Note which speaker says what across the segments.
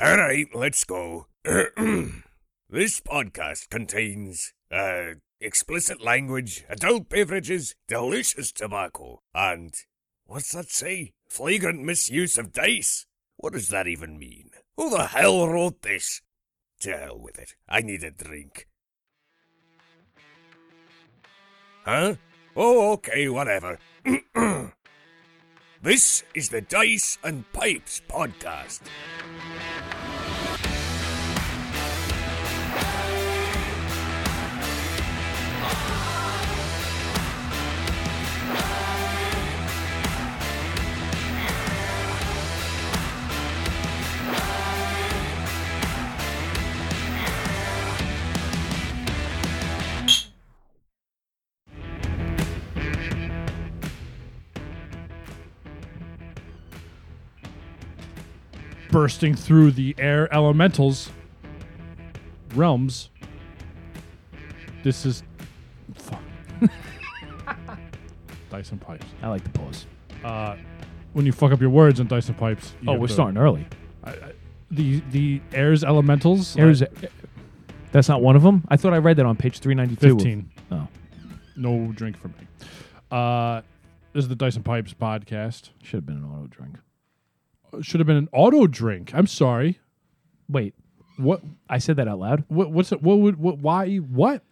Speaker 1: All right, let's go. this podcast contains uh, explicit language, adult beverages, delicious tobacco, and what's that say? Flagrant misuse of dice. What does that even mean? Who the hell wrote this? To hell with it. I need a drink. Huh? Oh, okay, whatever. this is the Dice and Pipes podcast.
Speaker 2: bursting through the air elementals realms. This is fuck. Dyson pipes.
Speaker 3: I like the pause.
Speaker 2: Uh, when you fuck up your words on Dyson pipes. you
Speaker 3: Oh,
Speaker 2: have
Speaker 3: we're
Speaker 2: to-
Speaker 3: starting early.
Speaker 2: The the air's elementals.
Speaker 3: There's,
Speaker 2: like,
Speaker 3: that's not one of them. I thought I read that on page three ninety two.
Speaker 2: fifteen.
Speaker 3: Oh,
Speaker 2: No drink for me. Uh, this is the Dyson Pipes podcast.
Speaker 3: should have been an auto drink.
Speaker 2: Should have been an auto drink. I'm sorry.
Speaker 3: Wait,
Speaker 2: What?
Speaker 3: I said that out loud.
Speaker 2: What? What's it? What would? What? Why? What?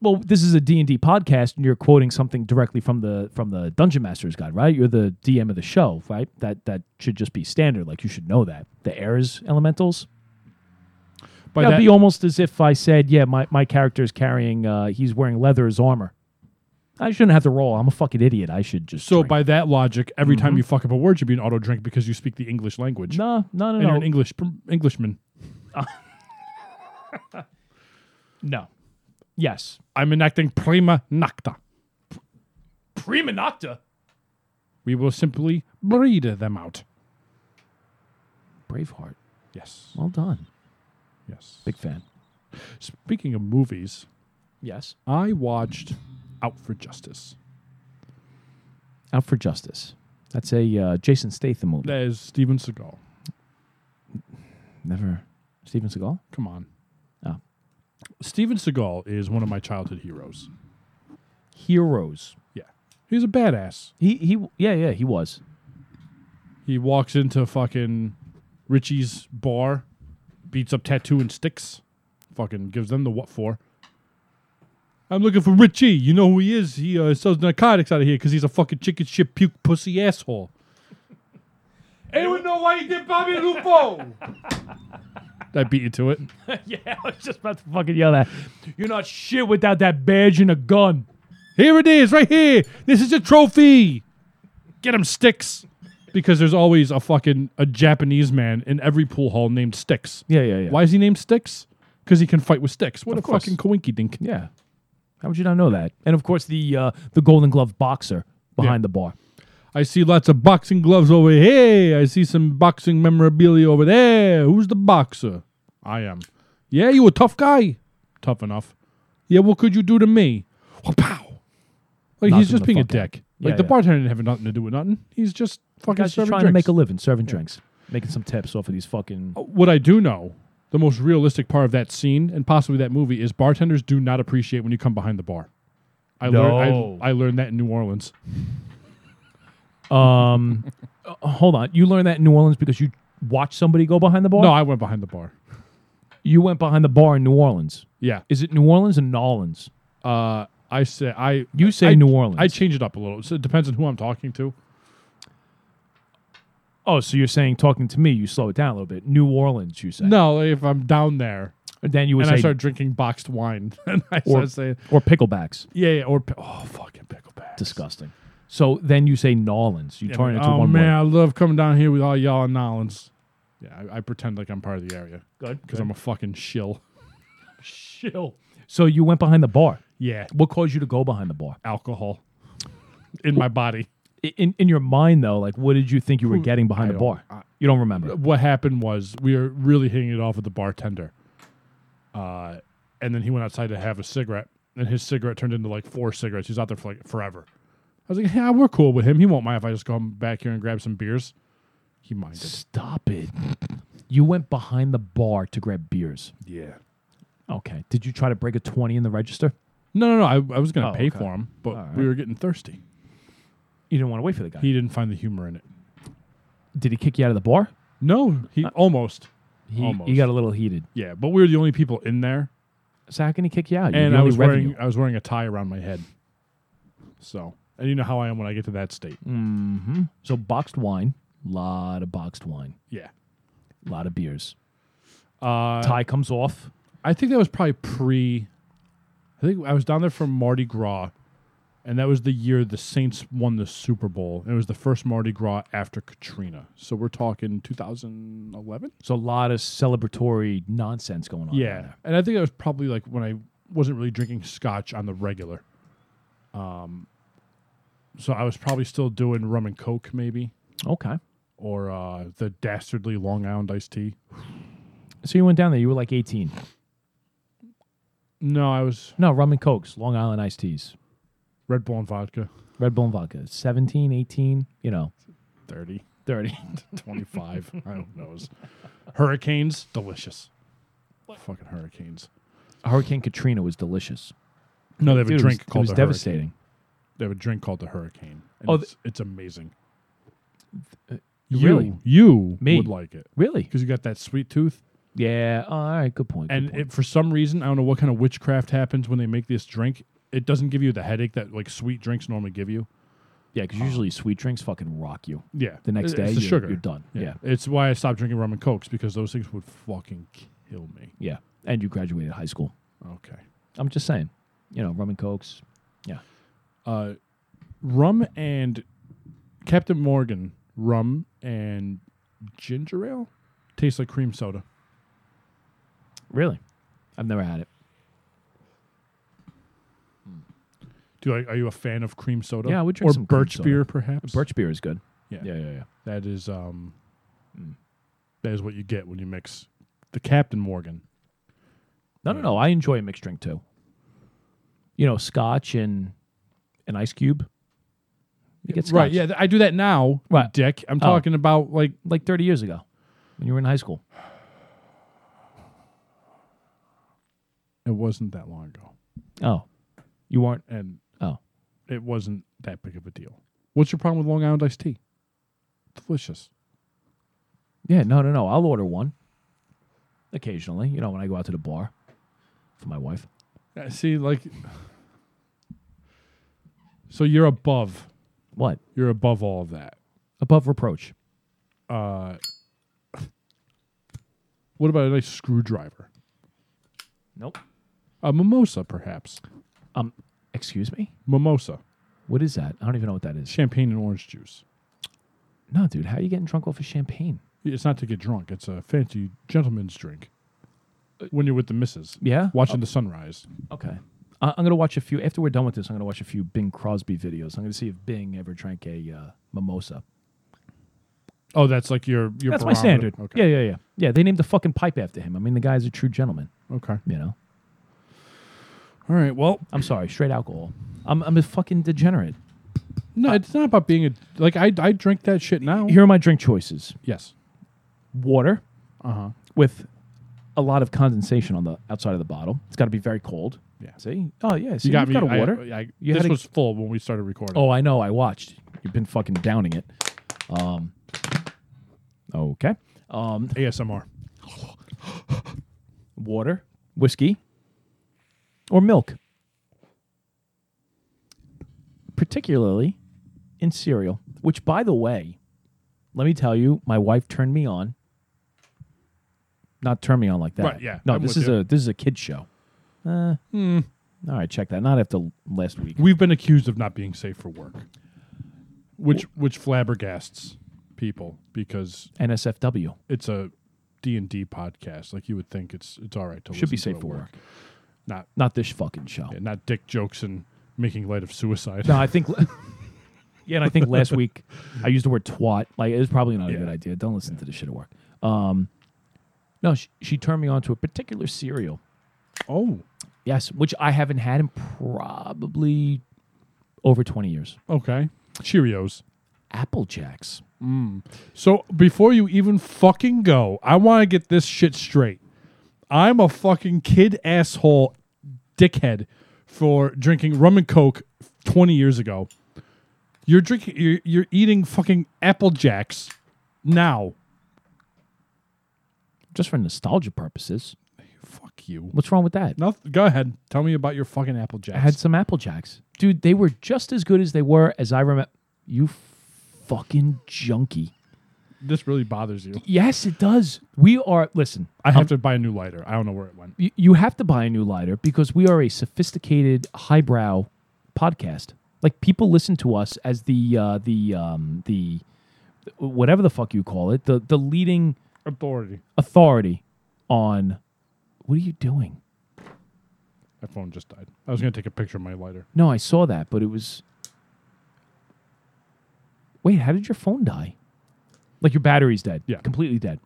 Speaker 3: Well, this is a D and D podcast, and you're quoting something directly from the from the Dungeon Master's Guide, right? You're the DM of the show, right? That that should just be standard. Like you should know that the airs elementals.
Speaker 2: By
Speaker 3: That'd
Speaker 2: that-
Speaker 3: be almost as if I said, yeah, my my character is carrying, uh, he's wearing leather as armor. I shouldn't have to roll. I'm a fucking idiot. I should just
Speaker 2: So
Speaker 3: drink. Mm-hmm.
Speaker 2: by that logic, every time you fuck up a word should be an auto drink because you speak the English language.
Speaker 3: no, no, no,
Speaker 2: and
Speaker 3: no.
Speaker 2: you're an English pr- Englishman.
Speaker 3: No. Yes.
Speaker 2: I'm enacting prima nocta.
Speaker 3: Prima nocta.
Speaker 2: We will simply breed them out.
Speaker 3: Braveheart.
Speaker 2: Yes.
Speaker 3: Well done.
Speaker 2: Yes.
Speaker 3: Big fan.
Speaker 2: Speaking of movies,
Speaker 3: Yes.
Speaker 2: I watched Out for Justice.
Speaker 3: Out for Justice. That's a uh, Jason Statham movie.
Speaker 2: There's Steven Seagal.
Speaker 3: Never. Steven Seagal?
Speaker 2: Come on.
Speaker 3: Oh.
Speaker 2: Steven Seagal is one of my childhood heroes.
Speaker 3: Heroes.
Speaker 2: Yeah. He's a badass.
Speaker 3: He, he, yeah, yeah, he was.
Speaker 2: He walks into fucking Richie's bar, beats up Tattoo and Sticks, fucking gives them the what for. I'm looking for Richie. You know who he is. He uh, sells narcotics out of here because he's a fucking chicken shit puke pussy asshole. Anyone know why he did Bobby Lupo? I beat you to it.
Speaker 3: yeah, I was just about to fucking yell that. You're not shit without that badge and a gun.
Speaker 2: Here it is, right here. This is a trophy. Get him Sticks. Because there's always a fucking a Japanese man in every pool hall named Sticks.
Speaker 3: Yeah, yeah, yeah.
Speaker 2: Why is he named Sticks? Because he can fight with sticks. What
Speaker 3: Of
Speaker 2: a
Speaker 3: course.
Speaker 2: fucking coinky dink.
Speaker 3: Yeah. How would you not know that? And of course, the uh, the Golden Glove boxer behind
Speaker 2: Yeah.
Speaker 3: the bar.
Speaker 2: I see lots of boxing gloves over here. I see some boxing memorabilia over there. Who's the boxer? I am. Yeah, you a tough guy? Tough enough. Yeah, what could you do to me? Wha- pow. Like
Speaker 3: Knock
Speaker 2: he's
Speaker 3: him
Speaker 2: just
Speaker 3: the
Speaker 2: being a
Speaker 3: fuck out.
Speaker 2: dick.
Speaker 3: Yeah,
Speaker 2: like the
Speaker 3: yeah.
Speaker 2: bartender didn't have nothing to do with nothing. He's just fucking
Speaker 3: Guys, just
Speaker 2: serving
Speaker 3: trying
Speaker 2: drinks. Uh,
Speaker 3: to make a living, serving drinks, Oh. making some tips off of these fucking.
Speaker 2: what I do know, the most realistic part of that scene and possibly that movie is bartenders do not appreciate when you come behind the bar. I,
Speaker 3: No.
Speaker 2: learned, I, I learned that in New Orleans.
Speaker 3: Hold on. You learned that in New Orleans because you watched somebody go behind the bar?
Speaker 2: No, I went behind the bar.
Speaker 3: You went behind the bar in New Orleans.
Speaker 2: Yeah.
Speaker 3: Is it New Orleans and Nolans?
Speaker 2: Uh, I say I.
Speaker 3: You say
Speaker 2: I-
Speaker 3: New Orleans.
Speaker 2: I change it up a little. So it depends on who I'm talking to.
Speaker 3: oh, so you're saying talking to me, you slow it down a little bit. New Orleans, you say.
Speaker 2: No, if I'm down there
Speaker 3: Or then you would
Speaker 2: and
Speaker 3: say
Speaker 2: I start drinking boxed wine, and I
Speaker 3: or,
Speaker 2: start saying,
Speaker 3: or picklebacks.
Speaker 2: yeah, yeah, or pi- oh, fucking pickleback.
Speaker 3: Disgusting. So then you say Nolans. You turn it into
Speaker 2: oh
Speaker 3: one
Speaker 2: man,
Speaker 3: word.
Speaker 2: I love coming down here with all y'all in Nolans. Yeah, I, I pretend like I'm part of the area
Speaker 3: Good.
Speaker 2: because I'm a fucking shill.
Speaker 3: Chill. So you went behind the bar.
Speaker 2: Yeah,
Speaker 3: What caused you to go behind the bar?
Speaker 2: alcohol in my body.
Speaker 3: I- In in your mind though, like what did you think you were getting behind the
Speaker 2: Hmm. don't-
Speaker 3: bar? you don't remember.
Speaker 2: What happened was we were really hitting it off with the bartender, uh, and then he went outside to have a cigarette, and his cigarette turned into like four cigarettes. He's out there for like forever. I was like, yeah, we're cool with him. He won't mind if I just come back here and grab some beers. He minded.
Speaker 3: Stop it. You went behind the bar to grab beers.
Speaker 2: Yeah.
Speaker 3: Okay. Did you try to break a 20 in the register?
Speaker 2: No, no, no. I, I was going to
Speaker 3: Oh,
Speaker 2: pay
Speaker 3: okay.
Speaker 2: for 'em, for him, but
Speaker 3: All
Speaker 2: we
Speaker 3: right.
Speaker 2: were getting thirsty.
Speaker 3: You didn't want to wait for the guy.
Speaker 2: He didn't find the humor in it.
Speaker 3: Did he kick you out of the bar?
Speaker 2: No,
Speaker 3: Uh,
Speaker 2: he almost.
Speaker 3: He,
Speaker 2: Almost.
Speaker 3: he got a little heated.
Speaker 2: Yeah, but we were the only people in there,
Speaker 3: So how can he kick you out? You're
Speaker 2: and
Speaker 3: the
Speaker 2: I
Speaker 3: only
Speaker 2: was
Speaker 3: revenue.
Speaker 2: wearing I was wearing a tie around my head. So, and you know how I am when I get to that state.
Speaker 3: Mm. So boxed wine, lot of boxed wine,
Speaker 2: Yeah,
Speaker 3: lot of beers. Uh, Tie comes off.
Speaker 2: I think that was probably pre. I think I was down there for Mardi Gras, and that was the year the Saints won the Super Bowl. And it was the first Mardi Gras after Katrina. So we're talking 2011.
Speaker 3: So a lot of celebratory nonsense going on.
Speaker 2: Yeah, and I think that was probably like when I wasn't really drinking scotch on the regular. Um, so I was probably still doing rum and coke, maybe,
Speaker 3: Okay.
Speaker 2: or uh, the dastardly Long Island iced tea.
Speaker 3: So you went down there. You were like 18.
Speaker 2: No, I was
Speaker 3: No, rum and cokes, Long Island iced teas,
Speaker 2: Red Bull and vodka.
Speaker 3: Red Bull and vodka. 17, 18, you know,
Speaker 2: 30,
Speaker 3: 30.
Speaker 2: 25, I don't know. Hurricanes, delicious. Fucking hurricanes.
Speaker 3: Hurricane Katrina was delicious.
Speaker 2: No, they have
Speaker 3: Dude,
Speaker 2: a drink
Speaker 3: it was, it
Speaker 2: called
Speaker 3: was
Speaker 2: the Hurricane.
Speaker 3: devastating.
Speaker 2: They have a drink called the Hurricane. And
Speaker 3: Oh,
Speaker 2: it's, it's amazing. you,
Speaker 3: really?
Speaker 2: you
Speaker 3: Me?
Speaker 2: would like it
Speaker 3: Really?
Speaker 2: because you got that sweet tooth.
Speaker 3: Yeah. All right. Good point. good
Speaker 2: and
Speaker 3: point.
Speaker 2: it, for some reason, I don't know what kind of witchcraft happens when they make this drink. It doesn't give you the headache that like sweet drinks normally give you.
Speaker 3: yeah, because usually sweet drinks fucking rock you.
Speaker 2: Yeah,
Speaker 3: The next
Speaker 2: It-
Speaker 3: day,
Speaker 2: it's the
Speaker 3: you're-
Speaker 2: sugar.
Speaker 3: you're done. Yeah.
Speaker 2: it's why I stopped drinking rum and cokes because those things would fucking kill me.
Speaker 3: Yeah. And you graduated high school.
Speaker 2: Okay,
Speaker 3: I'm just saying, you know, rum and cokes. Yeah.
Speaker 2: uh, rum and Captain Morgan rum and ginger ale tastes like cream soda.
Speaker 3: Really? I've never had it.
Speaker 2: Do you, are you a fan of cream soda?
Speaker 3: Yeah, I would drink
Speaker 2: or
Speaker 3: some cream
Speaker 2: birch
Speaker 3: soda.
Speaker 2: beer, perhaps.
Speaker 3: Birch beer is good.
Speaker 2: Yeah.
Speaker 3: Yeah, yeah, yeah.
Speaker 2: That is um,
Speaker 3: Hmm.
Speaker 2: that is what you get when you mix the Captain Morgan.
Speaker 3: No, no, no. I enjoy a mixed drink too. You know, scotch and an ice cube. You get scotch. Oh.
Speaker 2: Right. Yeah, th- I do that now, you
Speaker 3: Right.
Speaker 2: Dick. I'm talking about like
Speaker 3: Like 30 years ago when you were in high school.
Speaker 2: it wasn't that long ago,
Speaker 3: Oh. You weren't.
Speaker 2: and
Speaker 3: Oh.
Speaker 2: it wasn't that big of a deal. What's your problem with Long Island iced tea? Delicious.
Speaker 3: Yeah, no, no, no. I'll order one occasionally, you know, when I go out to the bar for my wife.
Speaker 2: Uh, See, like, so you're above,
Speaker 3: What?
Speaker 2: you're above all of that.
Speaker 3: Above reproach.
Speaker 2: What about a nice screwdriver?
Speaker 3: Nope.
Speaker 2: A mimosa, perhaps.
Speaker 3: Um, excuse me?
Speaker 2: Mimosa,
Speaker 3: What is that? I don't even know what that is.
Speaker 2: champagne and orange juice.
Speaker 3: No, dude, how are you getting drunk off of champagne?
Speaker 2: It's not to get drunk. It's a fancy gentleman's drink. When you're with the missus,
Speaker 3: Uh, yeah?
Speaker 2: watching the sunrise.
Speaker 3: Okay. I I'm going to watch a few, after we're done with this, I'm going to watch a few Bing Crosby videos. I'm going to see if Bing ever drank a uh, mimosa.
Speaker 2: Oh, that's like your your.
Speaker 3: That's my
Speaker 2: barometer?
Speaker 3: standard.
Speaker 2: Okay.
Speaker 3: Yeah, yeah, yeah. Yeah, they named the fucking pipe after him. I mean, the guy's a true gentleman,
Speaker 2: Okay.
Speaker 3: you know?
Speaker 2: All right. Well,
Speaker 3: I'm sorry, straight alcohol. I'm, I'm a fucking degenerate.
Speaker 2: no, it's not about being a like I I drink that shit now.
Speaker 3: Uh, Here are my drink choices
Speaker 2: Yes.
Speaker 3: water
Speaker 2: Uh huh.
Speaker 3: with a lot of condensation on the outside of the bottle. It's got to be very cold.
Speaker 2: Yeah.
Speaker 3: See? Oh, yeah. See,
Speaker 2: You got
Speaker 3: you've
Speaker 2: me.
Speaker 3: got a
Speaker 2: I-
Speaker 3: water.
Speaker 2: I, I-
Speaker 3: You
Speaker 2: this
Speaker 3: had a-
Speaker 2: was full when we started recording.
Speaker 3: Oh, I know. I watched. You've been fucking downing it. Um, okay. Um,
Speaker 2: ASMR.
Speaker 3: water, whiskey, or milk. Particularly in cereal, which, by the way, let me tell you, my wife turned me on. Not turn me on like that.
Speaker 2: Right, yeah,
Speaker 3: No,
Speaker 2: I'm
Speaker 3: this
Speaker 2: with
Speaker 3: is
Speaker 2: you. Hmm.
Speaker 3: a this is a kid show. Uh, All right, check that. Not after last week.
Speaker 2: We've been accused of not being safe for work, which which flabbergasts people because
Speaker 3: NSFW
Speaker 2: it's a D and D podcast. Like you would think it's it's all right to
Speaker 3: should be
Speaker 2: listen
Speaker 3: safe
Speaker 2: to at
Speaker 3: for work.
Speaker 2: Not
Speaker 3: Not this fucking show.
Speaker 2: yeah, not dick jokes and making light of suicide.
Speaker 3: No, I think. yeah, and I think last week I used the word twat. Like it was probably not a
Speaker 2: Yeah.
Speaker 3: good idea. Don't listen to this shit at work. Um, no, she, she turned me on to a particular cereal.
Speaker 2: oh,
Speaker 3: Yes, which I haven't had in probably over twenty years.
Speaker 2: okay. Cheerios.
Speaker 3: Apple Jacks.
Speaker 2: So before you even fucking go, I want to get this shit straight. I'm a fucking kid asshole dickhead for drinking rum and coke 20 years ago. You're drinking you're, you're eating fucking apple jacks now.
Speaker 3: Just for nostalgia purposes.
Speaker 2: Fuck you.
Speaker 3: What's wrong with that?
Speaker 2: No, go ahead. Tell me about your fucking apple jacks.
Speaker 3: I had some Apple Jacks. Dude, they were just as good as they were as I remember. You fucking junkie.
Speaker 2: this really bothers you.
Speaker 3: Yes, it does. We are, listen,
Speaker 2: I have to buy a new lighter. I don't know where it went.
Speaker 3: you, you have to buy a new lighter because we are a sophisticated, highbrow podcast. Like people listen to us as the, uh, the, um, the, whatever the fuck you call it, the, the leading
Speaker 2: Authority.
Speaker 3: authority on what are you doing?
Speaker 2: My phone just died. I was gonna take a picture of my lighter.
Speaker 3: No, I saw that, but it was. Wait, how did your phone die? Like your battery's dead.
Speaker 2: Yeah.
Speaker 3: completely dead.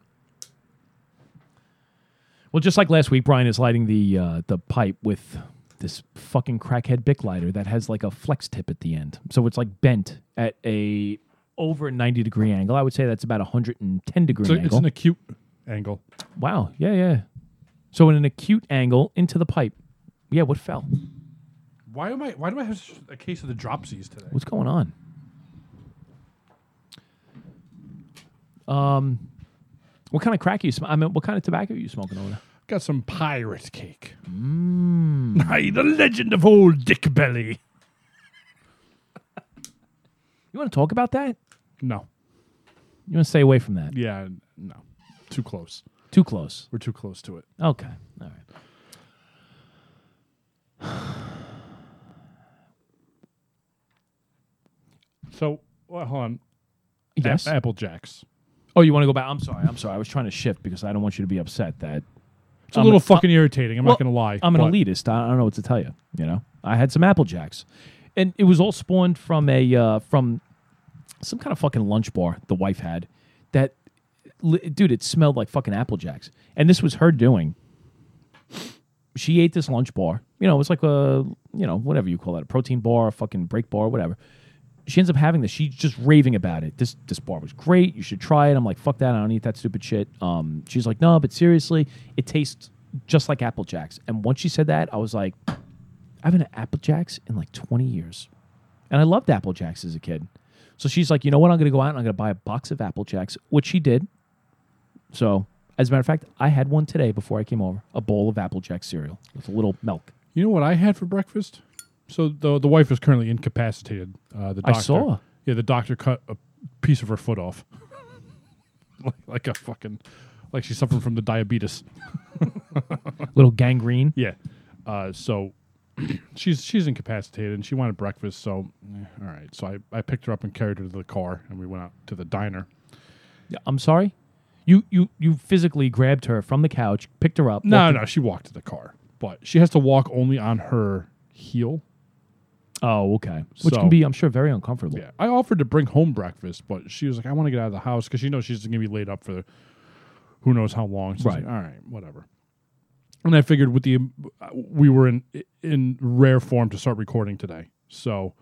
Speaker 3: Well, just like last week, Brian is lighting the uh, the pipe with this fucking crackhead bic lighter that has like a flex tip at the end, so it's like bent at a over ninety degree angle. I would say that's about hundred and ten degree
Speaker 2: So it's
Speaker 3: angle.
Speaker 2: an acute angle.
Speaker 3: wow. Yeah, yeah. So in an acute angle into the pipe. Yeah, what fell?
Speaker 2: Why am I? Why do I have a case of the dropsies today?
Speaker 3: What's going on? Um, Um, what kind of crack are you? Sm- I mean, what kind of tobacco are you smoking over there?
Speaker 2: Got some pirate cake. Mmm. Aye, the legend of old Dick Belly.
Speaker 3: You want to talk about that?
Speaker 2: No.
Speaker 3: You want to stay away from that?
Speaker 2: Yeah. n- No. Too close.
Speaker 3: Too close.
Speaker 2: We're too close to it.
Speaker 3: Okay. All right.
Speaker 2: So well, hold on. A-
Speaker 3: Yes.
Speaker 2: Apple Jacks.
Speaker 3: oh, you want to go back? I'm sorry. I'm sorry. I was trying to shift because I don't want you to be upset that
Speaker 2: It's a
Speaker 3: I'm
Speaker 2: little
Speaker 3: an-
Speaker 2: fucking irritating. I'm not gonna lie.
Speaker 3: I'm an
Speaker 2: but
Speaker 3: elitist. I I don't know what to tell you. You know, I had some Apple Jacks, and it was all spawned from a uh, from some kind of fucking lunch bar the wife had. That li- dude, it smelled like fucking Apple Jacks, and this was her doing. She ate this lunch bar. You know, it was like a you know whatever you call that, a protein bar, a fucking break bar, whatever. She ends up having this. She's just raving about it. This this bar was great. You should try it. I'm like, fuck that. I don't eat that stupid shit. Um, she's like, no, but seriously, it tastes just like Apple Jacks. And once she said that, I was like, I haven't had Apple Jacks in like 20 years, and I loved Apple Jacks as a kid. So she's like, you know what? I'm gonna go out and I'm gonna buy a box of Apple Jacks, which she did. So as a matter of fact, I had one today before I came over. A bowl of Apple Jack cereal with a little milk.
Speaker 2: You know what I had for breakfast? So the the wife is currently incapacitated. Uh, the
Speaker 3: I
Speaker 2: doctor,
Speaker 3: saw.
Speaker 2: Yeah, the doctor cut a piece of her foot off. like, like a fucking, like she's suffering from the diabetes.
Speaker 3: Little gangrene.
Speaker 2: Yeah. Uh, so she's she's incapacitated and she wanted breakfast. So eh, all right. So I, I picked her up and carried her to the car and we went out to the diner.
Speaker 3: Yeah, I'm sorry. You you you physically grabbed her from the couch, picked her up.
Speaker 2: No,
Speaker 3: walked-
Speaker 2: no, she walked to the car, but she has to walk only on her heel.
Speaker 3: Oh, okay. Which
Speaker 2: So-
Speaker 3: can be, I'm sure, very uncomfortable.
Speaker 2: Yeah. I offered to bring home breakfast, but she was like, I want to get out of the house because she knows she's going to be laid up for who knows how long. So I was
Speaker 3: Right.
Speaker 2: like, all right, whatever. And I figured with the uh, we were in in rare form to start recording today, so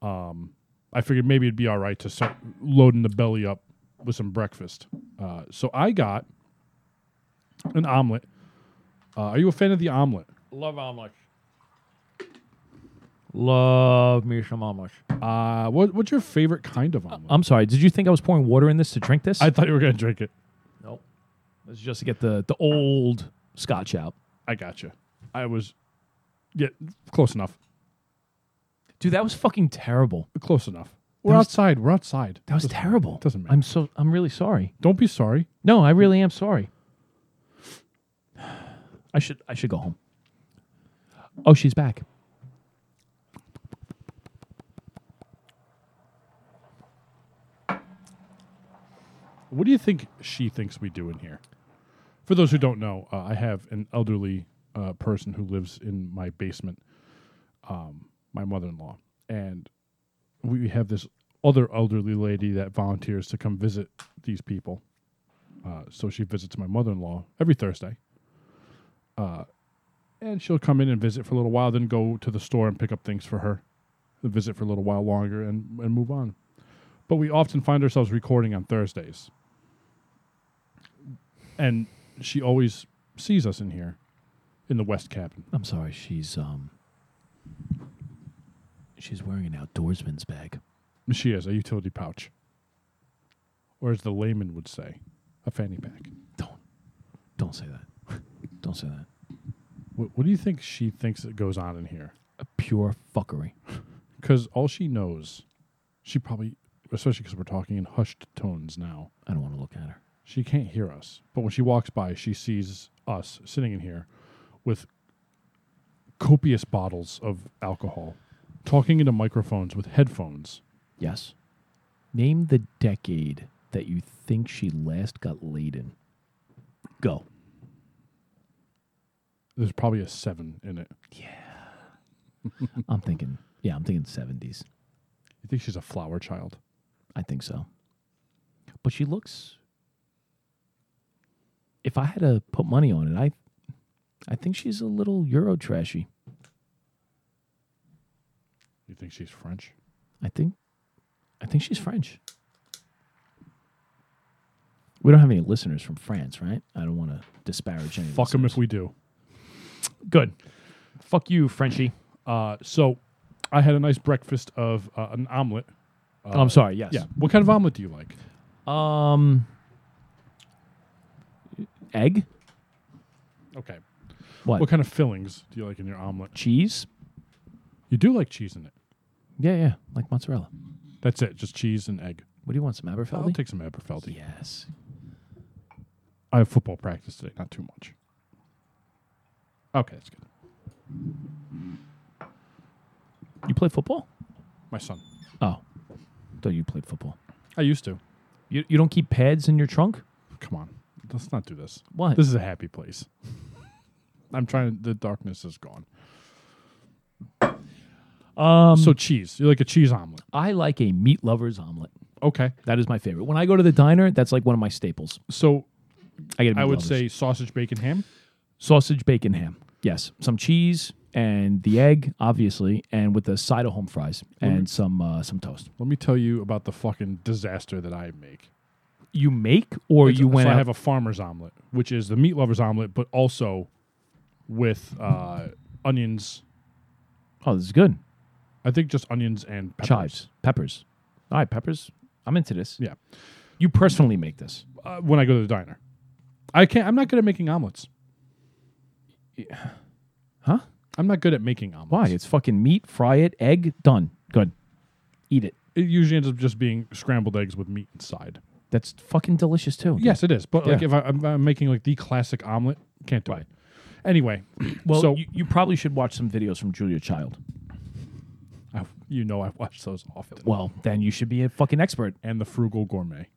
Speaker 2: um, I figured maybe it'd be all right to start loading the belly up with some breakfast. Uh, so I got an omelet. Uh, are you a fan of the omelet?
Speaker 3: Love omelets. Love me some omelets.
Speaker 2: Uh, what, what's your favorite kind of omelet?
Speaker 3: I'm sorry. Did you think I was pouring water in this to drink this?
Speaker 2: I thought you were gonna drink it.
Speaker 3: nope. This is just to get the the old scotch out.
Speaker 2: I gotcha. I was, yeah, close enough.
Speaker 3: Dude, that was fucking terrible.
Speaker 2: Close enough. We're
Speaker 3: was-
Speaker 2: outside. We're outside.
Speaker 3: That was
Speaker 2: Doesn't-
Speaker 3: terrible.
Speaker 2: doesn't matter.
Speaker 3: I'm so I'm really sorry.
Speaker 2: Don't be sorry.
Speaker 3: No, I really am sorry. I should I should go home. Oh, she's back.
Speaker 2: What do you think she thinks we do in here? For those who don't know, uh, I have an elderly uh, person who lives in my basement, um, my mother in law. And we have this other elderly lady that volunteers to come visit these people. Uh, so she visits my mother in law every Thursday. Uh, and she'll come in and visit for a little while, then go to the store and pick up things for her, visit for a little while longer, and, and move on. but we often find ourselves recording on Thursdays. And she always sees us in here, in the West cabin.
Speaker 3: I'm sorry. She's um. She's wearing an outdoorsman's bag.
Speaker 2: She has a utility pouch, or as the layman would say, a fanny pack.
Speaker 3: Don't, don't say that. don't say that.
Speaker 2: What, what do you think she thinks that goes on in here?
Speaker 3: A pure fuckery.
Speaker 2: Because all she knows, she probably, especially because we're talking in hushed tones now,
Speaker 3: I don't want to look at her.
Speaker 2: she can't hear us. But when she walks by, she sees us sitting in here with copious bottles of alcohol, talking into microphones with headphones.
Speaker 3: Yes. Name the decade that you think she last got laid in. Go.
Speaker 2: There's probably a seven in it.
Speaker 3: I'm thinking. Yeah, I'm thinking 70s.
Speaker 2: You think she's a flower child?
Speaker 3: I think so. But she looks. If I had to put money on it, I, I think she's a little Euro trashy.
Speaker 2: You think she's French?
Speaker 3: I think, I think she's French. We don't have any listeners from France, right? I don't want to disparage any.
Speaker 2: Fuck them if we do.
Speaker 3: Good. Fuck you, Frenchie.
Speaker 2: Uh, so I had a nice breakfast of uh, an omelet.
Speaker 3: Oh, I'm sorry. Yes.
Speaker 2: Yeah. What kind of omelet do you like?
Speaker 3: Um. Egg.
Speaker 2: Okay.
Speaker 3: What?
Speaker 2: What kind of fillings do you like in your omelet?
Speaker 3: Cheese.
Speaker 2: You do like cheese in it.
Speaker 3: Yeah, yeah, like mozzarella.
Speaker 2: That's it. Just cheese and egg.
Speaker 3: What do you want? Some
Speaker 2: I'll
Speaker 3: Aberfeldy?
Speaker 2: take some Aberfeldy.
Speaker 3: yes.
Speaker 2: I have football practice today, not too much. Okay, that's good.
Speaker 3: You play football?
Speaker 2: My son.
Speaker 3: Oh, thought you played football.
Speaker 2: I used to.
Speaker 3: You, you don't keep pads in your trunk?
Speaker 2: Come on. Let's not do this.
Speaker 3: Why?
Speaker 2: This is a happy place. I'm trying the darkness is gone.
Speaker 3: Um,
Speaker 2: So cheese. You like a cheese omelet.
Speaker 3: I like a meat lover's omelet.
Speaker 2: Okay.
Speaker 3: That is my favorite. When I go to the diner, that's like one of my staples.
Speaker 2: So
Speaker 3: I get. A meat
Speaker 2: I would
Speaker 3: lover's.
Speaker 2: say sausage, bacon, ham.
Speaker 3: sausage, bacon, ham. Yes, some cheese and the egg, obviously, and with a side of home fries and some uh, some toast.
Speaker 2: Let me tell you about the fucking disaster that I make.
Speaker 3: You make or Oh, you
Speaker 2: so
Speaker 3: went
Speaker 2: I
Speaker 3: out?
Speaker 2: have a farmer's omelet, which is the meat lover's omelet, but also with uh, onions.
Speaker 3: oh, this is good.
Speaker 2: I think just onions and peppers.
Speaker 3: Chives, peppers. All right, peppers. I'm into this.
Speaker 2: Yeah.
Speaker 3: You personally make this.
Speaker 2: uh, when I go to the diner. I can't. I'm not good at making omelets.
Speaker 3: Huh?
Speaker 2: I'm not good at making omelets.
Speaker 3: Why? It's fucking meat, fry it, egg, done. Good. Eat it.
Speaker 2: It usually ends up just being scrambled eggs with meat inside.
Speaker 3: That's fucking delicious too.
Speaker 2: Yes, it is. But like
Speaker 3: Yeah.
Speaker 2: if I, I'm, I'm making like the classic omelet, can't do it. Anyway,
Speaker 3: Well,
Speaker 2: so
Speaker 3: you, you probably should watch some videos from Julia Child.
Speaker 2: I, you know I watch those often.
Speaker 3: Well, then you should be a fucking expert.
Speaker 2: And the frugal gourmet.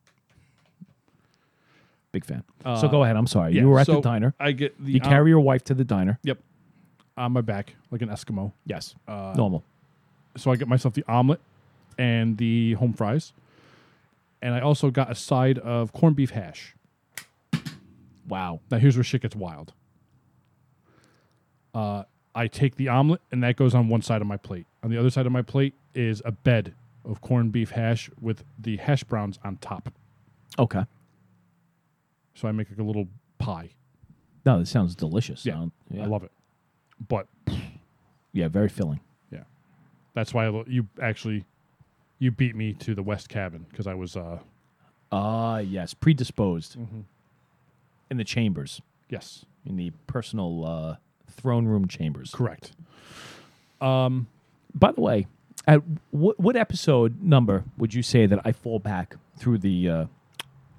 Speaker 3: Big fan. so go ahead. I'm sorry.
Speaker 2: Yeah,
Speaker 3: you were at
Speaker 2: so
Speaker 3: the diner.
Speaker 2: I get the
Speaker 3: You
Speaker 2: om-
Speaker 3: carry your wife to the diner.
Speaker 2: Yep, on my back like an Eskimo.
Speaker 3: Yes. Normal.
Speaker 2: so I get myself the omelet and the home fries, and I also got a side of corned beef hash.
Speaker 3: Wow.
Speaker 2: Now here's where shit gets wild. Uh, I take the omelet and that goes on one side of my plate. On the other side of my plate is a bed of corned beef hash with the hash browns on top.
Speaker 3: Okay.
Speaker 2: So I make like a little pie.
Speaker 3: No, this sounds delicious.
Speaker 2: Yeah,
Speaker 3: Sound- yeah.
Speaker 2: I love it. But
Speaker 3: Yeah, very filling.
Speaker 2: yeah, that's why I lo- you actually you beat me to the West Cabin because I was uh
Speaker 3: Ah, yes. Predisposed. In the chambers,
Speaker 2: yes
Speaker 3: in the personal uh, throne room chambers.
Speaker 2: correct.
Speaker 3: By the way, at what what episode number would you say that I fall back through the? Uh,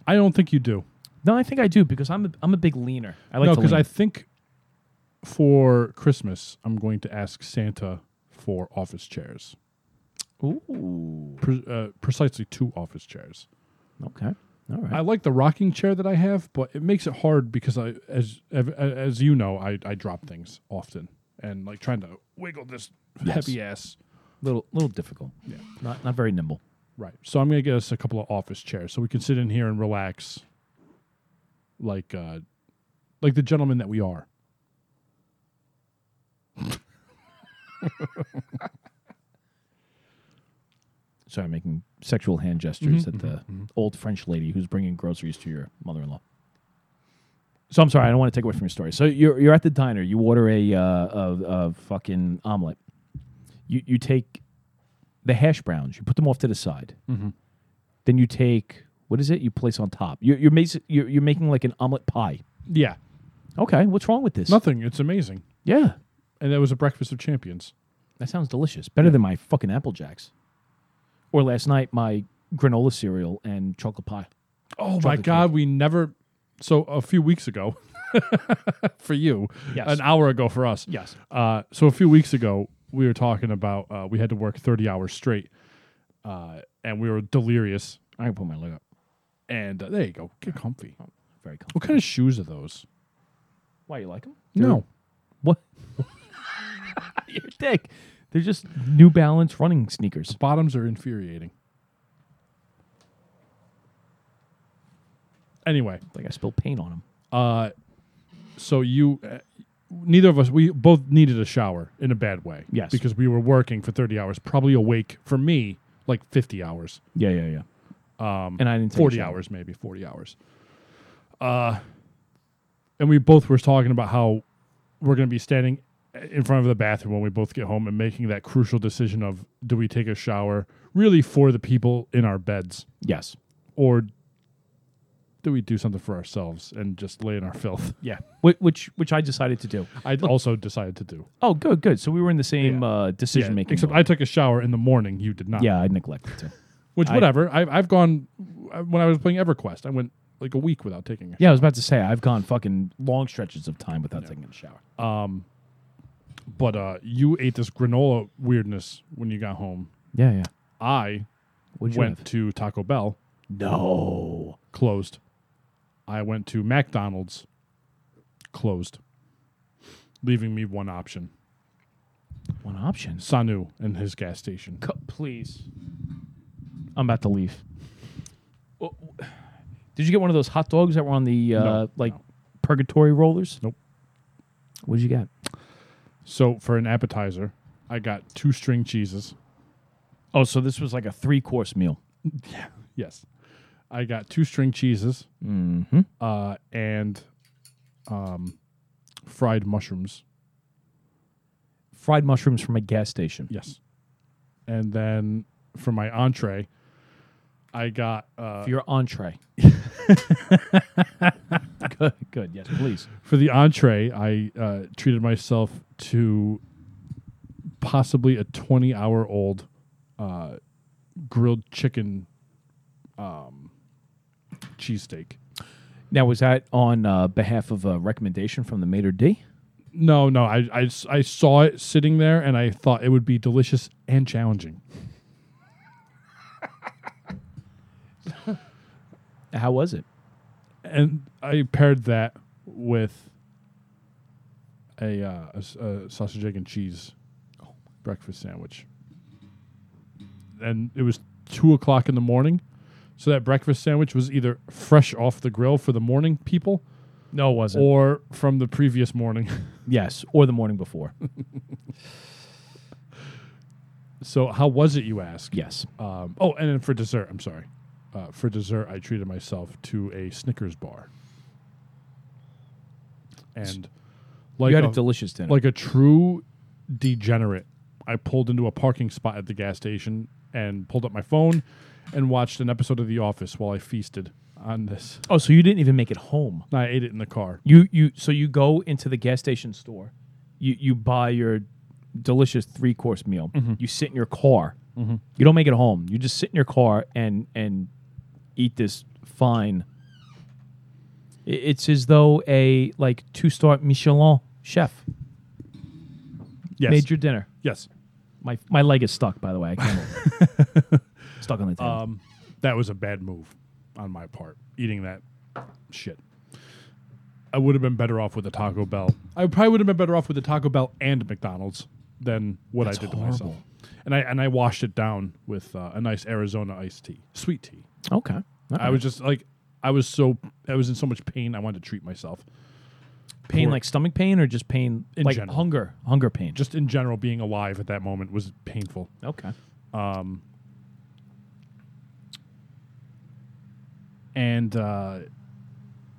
Speaker 2: I don't think you do.
Speaker 3: no, I think I do because I'm a, I'm a big leaner. I like
Speaker 2: no,
Speaker 3: because
Speaker 2: because I think for Christmas I'm going to ask Santa for office chairs.
Speaker 3: ooh
Speaker 2: pre- uh, precisely two office chairs.
Speaker 3: okay all right
Speaker 2: I like the rocking chair that I have, but it makes it hard because I, as ev- as you know, I, I drop things often and like trying to wiggle this heavy ass.
Speaker 3: little little difficult yeah not not very nimble
Speaker 2: Right. So I'm gonna get us a couple of office chairs so we can sit in here and relax, like uh, like the gentleman that we are.
Speaker 3: sorry I'm making sexual hand gestures at the old French lady who's bringing groceries to your mother-in-law. So I'm sorry, I don't want to take away from your story. So you're you're at the diner. You order a uh, a, a fucking omelet. You you take the hash browns. You put them off to the side. Then you take what is it? You place on top. You're you're, mas- you're you're making like an omelet pie.
Speaker 2: Yeah.
Speaker 3: Okay, what's wrong with this?
Speaker 2: Nothing. It's amazing.
Speaker 3: Yeah,
Speaker 2: And that was a breakfast of champions.
Speaker 3: that sounds delicious. Better than my fucking apple jacks. Or last night my granola cereal and chocolate pie.
Speaker 2: Oh my
Speaker 3: Chocolate cake.
Speaker 2: God, we never. So a few weeks ago, for you,
Speaker 3: Yes.
Speaker 2: an hour ago for us.
Speaker 3: Yes.
Speaker 2: Uh, so a few weeks ago, we were talking about uh, we had to work 30 hours straight, uh, and we were delirious.
Speaker 3: I can put my leg up.
Speaker 2: And uh, there you go, get comfy.
Speaker 3: Very comfortable.
Speaker 2: What kind of shoes are those?
Speaker 3: Why you like them?
Speaker 2: No,
Speaker 3: What? Your dick. They're just New Balance running sneakers.
Speaker 2: bottoms are infuriating. Anyway,
Speaker 3: Like I spilled paint on them.
Speaker 2: Uh, so you, uh, neither of us, we both needed a shower in a bad way.
Speaker 3: Yes.
Speaker 2: Because we were working for 30 hours, probably awake for me, like 50 hours,
Speaker 3: Yeah, yeah, yeah. Um, and I didn't take a
Speaker 2: 40
Speaker 3: shower.
Speaker 2: hours, maybe 40 hours. Uh, and we both were talking about how we're going to be standing uh, in front of the bathroom when we both get home and making that crucial decision of do we take a shower really for the people in our beds
Speaker 3: Yes.
Speaker 2: or do we do something for ourselves and just lay in our filth?
Speaker 3: Yeah. Which, which which I decided to do.
Speaker 2: I also decided to do.
Speaker 3: Oh, good, good. So we were in the same
Speaker 2: Yeah.
Speaker 3: uh,
Speaker 2: Yeah,
Speaker 3: decision making.
Speaker 2: Except I took a shower in the morning. You did not.
Speaker 3: yeah, I neglected to.
Speaker 2: Which,
Speaker 3: I-
Speaker 2: whatever. I, I've gone uh, when I was playing EverQuest. I went like a week without taking a
Speaker 3: Yeah, I was about to say I've gone fucking long stretches of time without taking a shower.
Speaker 2: But uh, you ate this granola weirdness when you got home.
Speaker 3: Yeah, yeah.
Speaker 2: I
Speaker 3: What'd you
Speaker 2: went
Speaker 3: have?
Speaker 2: to Taco Bell,
Speaker 3: No.
Speaker 2: closed. I went to McDonald's, closed. Leaving me one option:
Speaker 3: One option.
Speaker 2: Sanu and his gas station.
Speaker 3: Co- please. I'm about to leave. Oh, w- Did you get one of those hot dogs that were on the uh,
Speaker 2: No,
Speaker 3: like
Speaker 2: no.
Speaker 3: purgatory rollers?
Speaker 2: Nope.
Speaker 3: What did you get?
Speaker 2: So for an appetizer, I got two string cheeses.
Speaker 3: Oh, so this was like a three course meal.
Speaker 2: Yes, I got two string cheeses.
Speaker 3: Mm-hmm.
Speaker 2: uh, and um, fried mushrooms.
Speaker 3: Fried mushrooms from a gas station.
Speaker 2: Yes. And then for my entree, I got uh,
Speaker 3: For your entree. good, good. Yes, please.
Speaker 2: for the entree. I uh, treated myself to possibly a twenty-hour-old uh, grilled chicken um, cheesesteak.
Speaker 3: Now, was that on uh, behalf of a recommendation from the maitre d?
Speaker 2: No, no, I, I s- I saw it sitting there, and I thought it would be delicious and challenging.
Speaker 3: How was it?
Speaker 2: and I paired that with a, uh, a s- a sausage egg and cheese breakfast sandwich, and it was two o'clock in the morning, so that breakfast sandwich was either fresh off the grill for the morning people
Speaker 3: No, it wasn't.
Speaker 2: or from the previous morning.
Speaker 3: yes, or the morning before.
Speaker 2: so how was it, you ask?
Speaker 3: yes.
Speaker 2: Um, oh, and then for dessert, I'm sorry. Uh, for dessert, I treated myself to a Snickers bar, and like
Speaker 3: you had
Speaker 2: a-
Speaker 3: a delicious dinner.
Speaker 2: like a true degenerate. I pulled into a parking spot at the gas station and pulled up my phone and watched an episode of The Office while I feasted on this.
Speaker 3: oh, so you didn't even make it home.
Speaker 2: And I ate it in the car.
Speaker 3: You you so you go into the gas station store, you you buy your delicious three course meal.
Speaker 2: Mm-hmm.
Speaker 3: You sit in your car. You don't make it home. You just sit in your car and and eat this fine. I- It's as though a like two star Michelin chef
Speaker 2: Yes.
Speaker 3: made your dinner.
Speaker 2: yes.
Speaker 3: My my leg is stuck. By the way, I can't move. stuck on the table.
Speaker 2: Um, That was a bad move on my part, eating that shit. I would have been better off with a Taco Bell. I probably would have been better off with a Taco Bell and McDonald's than what I did to myself.
Speaker 3: horrible.
Speaker 2: And I and I washed it down with uh, a nice Arizona iced tea, sweet tea.
Speaker 3: okay. All
Speaker 2: I
Speaker 3: right.
Speaker 2: was just like, I was so, I was in so much pain. I wanted to treat myself.
Speaker 3: pain
Speaker 2: poor.
Speaker 3: like stomach pain or just pain
Speaker 2: In
Speaker 3: like
Speaker 2: general.
Speaker 3: hunger hunger pain.
Speaker 2: Just in general, being alive at that moment was painful.
Speaker 3: okay.
Speaker 2: and uh,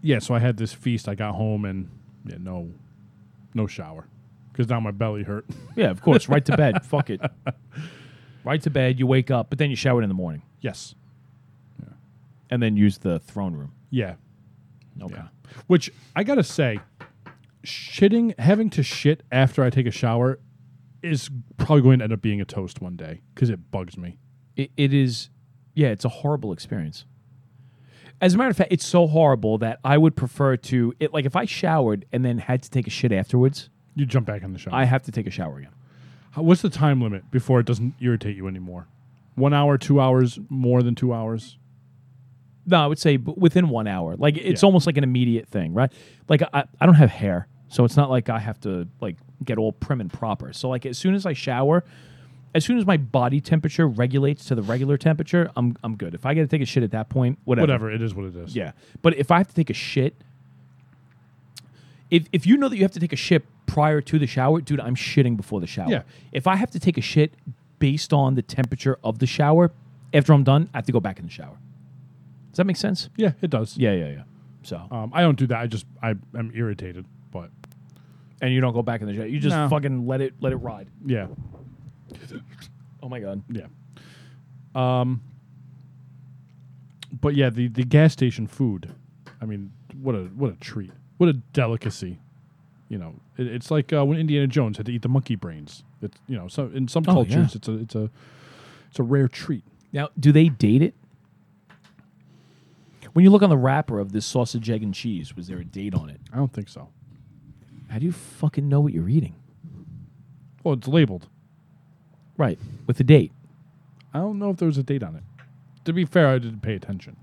Speaker 2: yeah, so I had this feast. I got home and yeah, no, no shower because now my belly hurt.
Speaker 3: Yeah, of course. Right to bed. Fuck it. Right to bed. You wake up, but then you shower in the morning,
Speaker 2: yes,
Speaker 3: and then use the throne room.
Speaker 2: yeah,
Speaker 3: Okay.
Speaker 2: yeah. Which I gotta say, shitting, having to shit after I take a shower is probably going to end up being a toast one day because it bugs me.
Speaker 3: It, it is. Yeah, it's a horrible experience. As a matter of fact, it's so horrible that I would prefer to it. Like if I showered and then had to take a shit afterwards,
Speaker 2: You jump back in the shower.
Speaker 3: I have to take a shower again.
Speaker 2: How- What's the time limit before it doesn't irritate you anymore? One hour, two hours, more than two hours.
Speaker 3: No, I would say b- within one hour. Like it's
Speaker 2: Yeah.
Speaker 3: almost like an immediate thing, right? Like I, I don't have hair, so it's not like I have to like get all prim and proper. So like as soon as I shower, as soon as my body temperature regulates to the regular temperature, I'm I'm good. If I got to take a shit at that point, whatever.
Speaker 2: Whatever it is, what it is.
Speaker 3: Yeah, but if I have to take a shit, if if you know that you have to take a shit prior to the shower, dude, I'm shitting before the shower.
Speaker 2: Yeah.
Speaker 3: If I have to take a shit based on the temperature of the shower, after I'm done, I have to go back in the shower. Does that make sense?
Speaker 2: yeah, it does.
Speaker 3: Yeah, yeah, Uh, yeah. So,
Speaker 2: Um, I don't do that. I just I am irritated, but
Speaker 3: and you don't go back in the shower. You just
Speaker 2: No.
Speaker 3: fucking let it let it ride.
Speaker 2: yeah,
Speaker 3: Oh my god.
Speaker 2: yeah. Um, but yeah, the the gas station food. I mean, what a what a treat, what a delicacy. You know, it, it's like uh, when Indiana Jones had to eat the monkey brains. It's you know, so in some
Speaker 3: Oh,
Speaker 2: cultures,
Speaker 3: yeah.
Speaker 2: it's a it's a it's a rare treat.
Speaker 3: Now, do they date it? When you look on the wrapper of this sausage, egg, and cheese, was there a date on it?
Speaker 2: I don't think so.
Speaker 3: How do you fucking know what you're eating?
Speaker 2: Well, it's labeled.
Speaker 3: Right, with a date.
Speaker 2: I don't know if there was a date on it. To be fair, I didn't pay attention.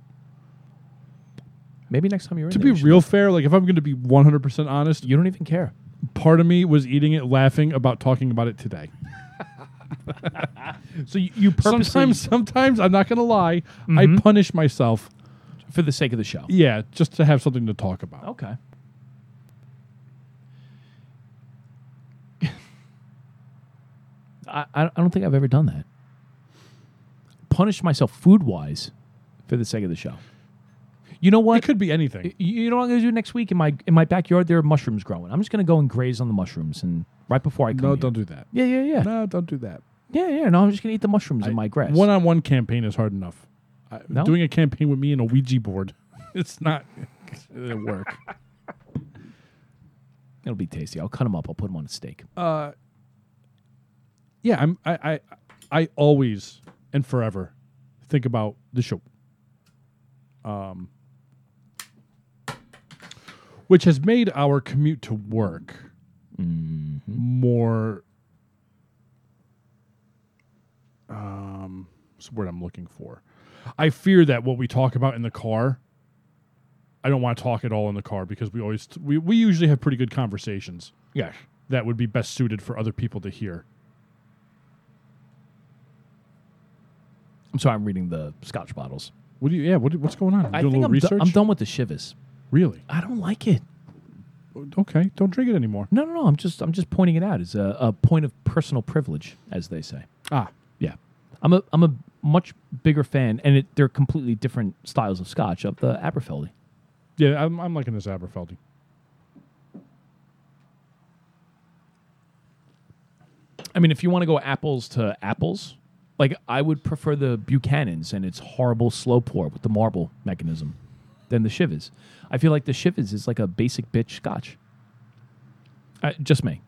Speaker 3: Maybe next time you're in
Speaker 2: To
Speaker 3: there,
Speaker 2: be
Speaker 3: you should-
Speaker 2: real fair, like if I'm going to be 100% honest,
Speaker 3: you don't even care.
Speaker 2: part of me was eating it, laughing about talking about it today.
Speaker 3: So you, you purposely Mm-hmm.
Speaker 2: Sometimes, sometimes I'm not going to lie, I punish myself.
Speaker 3: for the sake of the show.
Speaker 2: Yeah, just to have something to talk about.
Speaker 3: Okay. I, I I don't think I've ever done that. Punished myself food wise for the sake of the show. Oh. You know
Speaker 2: It
Speaker 3: what?
Speaker 2: could be anything.
Speaker 3: Y- you know what I'm gonna do next week in my in my backyard? There are mushrooms growing. I'm just gonna go and graze on the mushrooms and right before I come.
Speaker 2: No,
Speaker 3: here.
Speaker 2: don't do that.
Speaker 3: Yeah, yeah, yeah,
Speaker 2: No, don't do that.
Speaker 3: yeah, yeah. No, I'm just gonna eat the mushrooms in my grass.
Speaker 2: One on one campaign is hard enough. I,
Speaker 3: No?
Speaker 2: Doing a campaign with me and a Ouija board, it's not going to work.
Speaker 3: It'll be tasty. I'll cut them up. I'll put them on a steak.
Speaker 2: Uh, yeah, I'm I I, I always and forever think about the show. Um which has made our commute to work more um um, what's the word I'm looking for. I fear that what we talk about in the car I don't want to talk at all in the car because we always we, we usually have pretty good conversations
Speaker 3: yeah.
Speaker 2: that would be best suited for other people to hear.
Speaker 3: I'm sorry, I'm reading the scotch bottles.
Speaker 2: What do you? Yeah. What, what's going on? You
Speaker 3: I
Speaker 2: doing a little
Speaker 3: think I'm, do-
Speaker 2: research.
Speaker 3: I'm done with the shivas.
Speaker 2: Really?
Speaker 3: I don't like it.
Speaker 2: Okay. Don't drink it anymore.
Speaker 3: No, no, no. I'm just I'm just pointing it out as a, a point of personal privilege, as they say.
Speaker 2: Ah.
Speaker 3: Yeah. I'm a I'm a much bigger fan, and it, they're completely different styles of scotch of the Aberfeldy.
Speaker 2: Yeah. I'm, I'm liking this Aberfeldy.
Speaker 3: I mean, if you want to go apples to apples, like I would prefer the Buchanan's and its horrible slow pour with the marble mechanism than the Shivas. I feel like the Shivas is like a basic bitch scotch. Uh, just me.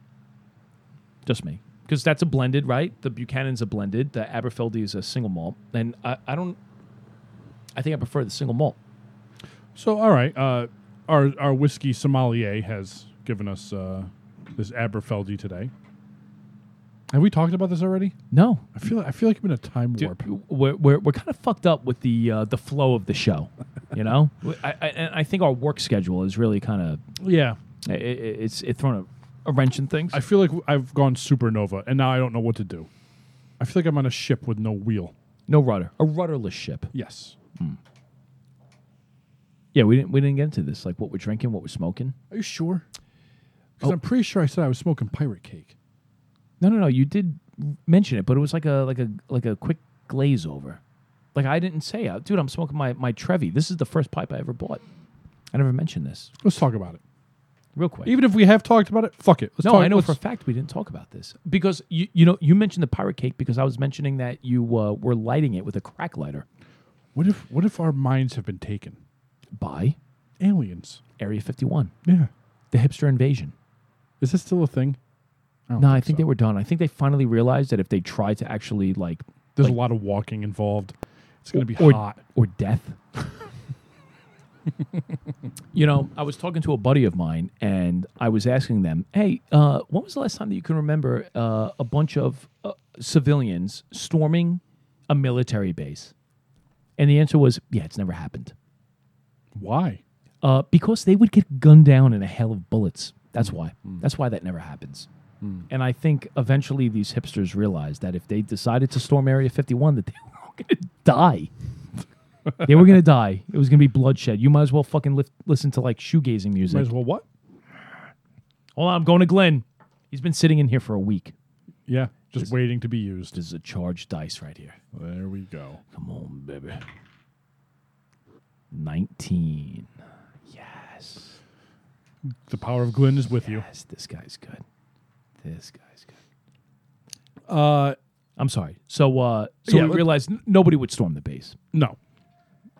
Speaker 3: Just me. Because that's a blended, right? The Buchanan's a blended. The Aberfeldy is a single malt. And I, I don't, I think I prefer the single malt.
Speaker 2: So all right. Uh, our our whiskey sommelier has given us uh, this Aberfeldy today. Have we talked about this already?
Speaker 3: No.
Speaker 2: I feel I feel like I'm in a time warp.
Speaker 3: We're, we're, we're kind of fucked up with the uh, the flow of the show, you know? I, I, and I think our work schedule is really kind of
Speaker 2: yeah.
Speaker 3: I- I- it's it thrown a, a wrench in things.
Speaker 2: I feel like I've gone supernova, and now I don't know what to do. I feel like I'm on a ship with no wheel.
Speaker 3: no rudder, a rudderless ship.
Speaker 2: Yes.
Speaker 3: Yeah, we didn't we didn't get into this like what we're drinking, what we're smoking.
Speaker 2: Are you sure? Because
Speaker 3: Oh.
Speaker 2: I'm pretty sure I said I was smoking pirate cake.
Speaker 3: No, no, no. You did mention it, but it was like a like a like a quick glaze over. Like I didn't say, uh, dude, I'm smoking my my Trevi. This is the first pipe I ever bought. I never mentioned this.
Speaker 2: Let's talk about it.
Speaker 3: Real quick.
Speaker 2: Even if we have talked about it, fuck it. Let's
Speaker 3: no,
Speaker 2: talk,
Speaker 3: I know
Speaker 2: let's-
Speaker 3: for a fact we didn't talk about this because you you know you mentioned the pirate cake because I was mentioning that you uh, were lighting it with a crack lighter
Speaker 2: What if what if our minds have been taken?
Speaker 3: by
Speaker 2: Aliens.
Speaker 3: Area 51,
Speaker 2: Yeah.
Speaker 3: the hipster invasion.
Speaker 2: Is this still a thing?
Speaker 3: no, I think they were done. I think they finally realized that if they tried to actually like
Speaker 2: There's a lot of walking involved. It's gonna be
Speaker 3: or,
Speaker 2: hot.
Speaker 3: or death. you know, I was talking to a buddy of mine, and I was asking them, "Hey, uh, when was the last time that you can remember uh, a bunch of uh, civilians storming a military base?" And the answer was, "Yeah, it's never happened."
Speaker 2: Why?
Speaker 3: Uh, because they would get gunned down in a hail of bullets.
Speaker 2: Mm.
Speaker 3: That's why. That's why that never happens. And I think eventually these hipsters realized that if they decided to storm Area 51, that they were all going to die. they were going to die. It was going to be bloodshed. You might as well fucking lif- listen to like shoegazing music.
Speaker 2: Might as well what?
Speaker 3: Hold on, I'm going to Glenn. He's been sitting in here for a week.
Speaker 2: Yeah. Just waiting to be used.
Speaker 3: This is a charged dice right here.
Speaker 2: There we go.
Speaker 3: Come on, baby. 19. Yes.
Speaker 2: The power of Glenn is with you.
Speaker 3: Yes, this guy's good. This guy's good.
Speaker 2: Uh
Speaker 3: I'm sorry. So, uh, so
Speaker 2: Yeah,
Speaker 3: we
Speaker 2: let-
Speaker 3: realized n- nobody would storm the base.
Speaker 2: no.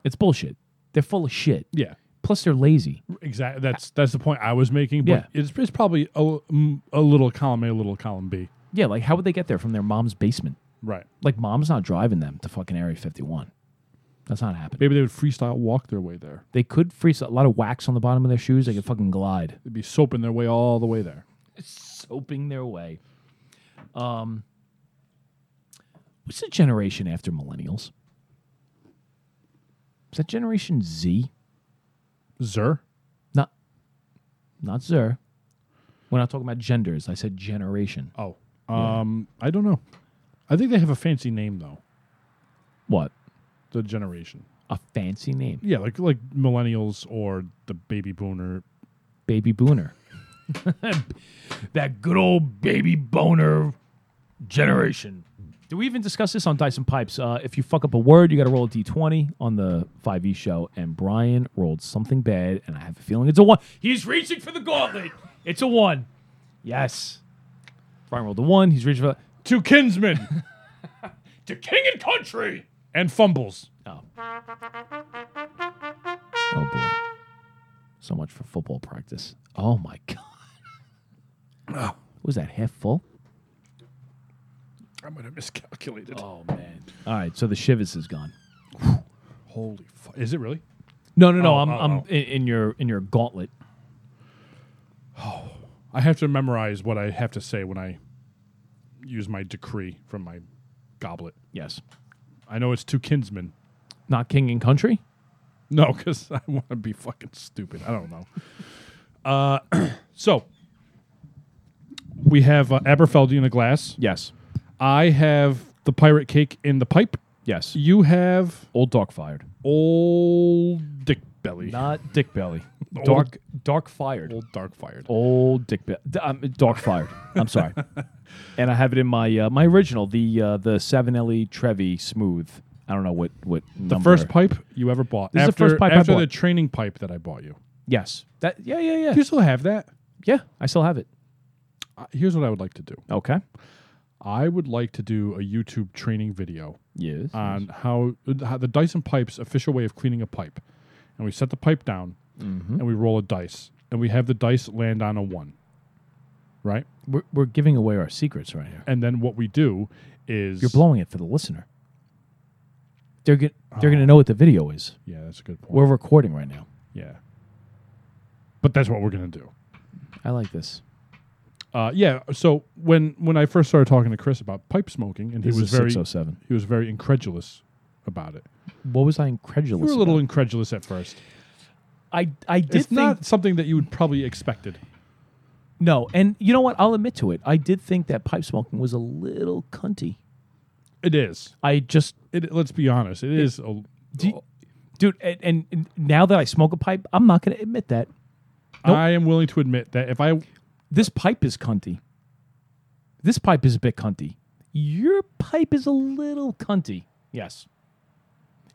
Speaker 3: It's bullshit. They're full of shit.
Speaker 2: Yeah.
Speaker 3: Plus, they're lazy.
Speaker 2: Exactly. That's that's the point I was making. But
Speaker 3: Yeah.
Speaker 2: it's, it's probably a, l- mm, a little column A, a little column B.
Speaker 3: Yeah, like how would they get there from their mom's basement?
Speaker 2: Right.
Speaker 3: Like, mom's not driving them to fucking Area 51. That's not happening.
Speaker 2: Maybe they would freestyle walk their way there.
Speaker 3: They could freeze a lot of wax on the bottom of their shoes. They could fucking glide,
Speaker 2: They'd be soaping their way all the way there.
Speaker 3: soaping their way. Um, what's the generation after millennials? Is that Generation Z?
Speaker 2: Zer?
Speaker 3: Not, not sir. We're not talking about genders. I said generation.
Speaker 2: Oh. Um, I don't know. I think they have a fancy name though.
Speaker 3: What?
Speaker 2: The generation.
Speaker 3: A fancy name,
Speaker 2: Yeah, like like millennials or the baby boomer.
Speaker 3: baby booner. that good old baby boner generation. Did we even discuss this on Dyson Pipes? Uh, if you fuck up a word, you got to roll a d20 on the 5e show. And Brian rolled something bad, and I have a feeling it's a one. He's reaching for the gauntlet. It's a one. Yes. Brian rolled a one. He's reaching for
Speaker 2: Two kinsmen
Speaker 3: the king and country.
Speaker 2: and fumbles.
Speaker 3: Oh. Oh boy. So much for football practice. Oh my god. Was that half full?
Speaker 2: I might have miscalculated.
Speaker 3: Oh man. All right, so the shivers is gone.
Speaker 2: Holy fuck. Is it really?
Speaker 3: No, no, no.
Speaker 2: Oh,
Speaker 3: I'm,
Speaker 2: oh,
Speaker 3: I'm
Speaker 2: oh.
Speaker 3: In, in your in your gauntlet.
Speaker 2: I have to memorize what I have to say when I use my decree from my goblet.
Speaker 3: Yes.
Speaker 2: I know it's two kinsmen.
Speaker 3: Not king and country.
Speaker 2: No, because I want to be fucking stupid. I don't know. Uh, so we have uh, Aberfeldy in a glass.
Speaker 3: Yes.
Speaker 2: I have the pirate cake in the pipe.
Speaker 3: Yes.
Speaker 2: You have
Speaker 3: Old dark fired.
Speaker 2: old dick belly.
Speaker 3: Not dick belly. Dark dark fired.
Speaker 2: Old dark fired.
Speaker 3: Old dick belly. I'm dark fired. I'm sorry. and I have it in my uh, my original the uh, the Savinelli Trevi smooth. I don't know what what
Speaker 2: the first pipe you ever bought.
Speaker 3: This is the
Speaker 2: after
Speaker 3: first pipe I
Speaker 2: after
Speaker 3: bought.
Speaker 2: the training pipe that I bought you.
Speaker 3: Yes. That yeah, yeah, yeah.
Speaker 2: Do you still have that?
Speaker 3: yeah, I still have it.
Speaker 2: Uh, Here's what I would like to do.
Speaker 3: Okay.
Speaker 2: I would like to do a YouTube training video
Speaker 3: Yes.
Speaker 2: on how, how the Dyson pipe's official way of cleaning a pipe. And we set the pipe down
Speaker 3: Mm-hmm.
Speaker 2: and we roll a dice and we have the dice land on a one. Right?
Speaker 3: we're, we're giving away our secrets right here.
Speaker 2: And then what we do is
Speaker 3: You're blowing it for the listener. They're get, they're
Speaker 2: Oh.
Speaker 3: going to know what the video is.
Speaker 2: Yeah, that's a good point.
Speaker 3: We're recording right now.
Speaker 2: yeah. But that's what we're going to do.
Speaker 3: I like this.
Speaker 2: Uh, yeah, so when when I first started talking to Chris about pipe smoking and he
Speaker 3: This
Speaker 2: was
Speaker 3: is
Speaker 2: very
Speaker 3: 607.
Speaker 2: he was very incredulous about it.
Speaker 3: What was I
Speaker 2: You
Speaker 3: incredulous?
Speaker 2: were a little
Speaker 3: about?
Speaker 2: incredulous at first.
Speaker 3: I I did
Speaker 2: It's
Speaker 3: think
Speaker 2: not something that you would probably expected.
Speaker 3: no, and you know what? I'll admit to it. I did think that pipe smoking was a little cunty.
Speaker 2: It is.
Speaker 3: I just
Speaker 2: It, let's be honest. It is. A,
Speaker 3: do, dude, and, and, and now that I smoke a pipe, I'm not going to admit that
Speaker 2: I am willing to admit that if I uh,
Speaker 3: this pipe is cunty. This pipe is a bit cunty. Your pipe is a little cunty. Yes.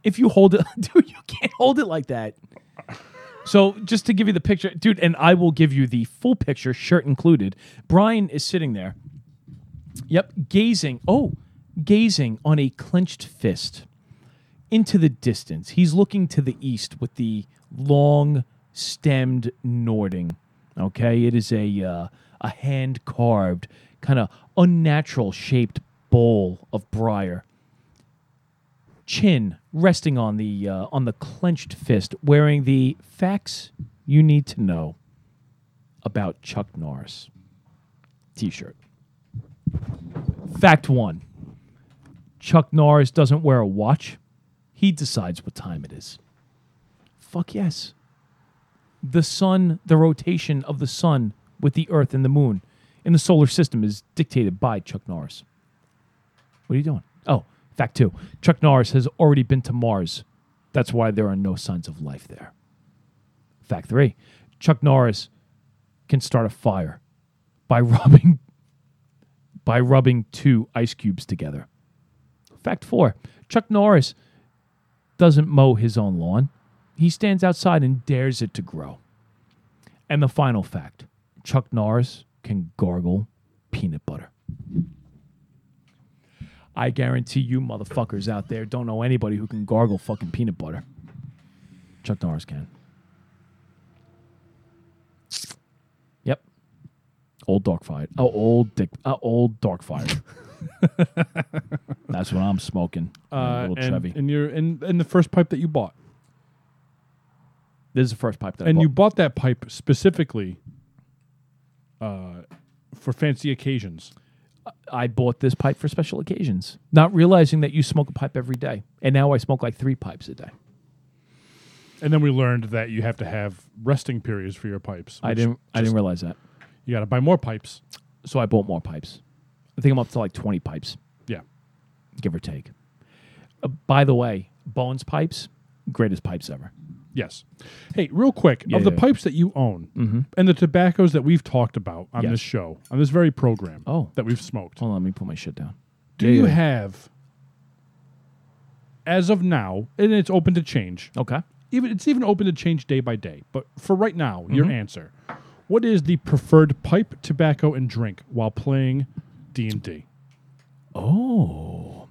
Speaker 3: if you hold it, dude, you can't hold it like that. So just to give you the picture, dude, and I will give you the full picture, shirt included. Brian is sitting there. Yep, gazing. Oh, gazing on a clenched fist into the distance. He's looking to the east with the long stemmed Nording. Okay, it is a uh, a hand carved, kind of unnatural shaped bowl of briar. Chin resting on the uh, on the clenched fist, wearing the facts you need to know about Chuck Norris T-shirt. Fact one: Chuck Norris doesn't wear a watch he decides what time it is. Fuck yes. The sun, the rotation of the sun with the earth and the moon in the solar system is dictated by Chuck Norris. What are you doing? Oh, fact two Chuck Norris has already been to Mars. That's why there are no signs of life there. Fact three Chuck Norris can start a fire by rubbing by rubbing two ice cubes together. Fact four Chuck Norris doesn't mow his own lawn. He stands outside and dares it to grow. And the final fact Chuck Norris can gargle peanut butter. I guarantee you motherfuckers out there don't know anybody who can gargle fucking peanut butter. Chuck Norris can. Yep. Old dark fire. Oh, old dick. Uh, old dark fire. That's what I'm smoking.
Speaker 2: Uh,
Speaker 3: my little
Speaker 2: and,
Speaker 3: Chevy.
Speaker 2: and you're in and the first pipe that you bought,
Speaker 3: This is the first pipe that
Speaker 2: and
Speaker 3: I
Speaker 2: you
Speaker 3: bought.
Speaker 2: bought that pipe specifically uh, for fancy occasions.
Speaker 3: I bought this pipe for special occasions, not realizing that you smoke a pipe every day. And now I smoke like three pipes a day.
Speaker 2: And then we learned that you have to have resting periods for your pipes.
Speaker 3: I
Speaker 2: which
Speaker 3: didn't I didn't realize that.
Speaker 2: You got to buy more pipes.
Speaker 3: So I bought more pipes. I think I'm up to like 20 pipes,
Speaker 2: Yeah.
Speaker 3: give or take. Uh, by the way, Bones pipes, greatest pipes ever.
Speaker 2: Yes. Hey, real quick,
Speaker 3: Yeah,
Speaker 2: of the
Speaker 3: yeah. Mm-hmm.
Speaker 2: pipes that you own and the tobaccos that we've talked about on
Speaker 3: Yes.
Speaker 2: this show, on this very program
Speaker 3: Oh.
Speaker 2: that we've smoked,
Speaker 3: Hold on, let me put my shit down.
Speaker 2: do
Speaker 3: yeah,
Speaker 2: you
Speaker 3: yeah.
Speaker 2: have, as of now, and it's open to change,
Speaker 3: Okay.
Speaker 2: even it's even open to change day by day, but for right now,
Speaker 3: Mm-hmm.
Speaker 2: your answer. What is the preferred pipe, tobacco, and drink while playing D and D?
Speaker 3: Oh.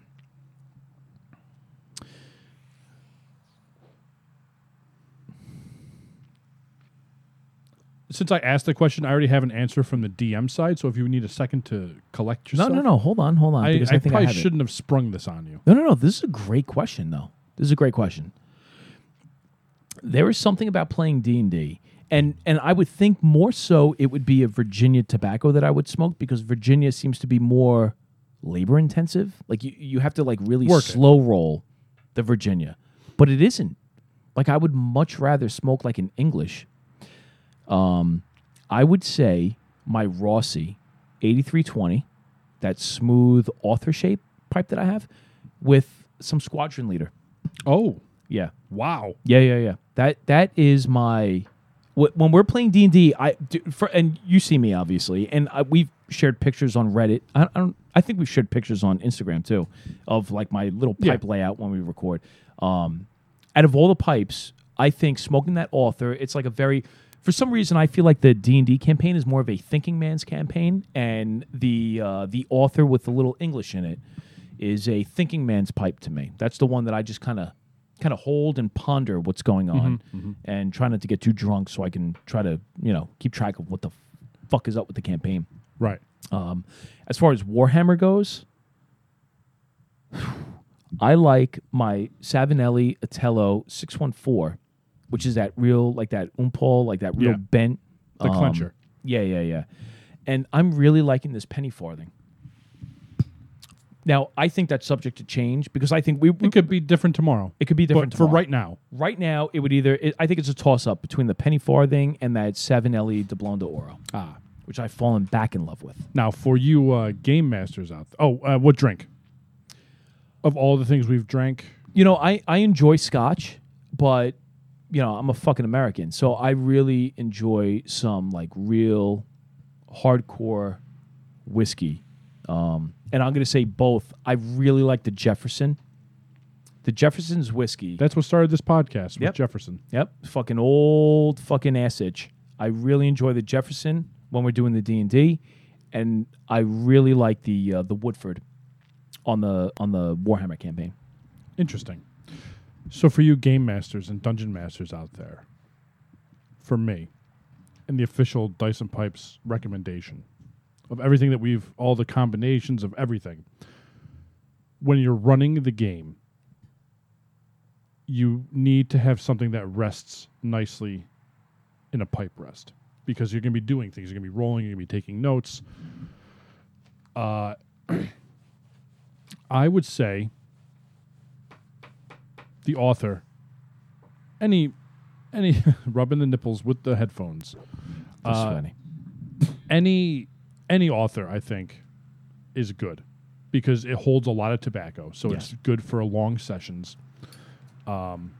Speaker 2: Since I asked the question, I already have an answer from the DM side. So if you need a second to collect
Speaker 3: No,
Speaker 2: yourself,
Speaker 3: no, no. Hold on, hold on.
Speaker 2: I,
Speaker 3: because
Speaker 2: I
Speaker 3: I, think I
Speaker 2: probably
Speaker 3: have it.
Speaker 2: shouldn't have sprung this on you.
Speaker 3: No, no, no. This is a great question, though. This is a great question. There is something about playing D and D, and and I would think more so it would be a Virginia tobacco that I would smoke because Virginia seems to be more labor intensive. Like you, you have to like really
Speaker 2: Work it.
Speaker 3: slow roll the Virginia, but it isn't. Like I would much rather smoke like an English. Um, I would say my Rossi, eighty three twenty that smooth author shape pipe that I have with some squadron leader.
Speaker 2: Oh,
Speaker 3: Yeah.
Speaker 2: wow.
Speaker 3: Yeah, yeah, yeah. That that is my wh- when we're playing D and D, I do, for, and you see me obviously, and I, we've shared pictures on Reddit. I, I don't. I think we've shared pictures on Instagram too of like my little
Speaker 2: Yeah.
Speaker 3: pipe layout when we record. Um, out of all the pipes, I think smoking that author, it's like a very for some reason I feel like the D and D campaign is more of a thinking man's campaign, and the uh, the author with the little English in it is a thinking man's pipe to me. That's the one that I just kind of kind of hold and ponder what's going on,
Speaker 2: Mm-hmm.
Speaker 3: and try not to get too drunk so I can try to you know keep track of what the fuck is up with the campaign.
Speaker 2: Right.
Speaker 3: Um, as far as Warhammer goes, I like my Savinelli Atello 614, which is that real, like that umpal, like that real
Speaker 2: Yeah.
Speaker 3: bent. um,
Speaker 2: The clencher.
Speaker 3: Yeah, yeah, yeah. And I'm really liking this penny farthing. Now, I think that's subject to change because I think we, we
Speaker 2: Um, It could be different tomorrow.
Speaker 3: it could be different
Speaker 2: Mm. but
Speaker 3: tomorrow.
Speaker 2: for right now,
Speaker 3: Right now, it would either. It, I think it's a toss up between the penny farthing and that Savinelli de Blondo Oro,
Speaker 2: ah,
Speaker 3: which I've fallen back in love with.
Speaker 2: now for you uh, game masters out. Th- oh, uh, what drink? Of all the things we've drank,
Speaker 3: you know, I, I enjoy scotch, but you know, I'm a fucking American. So I really enjoy some like real hardcore whiskey. Um, and I'm going to say both. I really like the Jefferson, The Jefferson's whiskey.
Speaker 2: That's what started this podcast with
Speaker 3: Yep.
Speaker 2: Jefferson.
Speaker 3: Yep, fucking old fucking ass itch. I really enjoy the Jefferson when we're doing the D and D, and I really like the uh, the Woodford on the on the Warhammer campaign.
Speaker 2: Interesting. So, for you game masters and dungeon masters out there, for me, and the official Dyson Pipes recommendation of everything that we've, all the combinations of everything, when you're running the game, you need to have something that rests nicely in a pipe rest because you're going to be doing things. You're going to be rolling, you're going to be taking notes. Uh, I would say the author any any rubbing the nipples with the headphones
Speaker 3: That's funny.
Speaker 2: any any author i think is good because it holds a lot of tobacco so it's
Speaker 3: Yes.
Speaker 2: good for long sessions um,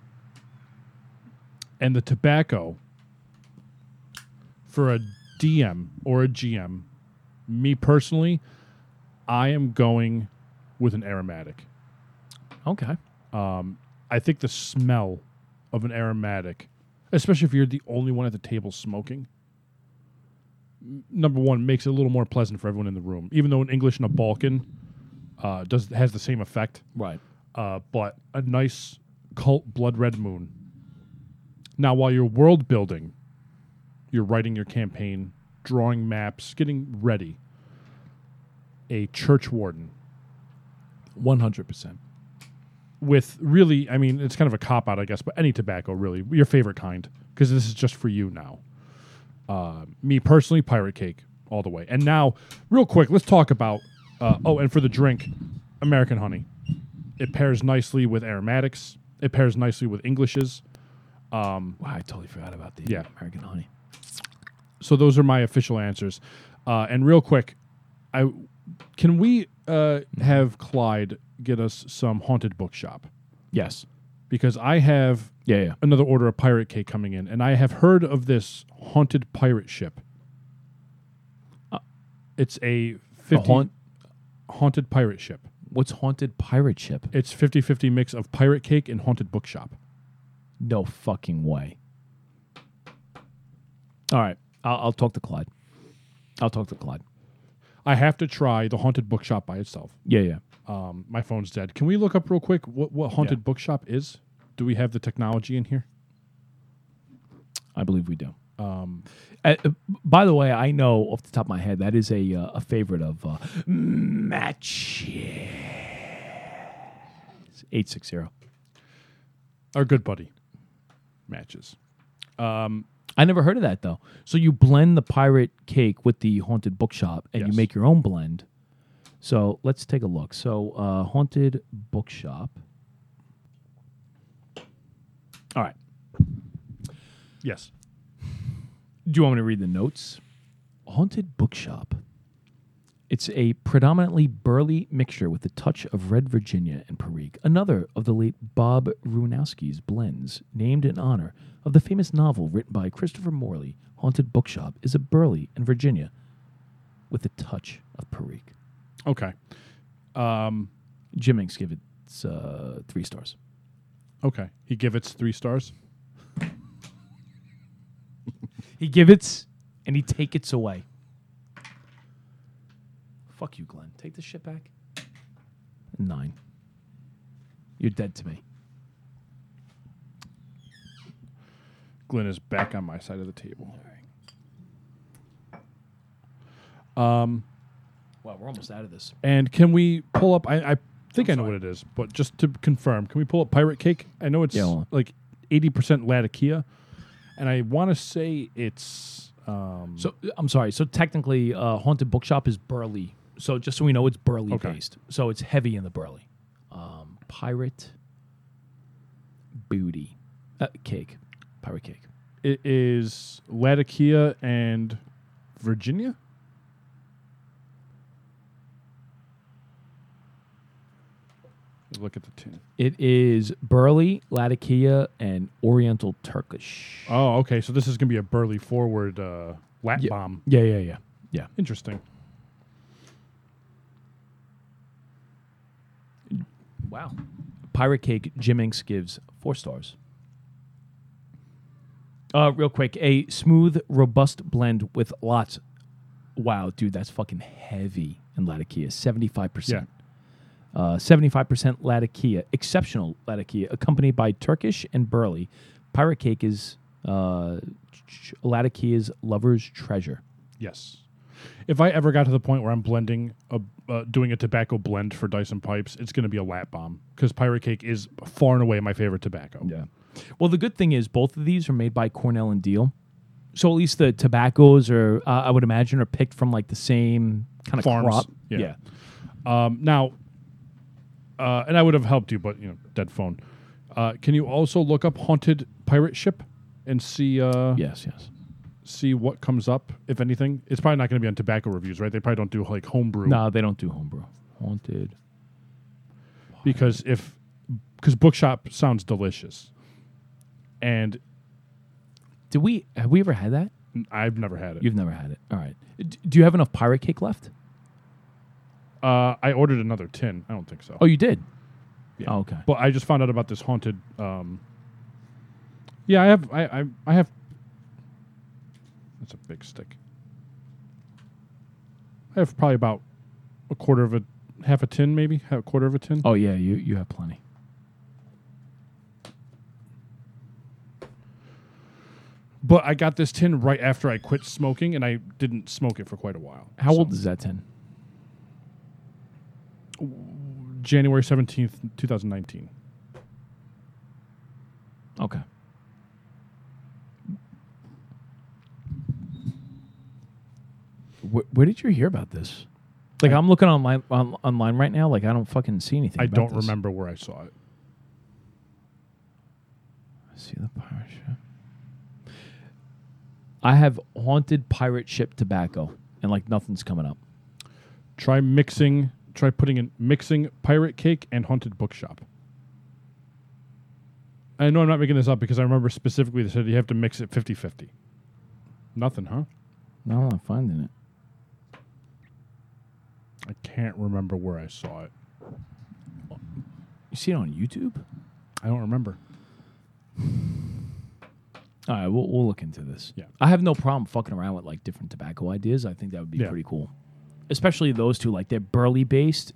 Speaker 2: and the tobacco for a dm or a gm me personally i am going with an aromatic
Speaker 3: Okay.
Speaker 2: I think the smell of an aromatic, especially if you're the only one at the table smoking, m- number one makes it a little more pleasant for everyone in the room. Even though an English and a Balkan uh, does has the same effect,
Speaker 3: Right.
Speaker 2: uh, but a nice cult blood red moon. Now, while you're world building, you're writing your campaign, drawing maps, getting ready. A church warden
Speaker 3: One hundred percent.
Speaker 2: with really, I mean, it's kind of a cop out, I guess, but any tobacco, really, your favorite kind, because this is just for you now. Uh, me personally, pirate cake all the way. And now, real quick, let's talk about. Uh, oh, and for the drink, American honey. It pairs nicely with aromatics. It pairs nicely with Englishes.
Speaker 3: Wow, I totally forgot about the
Speaker 2: Yeah.
Speaker 3: American honey.
Speaker 2: So those are my official answers. Uh, and real quick, I can we uh, have Clyde get us some haunted bookshop
Speaker 3: Yes.
Speaker 2: because I have
Speaker 3: Yeah. Yeah.
Speaker 2: another order of pirate cake coming in, and I have heard of this haunted pirate ship. Uh, It's a 50
Speaker 3: A haunt.
Speaker 2: haunted pirate ship.
Speaker 3: What's haunted pirate ship?
Speaker 2: It's 50-50 mix of pirate cake and haunted bookshop.
Speaker 3: No fucking way. All right, I'll, I'll talk to Clyde. I'll talk to Clyde.
Speaker 2: I have to try the haunted bookshop by itself.
Speaker 3: Yeah. Yeah.
Speaker 2: Um, my phone's dead. Can we look up real quick what, what haunted bookshop is? Do we have the technology in here?
Speaker 3: I believe we do. Um, uh, uh, by the way, I know off the top of my head that is a uh, a favorite of uh, Match eight six zero.
Speaker 2: Our good buddy matches.
Speaker 3: I never heard of that though. So you blend the pirate cake with the haunted bookshop, and
Speaker 2: Yes.
Speaker 3: you make your own blend. So let's take a look. So uh, haunted bookshop. All right.
Speaker 2: Yes.
Speaker 3: Do you want me to read the notes? Haunted Bookshop. It's a predominantly burly mixture with a touch of red Virginia and Perique, another of the late Bob Runowski's blends, named in honor of the famous novel written by Christopher Morley. Haunted Bookshop is a burly in Virginia with a touch of Perique.
Speaker 2: Okay.
Speaker 3: Jim Inks give it uh, three stars.
Speaker 2: Okay. He give it three stars.
Speaker 3: He give it and he take it's away. Fuck you, Glenn. Take this shit back. Nine. You're dead to me.
Speaker 2: Glenn is back on my side of the table.
Speaker 3: Wow, we're almost out of this.
Speaker 2: And can we pull up? I, I think i know
Speaker 3: sorry.
Speaker 2: what it is, but just to confirm, can we pull up Pirate Cake? I know it's
Speaker 3: Yeah, hold on.
Speaker 2: like eighty percent Latakia, and I want to say it's um,
Speaker 3: So I'm sorry. So technically, uh, haunted bookshop is burly. So just so we know, it's burly
Speaker 2: Okay.
Speaker 3: based. So it's heavy in the burly. Um, pirate booty uh, cake, pirate cake.
Speaker 2: it is Latakia and Virginia. Look at the tin.
Speaker 3: It is burly, Latakia, and Oriental Turkish.
Speaker 2: Oh, okay. So this is gonna be a burly forward uh, lat
Speaker 3: Yeah.
Speaker 2: bomb.
Speaker 3: Yeah, yeah, yeah, yeah.
Speaker 2: Interesting.
Speaker 3: Wow. Pirate Cake, Jim Inks gives four stars. Uh, real quick, a smooth, robust blend with lots. Wow, dude, that's fucking heavy in Latakia. 75%.
Speaker 2: Yeah.
Speaker 3: Uh, 75% Latakia, exceptional Latakia, accompanied by Turkish and Burley. Pirate Cake is uh, ch- Latakia's lover's treasure.
Speaker 2: Yes. If I ever got to the point where I'm blending, a, uh, doing a tobacco blend for Dyson pipes, it's going to be a lap bomb because Pirate Cake is far and away my favorite tobacco.
Speaker 3: Yeah. Well, the good thing is both of these are made by Cornell and Deal, so at least the tobaccos are, uh, I would imagine, are picked from like the same kind of
Speaker 2: Farms,
Speaker 3: crop.
Speaker 2: yeah. Um, now, uh, and I would have helped you, but you know, dead phone. Uh, can you also look up haunted pirate ship and see uh,
Speaker 3: Yes. Yes.
Speaker 2: see what comes up, if anything? It's probably not going to be on tobacco reviews, right? They probably don't do like homebrew
Speaker 3: No, they don't do homebrew. Haunted.
Speaker 2: because if because bookshop sounds delicious, and
Speaker 3: Did we? Have we ever had that?
Speaker 2: I've never had it.
Speaker 3: You've never had it. All right. D- do you have enough pirate cake left?
Speaker 2: Uh, I ordered another tin. I don't think so.
Speaker 3: Oh, you did. Oh, okay.
Speaker 2: But I just found out about this haunted. Um, yeah, I have. I, I I have. That's a big stick. I have probably about a quarter of a half a tin, maybe a quarter of a tin.
Speaker 3: Oh yeah, you you have plenty.
Speaker 2: But I got this tin right after I quit smoking, and I didn't smoke it for quite a while.
Speaker 3: How
Speaker 2: So,
Speaker 3: old is that tin?
Speaker 2: January seventeenth, two thousand nineteen.
Speaker 3: Okay. Where, where did you hear about this? Like I, am looking online on, online right now. Like I don't fucking see anything.
Speaker 2: I
Speaker 3: about
Speaker 2: don't
Speaker 3: this.
Speaker 2: remember where I saw it.
Speaker 3: I see the pirate ship. I have haunted pirate ship tobacco, and like nothing's coming up.
Speaker 2: Try mixing. Try putting in mixing pirate cake and haunted bookshop. I know I'm not making this up because I remember specifically they said you have to mix it 50-50. Nothing, huh?
Speaker 3: No, I'm not finding it.
Speaker 2: I can't remember where I saw it.
Speaker 3: You see it on YouTube?
Speaker 2: I don't remember.
Speaker 3: All right, we'll, we'll look into this.
Speaker 2: Yeah.
Speaker 3: I have no problem fucking around with like different tobacco ideas. I think that would be
Speaker 2: Yeah.
Speaker 3: pretty cool, especially those two. Like they're burley based,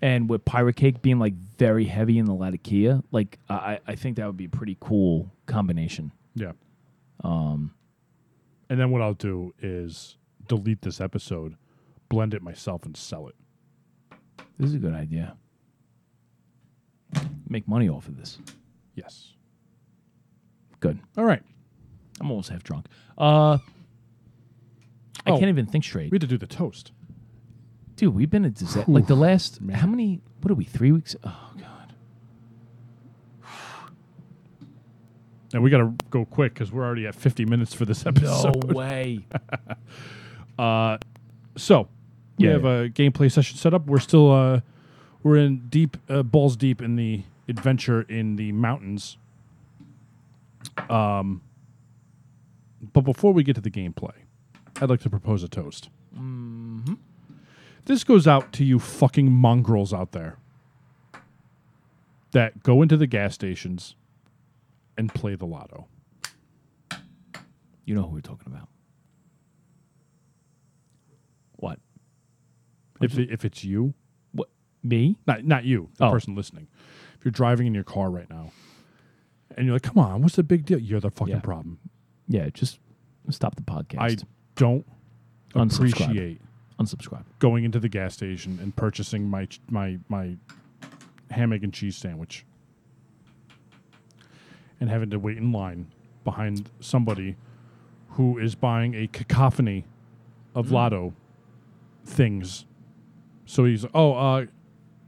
Speaker 3: and with pirate cake being like very heavy in the Latakia, like I I- I think that would be a pretty cool combination.
Speaker 2: Yeah. Um. And then what I'll do is delete this episode, blend it myself, and sell it.
Speaker 3: This is a good idea. Make money off of this.
Speaker 2: Yes.
Speaker 3: Good.
Speaker 2: All right.
Speaker 3: I'm almost half drunk. Uh, I
Speaker 2: Oh.
Speaker 3: can't even think straight,
Speaker 2: We had to do the toast.
Speaker 3: dude. We've been a disaster. Like the last how many? What are we? Three weeks? Oh god.
Speaker 2: And we got to go quick because we're already at 50 minutes for this episode.
Speaker 3: way.
Speaker 2: So we
Speaker 3: Yeah,
Speaker 2: have a gameplay session set up. We're still uh, we're in deep uh, balls deep in the adventure in the mountains. Um, but before we get to the gameplay, I'd like to propose a toast.
Speaker 3: Mm-hmm.
Speaker 2: This goes out to you fucking mongrels out there that go into the gas stations and play the lotto.
Speaker 3: You know who we're talking about. What?
Speaker 2: If, it, if it's you,
Speaker 3: What? Me?
Speaker 2: not not you, the
Speaker 3: Oh.
Speaker 2: person listening. If you're driving in your car right now, and you're like, "Come on, what's the big deal?" You're the fucking
Speaker 3: Yeah.
Speaker 2: problem.
Speaker 3: Yeah, just stop the podcast.
Speaker 2: I don't
Speaker 3: Unsubscribe.
Speaker 2: appreciate
Speaker 3: Unsubscribe.
Speaker 2: going into the gas station and purchasing my ch- my my ham egg and cheese sandwich, and having to wait in line behind somebody who is buying a cacophony
Speaker 3: Mm.
Speaker 2: of lotto things. So he's oh uh,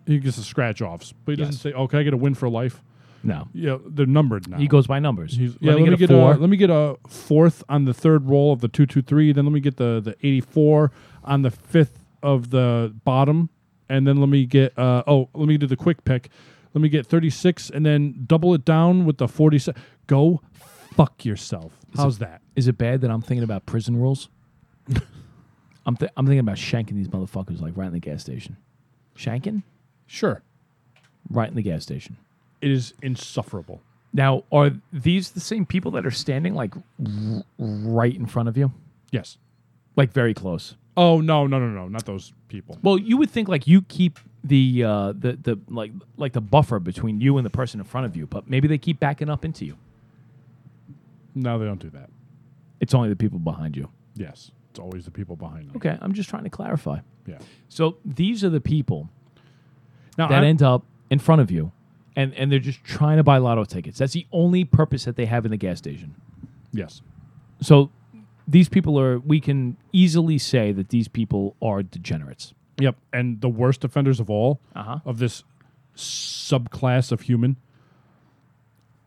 Speaker 2: he gets the scratch offs, but he doesn't
Speaker 3: Yes.
Speaker 2: say, "Oh, can I get a win for life?"
Speaker 3: No.
Speaker 2: Yeah, they're numbered now.
Speaker 3: He goes by numbers.
Speaker 2: He's-
Speaker 3: Let
Speaker 2: yeah,
Speaker 3: me get a four.
Speaker 2: let me get a fourth on the third roll of the two two three. Then let me get the the eighty four on the fifth of the bottom, and then let me get uh oh let me do the quick pick. Let me get thirty six, and then double it down with the forty seven. Go fuck yourself. How's that?
Speaker 3: Is it bad that I'm thinking about prison rules? I'm, th- I'm thinking about shanking these motherfuckers like right in the gas station. Shanking?
Speaker 2: Sure.
Speaker 3: right in the gas station.
Speaker 2: It is insufferable.
Speaker 3: Now, are these the same people that are standing like r- right in front of you?
Speaker 2: Yes.
Speaker 3: Like very close.
Speaker 2: Oh no, no, no, no, not those people.
Speaker 3: Well, you would think like you keep the uh, the the like like the buffer between you and the person in front of you, but maybe they keep backing up into you.
Speaker 2: No, they don't do that.
Speaker 3: It's only the people behind you.
Speaker 2: Yes. It's always the people behind them.
Speaker 3: Okay, I'm just trying to clarify.
Speaker 2: Yeah.
Speaker 3: So these are the people
Speaker 2: Now
Speaker 3: that
Speaker 2: I'm-
Speaker 3: end up in front of you, and and they're just trying to buy lotto tickets. That's the only purpose that they have in the gas station.
Speaker 2: yes.
Speaker 3: So these people are. We can easily say that these people are degenerates.
Speaker 2: Yep. And the worst offenders of all
Speaker 3: Uh-huh.
Speaker 2: of this subclass of human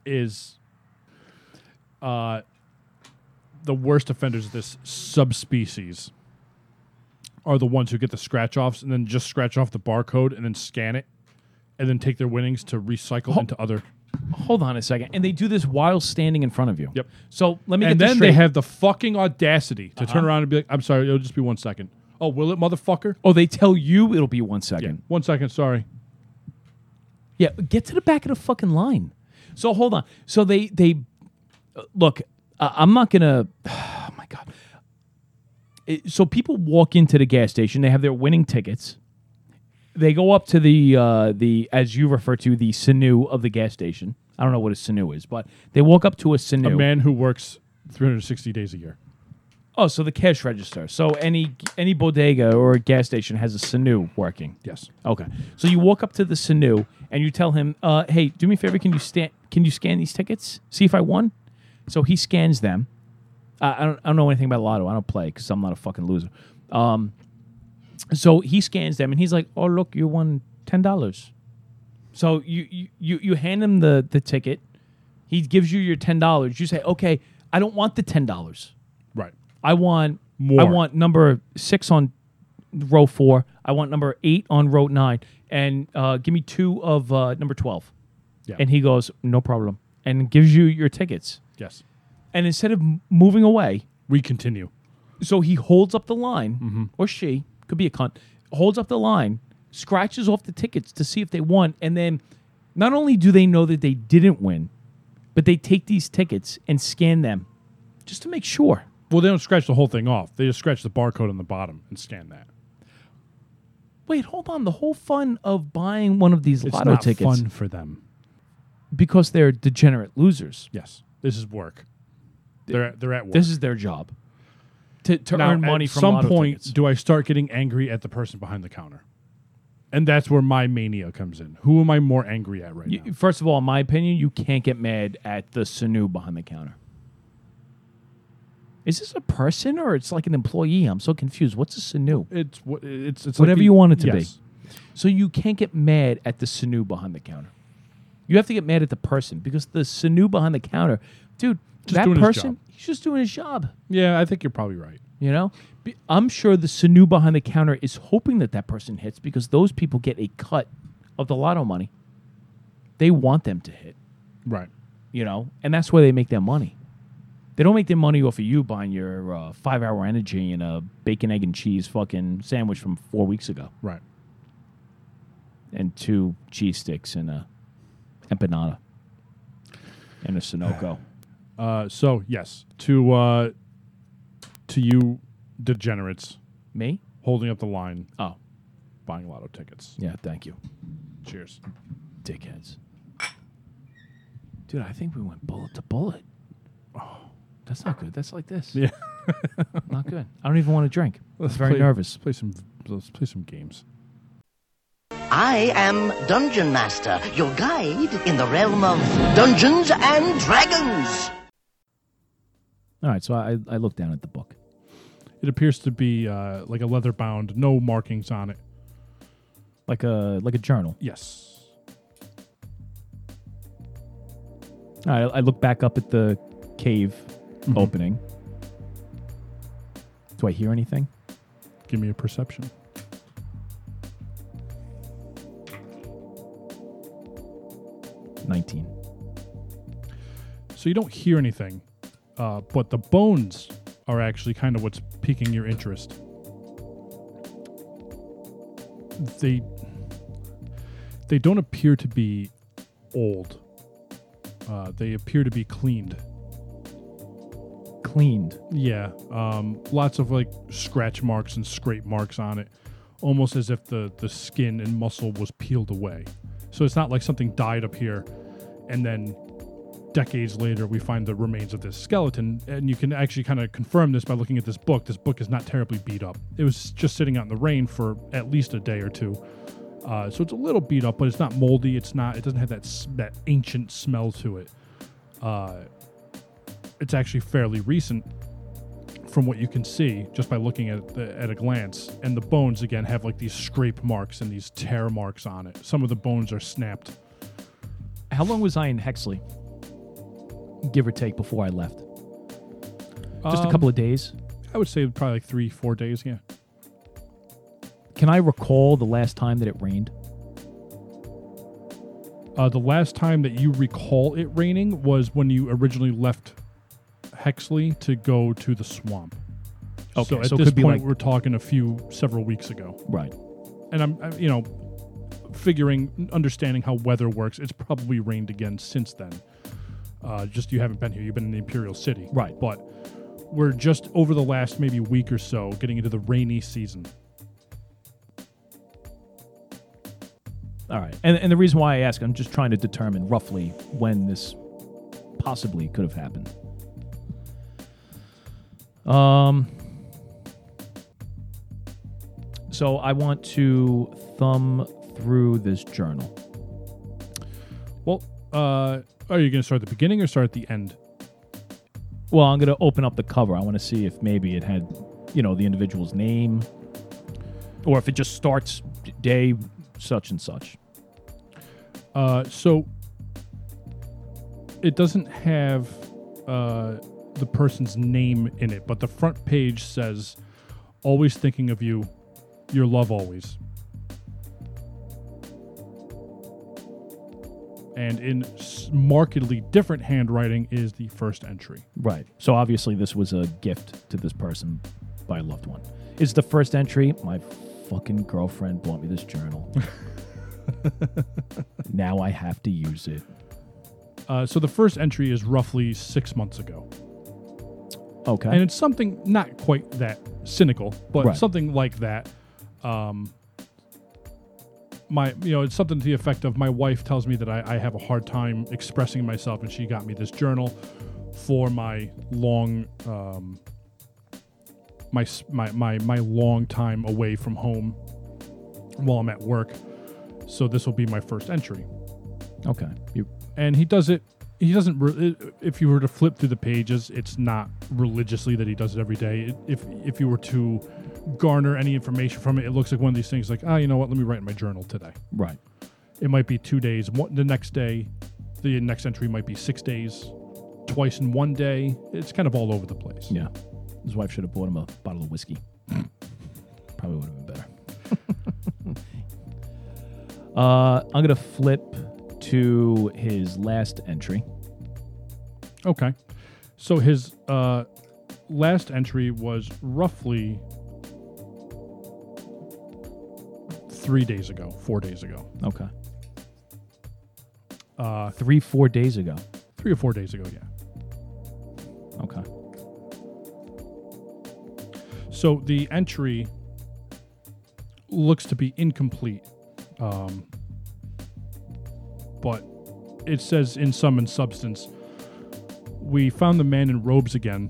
Speaker 2: is uh, the worst offenders of this subspecies are the ones who get the scratch offs and then just scratch off the barcode and then scan it and then take their winnings to recycle into other.
Speaker 3: Hold on a second, and they do this while standing in front of you.
Speaker 2: Yep.
Speaker 3: So let me
Speaker 2: And
Speaker 3: get this
Speaker 2: then
Speaker 3: straight. Uh-huh.
Speaker 2: they have the fucking audacity to turn around and be like, I'm sorry, it'll just be one second. Oh, will it, motherfucker?
Speaker 3: Oh, they tell you it'll be one second.
Speaker 2: One second, sorry.
Speaker 3: Yeah. get to the back of the fucking line. So hold on. So they they uh, look. Uh, I'm not gonna. Oh my god. It- so people walk into the gas station. They have their winning tickets. They go up to the uh, the as you refer to the sinew of the gas station. I don't know what a sinew is, but they walk up to a sinew.
Speaker 2: A man who works 360 days a year.
Speaker 3: Oh, so the cash register. So any any bodega or gas station has a sinew working.
Speaker 2: Yes.
Speaker 3: Okay. So you walk up to the Sanu and you tell him, uh, "Hey, do me a favor. Can you stand? Can you scan these tickets? See if I won." So he scans them. I I don't, I don't know anything about lotto. I don't play because I'm not a fucking loser. Um, so he scans them and he's like, "Oh, look, you won ten dollars." So you, you you you hand him the the ticket. He gives you your ten dollars. You say, "Okay, I don't want the ten dollars.
Speaker 2: Right.
Speaker 3: I want
Speaker 2: More.
Speaker 3: I want number six on row four. I want number eight on row nine, and uh, give me two of uh, number twelve.
Speaker 2: Yeah.
Speaker 3: And he goes, no problem, and gives you your tickets.
Speaker 2: Yes.
Speaker 3: And instead of m- moving away,
Speaker 2: We continue.
Speaker 3: so he holds up the line,
Speaker 2: Mm-hmm.
Speaker 3: or she could be a cunt, holds up the line, scratches off the tickets to see if they won, and then not only do they know that they didn't win, but they take these tickets and scan them just to make sure.
Speaker 2: Well, they don't scratch the whole thing off. They just scratch the barcode on the bottom and scan that.
Speaker 3: Wait, hold on. The whole fun of buying one of these
Speaker 2: It's
Speaker 3: lotto
Speaker 2: not
Speaker 3: tickets
Speaker 2: fun for them.
Speaker 3: because they're degenerate losers.
Speaker 2: Yes. This is work. They're at, they're at work.
Speaker 3: This is their job to, to
Speaker 2: Now,
Speaker 3: earn money
Speaker 2: at
Speaker 3: from
Speaker 2: some
Speaker 3: lotto
Speaker 2: point,
Speaker 3: tickets.
Speaker 2: do I start getting angry at the person behind the counter? And that's where my mania comes in. Who am I more angry at right
Speaker 3: You-
Speaker 2: now?
Speaker 3: First of all, in my opinion, you can't get mad at the Sanu behind the counter. Is this a person or it's like an employee? I'm so confused. What's a Sanu?
Speaker 2: It's wha- it's it's
Speaker 3: Whatever you want it to be.
Speaker 2: yes.
Speaker 3: So you can't get mad at the Sanu behind the counter. You have to get mad at the person because the Sanu behind the counter, dude, that
Speaker 2: doing his job.
Speaker 3: person, he's just doing his job.
Speaker 2: Yeah, I think you're probably right.
Speaker 3: You know, Be- I'm sure the sinew behind the counter is hoping that that person hits because those people get a cut of the lotto money. They want them to hit,
Speaker 2: Right.
Speaker 3: you know, and that's where they make their money. They don't make their money off of you buying your uh, five hour energy and a bacon, egg, and cheese fucking sandwich from four weeks ago
Speaker 2: Right.
Speaker 3: and two cheese sticks and a empanada and a Sunoco.
Speaker 2: Uh, so yes, to uh, to you degenerates
Speaker 3: Me?
Speaker 2: holding up the line,
Speaker 3: Oh,
Speaker 2: buying lotto tickets.
Speaker 3: yeah, thank you.
Speaker 2: Cheers.
Speaker 3: dickheads. Dude, I think we went bullet to bullet. Oh, That's not good. That's like this.
Speaker 2: Yeah.
Speaker 3: not good. I don't even want to drink. I'm very
Speaker 2: play-
Speaker 3: nervous.
Speaker 2: Let's play some. Let's play some games.
Speaker 4: I am Dungeon Master, your guide in the realm of Dungeons and Dragons.
Speaker 3: All right, so I, I look down at the book.
Speaker 2: It appears to be uh, like a leather bound, no markings on it.
Speaker 3: Like a like a journal.
Speaker 2: Yes.
Speaker 3: All right, I look back up at the cave
Speaker 2: Mm-hmm.
Speaker 3: opening. Do I hear anything?
Speaker 2: Give me a perception.
Speaker 3: Nineteen.
Speaker 2: So you don't hear anything, uh, but the bones are actually kind of what's piquing your interest. They they don't appear to be old. Uh, they appear to be cleaned.
Speaker 3: Cleaned.
Speaker 2: Yeah, um, lots of like scratch marks and scrape marks on it, almost as if the the skin and muscle was peeled away. So it's not like something died up here, and then decades later we find the remains of this skeleton. And you can actually kind of confirm this by looking at this book. This book is not terribly beat up. It was just sitting out in the rain for at least a day or two. Uh, so it's a little beat up, but it's not moldy. It's not. It doesn't have that s- that ancient smell to it. Uh, it's actually fairly recent from what you can see just by looking at the, at a glance and the bones again have like these scrape marks and these tear marks on it some of the bones are snapped
Speaker 3: How long was I in Hexley? Give or take before I left. Just
Speaker 2: Um,
Speaker 3: a couple of days.
Speaker 2: i would say probably like three four days yeah
Speaker 3: Can I recall the last time that it rained?
Speaker 2: uh, the last time that you recall it raining was when you originally left hexley to go to the swamp
Speaker 3: Okay,
Speaker 2: so at
Speaker 3: so it
Speaker 2: this
Speaker 3: could be
Speaker 2: point
Speaker 3: like-
Speaker 2: we're talking a few several weeks ago
Speaker 3: Right.
Speaker 2: and I'm, I'm you know figuring understanding how weather works it's probably rained again since then uh, just you haven't been here you've been in the imperial city
Speaker 3: Right.
Speaker 2: but we're just over the last maybe week or so getting into the rainy season
Speaker 3: All right. And, and the reason why I ask, I'm just trying to determine roughly when this possibly could have happened. Um, so I want to thumb through this journal.
Speaker 2: well uh, are you going to start at the beginning or start at the end
Speaker 3: Well, I'm going to open up the cover. I want to see if maybe it had, you know, the individual's name or if it just starts d- day such and such.
Speaker 2: Uh, so it doesn't have uh, the person's name in it, but the front page says, "Always thinking of you, your love always." And in s- markedly different handwriting is the first entry.
Speaker 3: Right. So obviously, this was a gift to this person by a loved one. Is the first entry my fucking girlfriend bought me this journal? now I have to use it.
Speaker 2: Uh, so the first entry is roughly six months ago.
Speaker 3: Okay.
Speaker 2: and it's something not quite that cynical, but
Speaker 3: Right.
Speaker 2: something like that. Um, my, you know, it's something to the effect of my wife tells me that I, I have a hard time expressing myself, and she got me this journal for my long, um, my s- my my my long time away from home while I'm at work. So this will be my first entry
Speaker 3: okay. You,
Speaker 2: and he does it he doesn't re- if you were to flip through the pages it's not religiously that he does it every day It- if if you were to garner any information from it it looks like one of these things like ah you know what let me write in my journal today
Speaker 3: right.
Speaker 2: it might be two days one, the next day the next entry might be six days twice in one day it's kind of all over the place
Speaker 3: Yeah. His wife should have bought him a bottle of whiskey. Probably would have been better. uh, I'm going to flip to his last entry.
Speaker 2: Okay. So his uh, last entry was roughly three days ago, four days ago,
Speaker 3: Okay.
Speaker 2: uh,
Speaker 3: Three, four days ago.
Speaker 2: three or four days ago. Yeah.
Speaker 3: Okay.
Speaker 2: So the entry looks to be incomplete, um, but it says in sum and substance, we found the man in robes again.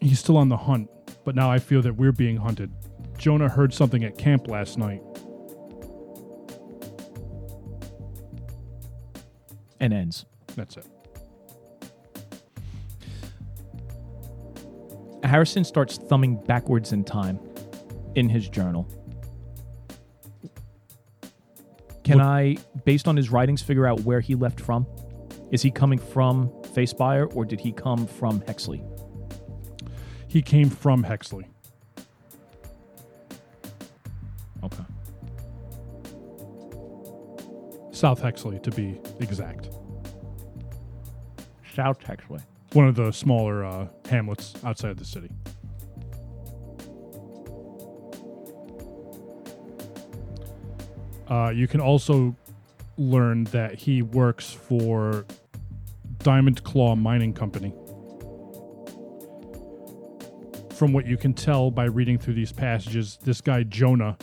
Speaker 2: He's still on the hunt, but now I feel that we're being hunted. Jonah heard something at camp last night.
Speaker 3: And ends.
Speaker 2: That's it.
Speaker 3: Harrison starts thumbing backwards in time in his journal. Can I, based on his writings, figure out where he left from? Is he coming from Facebire or did he come from Hexley?
Speaker 2: He came from Hexley.
Speaker 3: Okay.
Speaker 2: South Hexley, to be exact.
Speaker 3: South Hexley.
Speaker 2: One of the smaller uh, hamlets outside of the city. Uh, you can also learn that he works for Diamond Claw Mining Company. From what you can tell by reading through these passages, this guy Jonah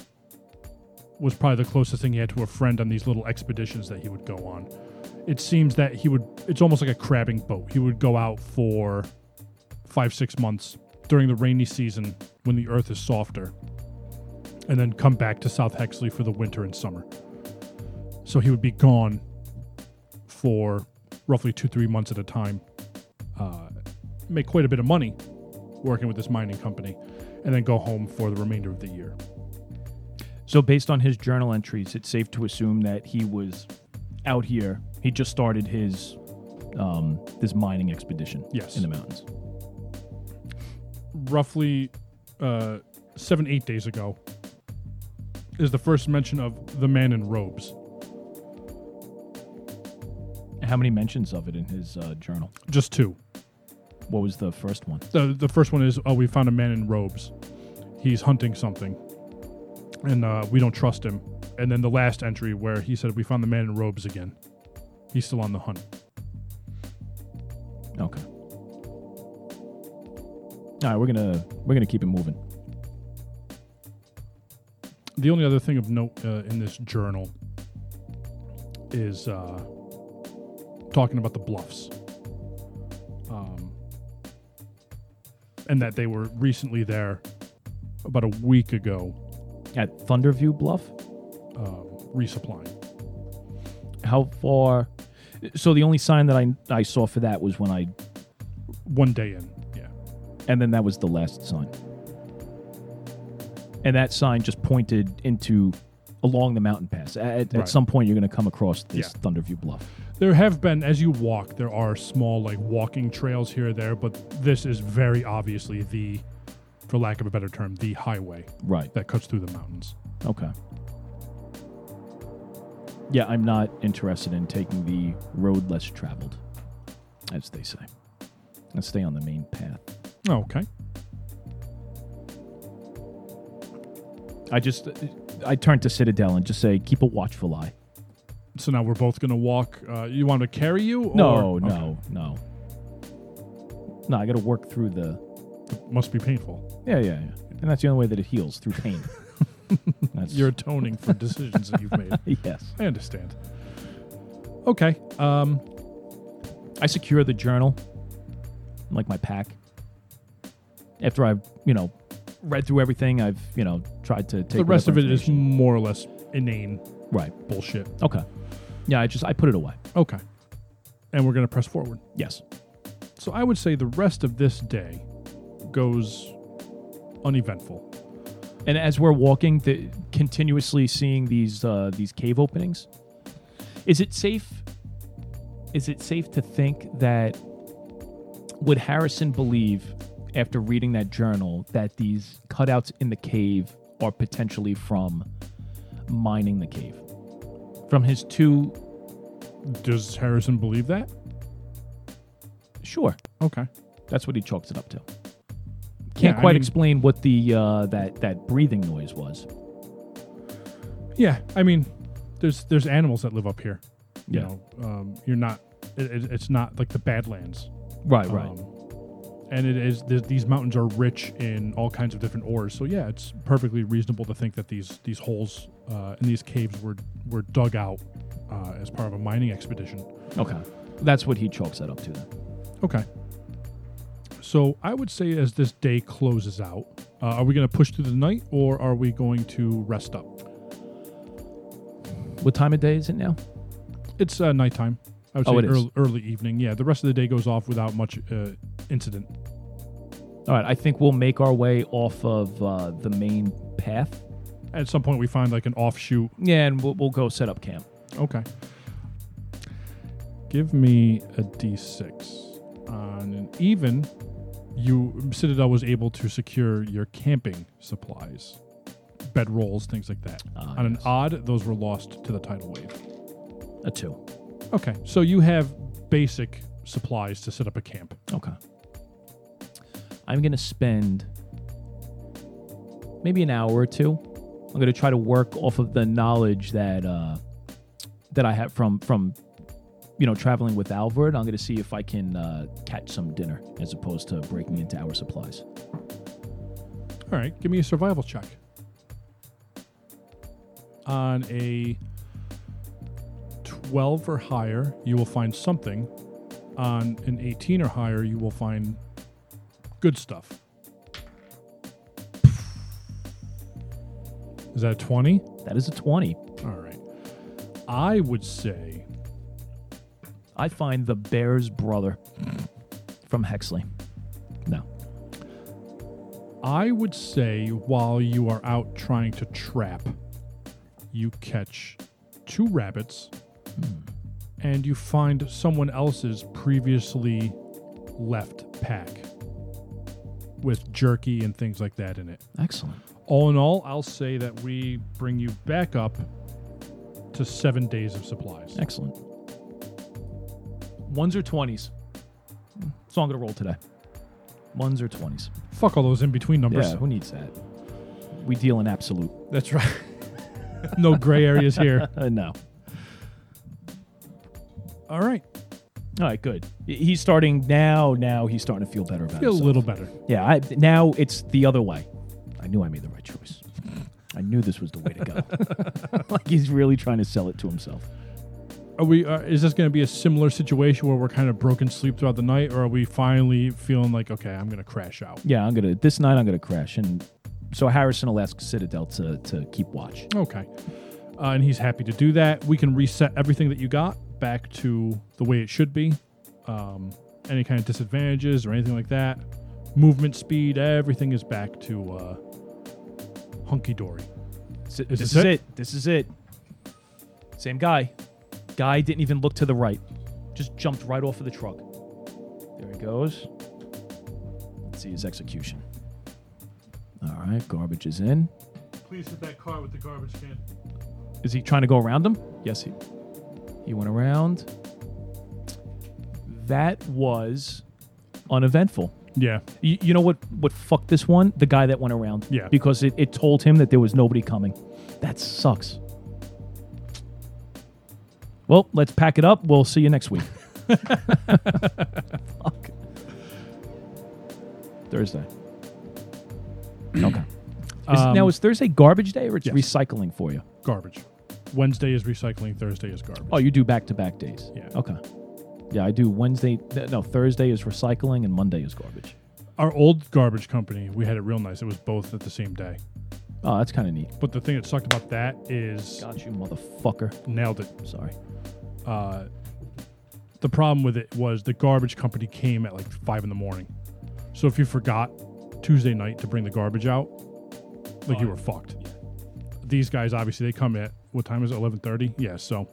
Speaker 2: was probably the closest thing he had to a friend on these little expeditions that he would go on. It seems that he would, it's almost like a crabbing boat. He would go out for five, six months during the rainy season when the earth is softer, and then come back to South Hexley for the winter and summer. So he would be gone for roughly two, three months at a time. Uh, make quite a bit of money working with this mining company, and then go home for the remainder of the year.
Speaker 3: So, based on his journal entries, it's safe to assume that he was out here. He just started his um, this mining expedition
Speaker 2: Yes.
Speaker 3: in the mountains.
Speaker 2: roughly uh, seven, eight days ago, is the first mention of the man in robes.
Speaker 3: How many mentions of it in his uh, journal?
Speaker 2: Just two.
Speaker 3: What was the first one?
Speaker 2: The, the first one is, oh, we found a man in robes. He's hunting something, and uh, we don't trust him. And then the last entry where he said, we found the man in robes again. He's still on the hunt.
Speaker 3: Okay. All right, we're gonna we're gonna keep it moving.
Speaker 2: The only other thing of note uh, in this journal is uh, talking about the bluffs. Um, and that they were recently there about a week ago
Speaker 3: At Thunderview Bluff,
Speaker 2: um, resupplying.
Speaker 3: how far? So the only sign that I I saw for that was when I,
Speaker 2: One day in. Yeah.
Speaker 3: and then that was the last sign. And that sign just pointed into along the mountain pass. At, at
Speaker 2: Right.
Speaker 3: some point, you're gonna come across this
Speaker 2: Yeah.
Speaker 3: Thunderview Bluff.
Speaker 2: There have been, as you walk, there are small like walking trails here or there, but this is very obviously the, for lack of a better term, the highway
Speaker 3: Right.
Speaker 2: that cuts through the mountains.
Speaker 3: Okay. Yeah, I'm not interested in taking the road less traveled, as they say. Let's stay on the main path.
Speaker 2: Okay.
Speaker 3: I just, I turn to Citadel and just say, keep a watchful eye.
Speaker 2: So now we're both going to walk. Uh, you want to carry you? Or?
Speaker 3: no,
Speaker 2: Okay.
Speaker 3: no, no. No, I got to work through the.
Speaker 2: Must be painful.
Speaker 3: Yeah, yeah, yeah. And that's the only way that it heals through pain. that's
Speaker 2: You're atoning for decisions that you've made.
Speaker 3: yes.
Speaker 2: I understand. Okay. Um,
Speaker 3: I secure the journal, like my pack. After I've, you know, read through everything, I've, you know, tried to take
Speaker 2: the rest of
Speaker 3: whatever
Speaker 2: it is
Speaker 3: information-
Speaker 2: more or less inane
Speaker 3: right.
Speaker 2: bullshit.
Speaker 3: Okay. Yeah, I just I put it away.
Speaker 2: Okay. And we're going to press forward.
Speaker 3: Yes.
Speaker 2: So I would say the rest of this day goes uneventful.
Speaker 3: And as we're walking, the, continuously seeing these uh, these cave openings, is it safe? Is it safe to think that would Harrison believe after reading that journal that these cutouts in the cave are potentially from mining the cave? From his two,
Speaker 2: Does Harrison believe that?
Speaker 3: sure,
Speaker 2: Okay.
Speaker 3: that's what he chalks it up to.
Speaker 2: Yeah,
Speaker 3: Can't
Speaker 2: I
Speaker 3: quite
Speaker 2: mean-
Speaker 3: explain what the uh, that that breathing noise was.
Speaker 2: Yeah, I mean, there's there's animals that live up here. You
Speaker 3: Yeah.
Speaker 2: know, um, you're not. It, it, it's not like the Badlands.
Speaker 3: Right,
Speaker 2: Um, and it is th- these mountains are rich in all kinds of different ores. So yeah, it's perfectly reasonable to think that these these holes uh, in these caves were were dug out uh, as part of a mining expedition.
Speaker 3: Okay. That's what he chalks that up to then.
Speaker 2: Okay. So I would say as this day closes out, uh, are we going to push through the night or are we going to rest up?
Speaker 3: What time of day is it now?
Speaker 2: It's uh, nighttime. I would say
Speaker 3: Oh, it is.
Speaker 2: early, early evening. Yeah, the rest of the day goes off without much uh, incident.
Speaker 3: All right. I think we'll make our way off of uh, the main path.
Speaker 2: At some point, we find like an offshoot
Speaker 3: Yeah, and we'll, we'll go set up camp.
Speaker 2: Okay. Give me a d6. On an even, you Citadel was able to secure your camping supplies, bed rolls, things like that.
Speaker 3: Ah,
Speaker 2: On an
Speaker 3: yes.
Speaker 2: odd, those were lost to the tidal wave.
Speaker 3: A two.
Speaker 2: Okay, so you have basic supplies to set up a camp.
Speaker 3: Okay. I'm going to spend maybe an hour or two I'm going to try to work off of the knowledge that uh, that I have from from you know traveling with Alvord. I'm going to see if I can uh, catch some dinner as opposed to breaking into our supplies.
Speaker 2: All right, give me a survival check. On a 12 or higher, you will find something. On an 18 or higher, you will find good stuff. Is that 20?
Speaker 3: That is a 20.
Speaker 2: All right. I would say
Speaker 3: I find the bear's brother from Hexley. No.
Speaker 2: I would say while you are out trying to trap, you catch two rabbits and you find someone else's previously left pack with jerky and things like that in it.
Speaker 3: Excellent.
Speaker 2: All in all, I'll say that we bring you back up to seven days of supplies.
Speaker 3: Excellent. Ones or 20s. So I'm going to roll today. Ones or 20s.
Speaker 2: Fuck all those in between numbers.
Speaker 3: Yeah, who needs that? We deal in absolute.
Speaker 2: That's right. no gray areas here.
Speaker 3: Uh, no.
Speaker 2: All right.
Speaker 3: All right, good. He- He's starting now. Now he's starting to feel better about it.
Speaker 2: Feel a little better.
Speaker 3: Yeah, I, now it's the other way. I knew I made the right choice. I knew this was the way to go. like he's really trying to sell it to himself.
Speaker 2: Are we? Uh, is this going to be a similar situation where we're kind of broken sleep throughout the night, or are we finally feeling like, okay, I'm going to crash out?
Speaker 3: Yeah, I'm gonna this night I'm gonna crash. And so Harrison will ask Citadel to to keep watch.
Speaker 2: Okay. Uh, and he's happy to do that. We can reset everything that you got back to the way it should be. Um, any kind of disadvantages or anything like that. Movement speed, everything is back to uh, hunky dory.
Speaker 3: This
Speaker 2: this
Speaker 3: is
Speaker 2: it?
Speaker 3: it. This is it. Same guy. Guy didn't even look to the right. Just jumped right off of the truck. There he goes. Let's see his execution. All right, garbage is in.
Speaker 2: Please hit that car with the garbage can.
Speaker 3: Is he trying to go around him? Yes, he he went around. That was uneventful.
Speaker 2: Yeah.
Speaker 3: You, you know what what fucked this one? The guy that went around.
Speaker 2: Yeah.
Speaker 3: Because it, it told him that there was nobody coming. That sucks. Well, let's pack it up. We'll see you next week. Fuck. Thursday. okay. Is-
Speaker 2: Um,
Speaker 3: now is Thursday garbage day or it's
Speaker 2: yes.
Speaker 3: recycling for you?
Speaker 2: Garbage. Wednesday is recycling. Thursday is garbage.
Speaker 3: Oh, you do back to back days.
Speaker 2: Yeah.
Speaker 3: Okay. Yeah, I do Wednesday. th- No, Thursday is recycling and Monday is garbage.
Speaker 2: Our old garbage company, we had it real nice. It was both at the same day.
Speaker 3: Oh, that's kind of neat.
Speaker 2: But the thing that sucked about that is
Speaker 3: Got you, motherfucker.
Speaker 2: nailed it.
Speaker 3: Sorry.
Speaker 2: Uh, the problem with it was the garbage company came at like five in the morning. So if you forgot Tuesday night to bring the garbage out, like you were fucked. These guys obviously they come at what time is it? Eleven thirty. Yeah. So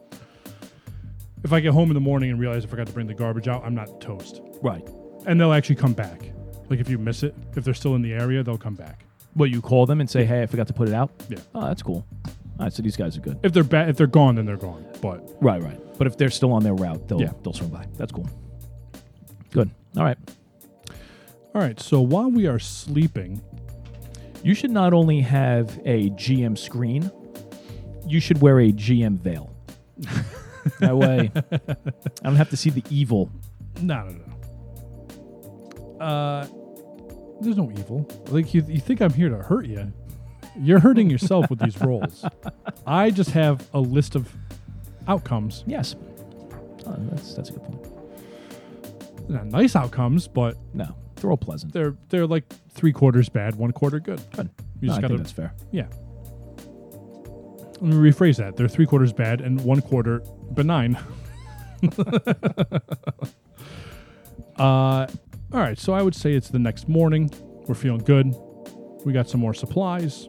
Speaker 2: if I get home in the morning and realize I forgot to bring the garbage out, I'm not toast.
Speaker 3: Right.
Speaker 2: And they'll actually come back. Like if you miss it, if they're still in the area, they'll come back.
Speaker 3: Well, you call them and say, "Hey, I forgot to put it out."
Speaker 2: Yeah.
Speaker 3: Oh, that's cool. All right, so these guys are good.
Speaker 2: If they're ba- if they're gone, then they're gone. But
Speaker 3: Right, right. But if they're still on their route, they'll
Speaker 2: Yeah.
Speaker 3: they'll swing by. That's cool. Good. All right.
Speaker 2: all right. So while we are sleeping,
Speaker 3: You should not only have a GM screen, you should wear a GM veil. that way, I don't have to see the evil.
Speaker 2: No, no, no. Uh, there's no evil. Like you, you think I'm here to hurt you? You're hurting yourself with these roles. I just have a list of outcomes.
Speaker 3: Yes. Oh, that's that's a good point.
Speaker 2: They're Not nice outcomes, but
Speaker 3: No, they're all pleasant.
Speaker 2: they're they're like three quarters bad, one quarter good.
Speaker 3: Good.
Speaker 2: You just
Speaker 3: No, I think
Speaker 2: gotta,
Speaker 3: that's fair.
Speaker 2: yeah. Let me rephrase that. They're three quarters bad and one quarter benign. uh, all right, so I would say it's the next morning. We're feeling good. We got some more supplies.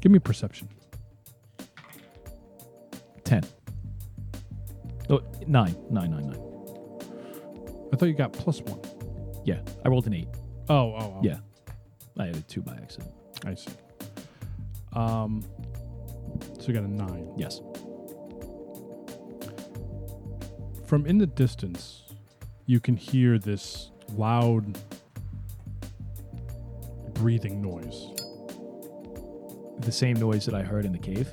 Speaker 2: Give me perception.
Speaker 3: Ten. Oh, nine, nine, nine, nine.
Speaker 2: I thought you got plus one.
Speaker 3: Yeah, I rolled an eight.
Speaker 2: Oh, oh, oh.
Speaker 3: Yeah, I added two by accident.
Speaker 2: I see. Um, so we got a nine.
Speaker 3: Yes.
Speaker 2: From in the distance, you can hear this loud breathing noise.
Speaker 3: the same noise that I heard in the cave,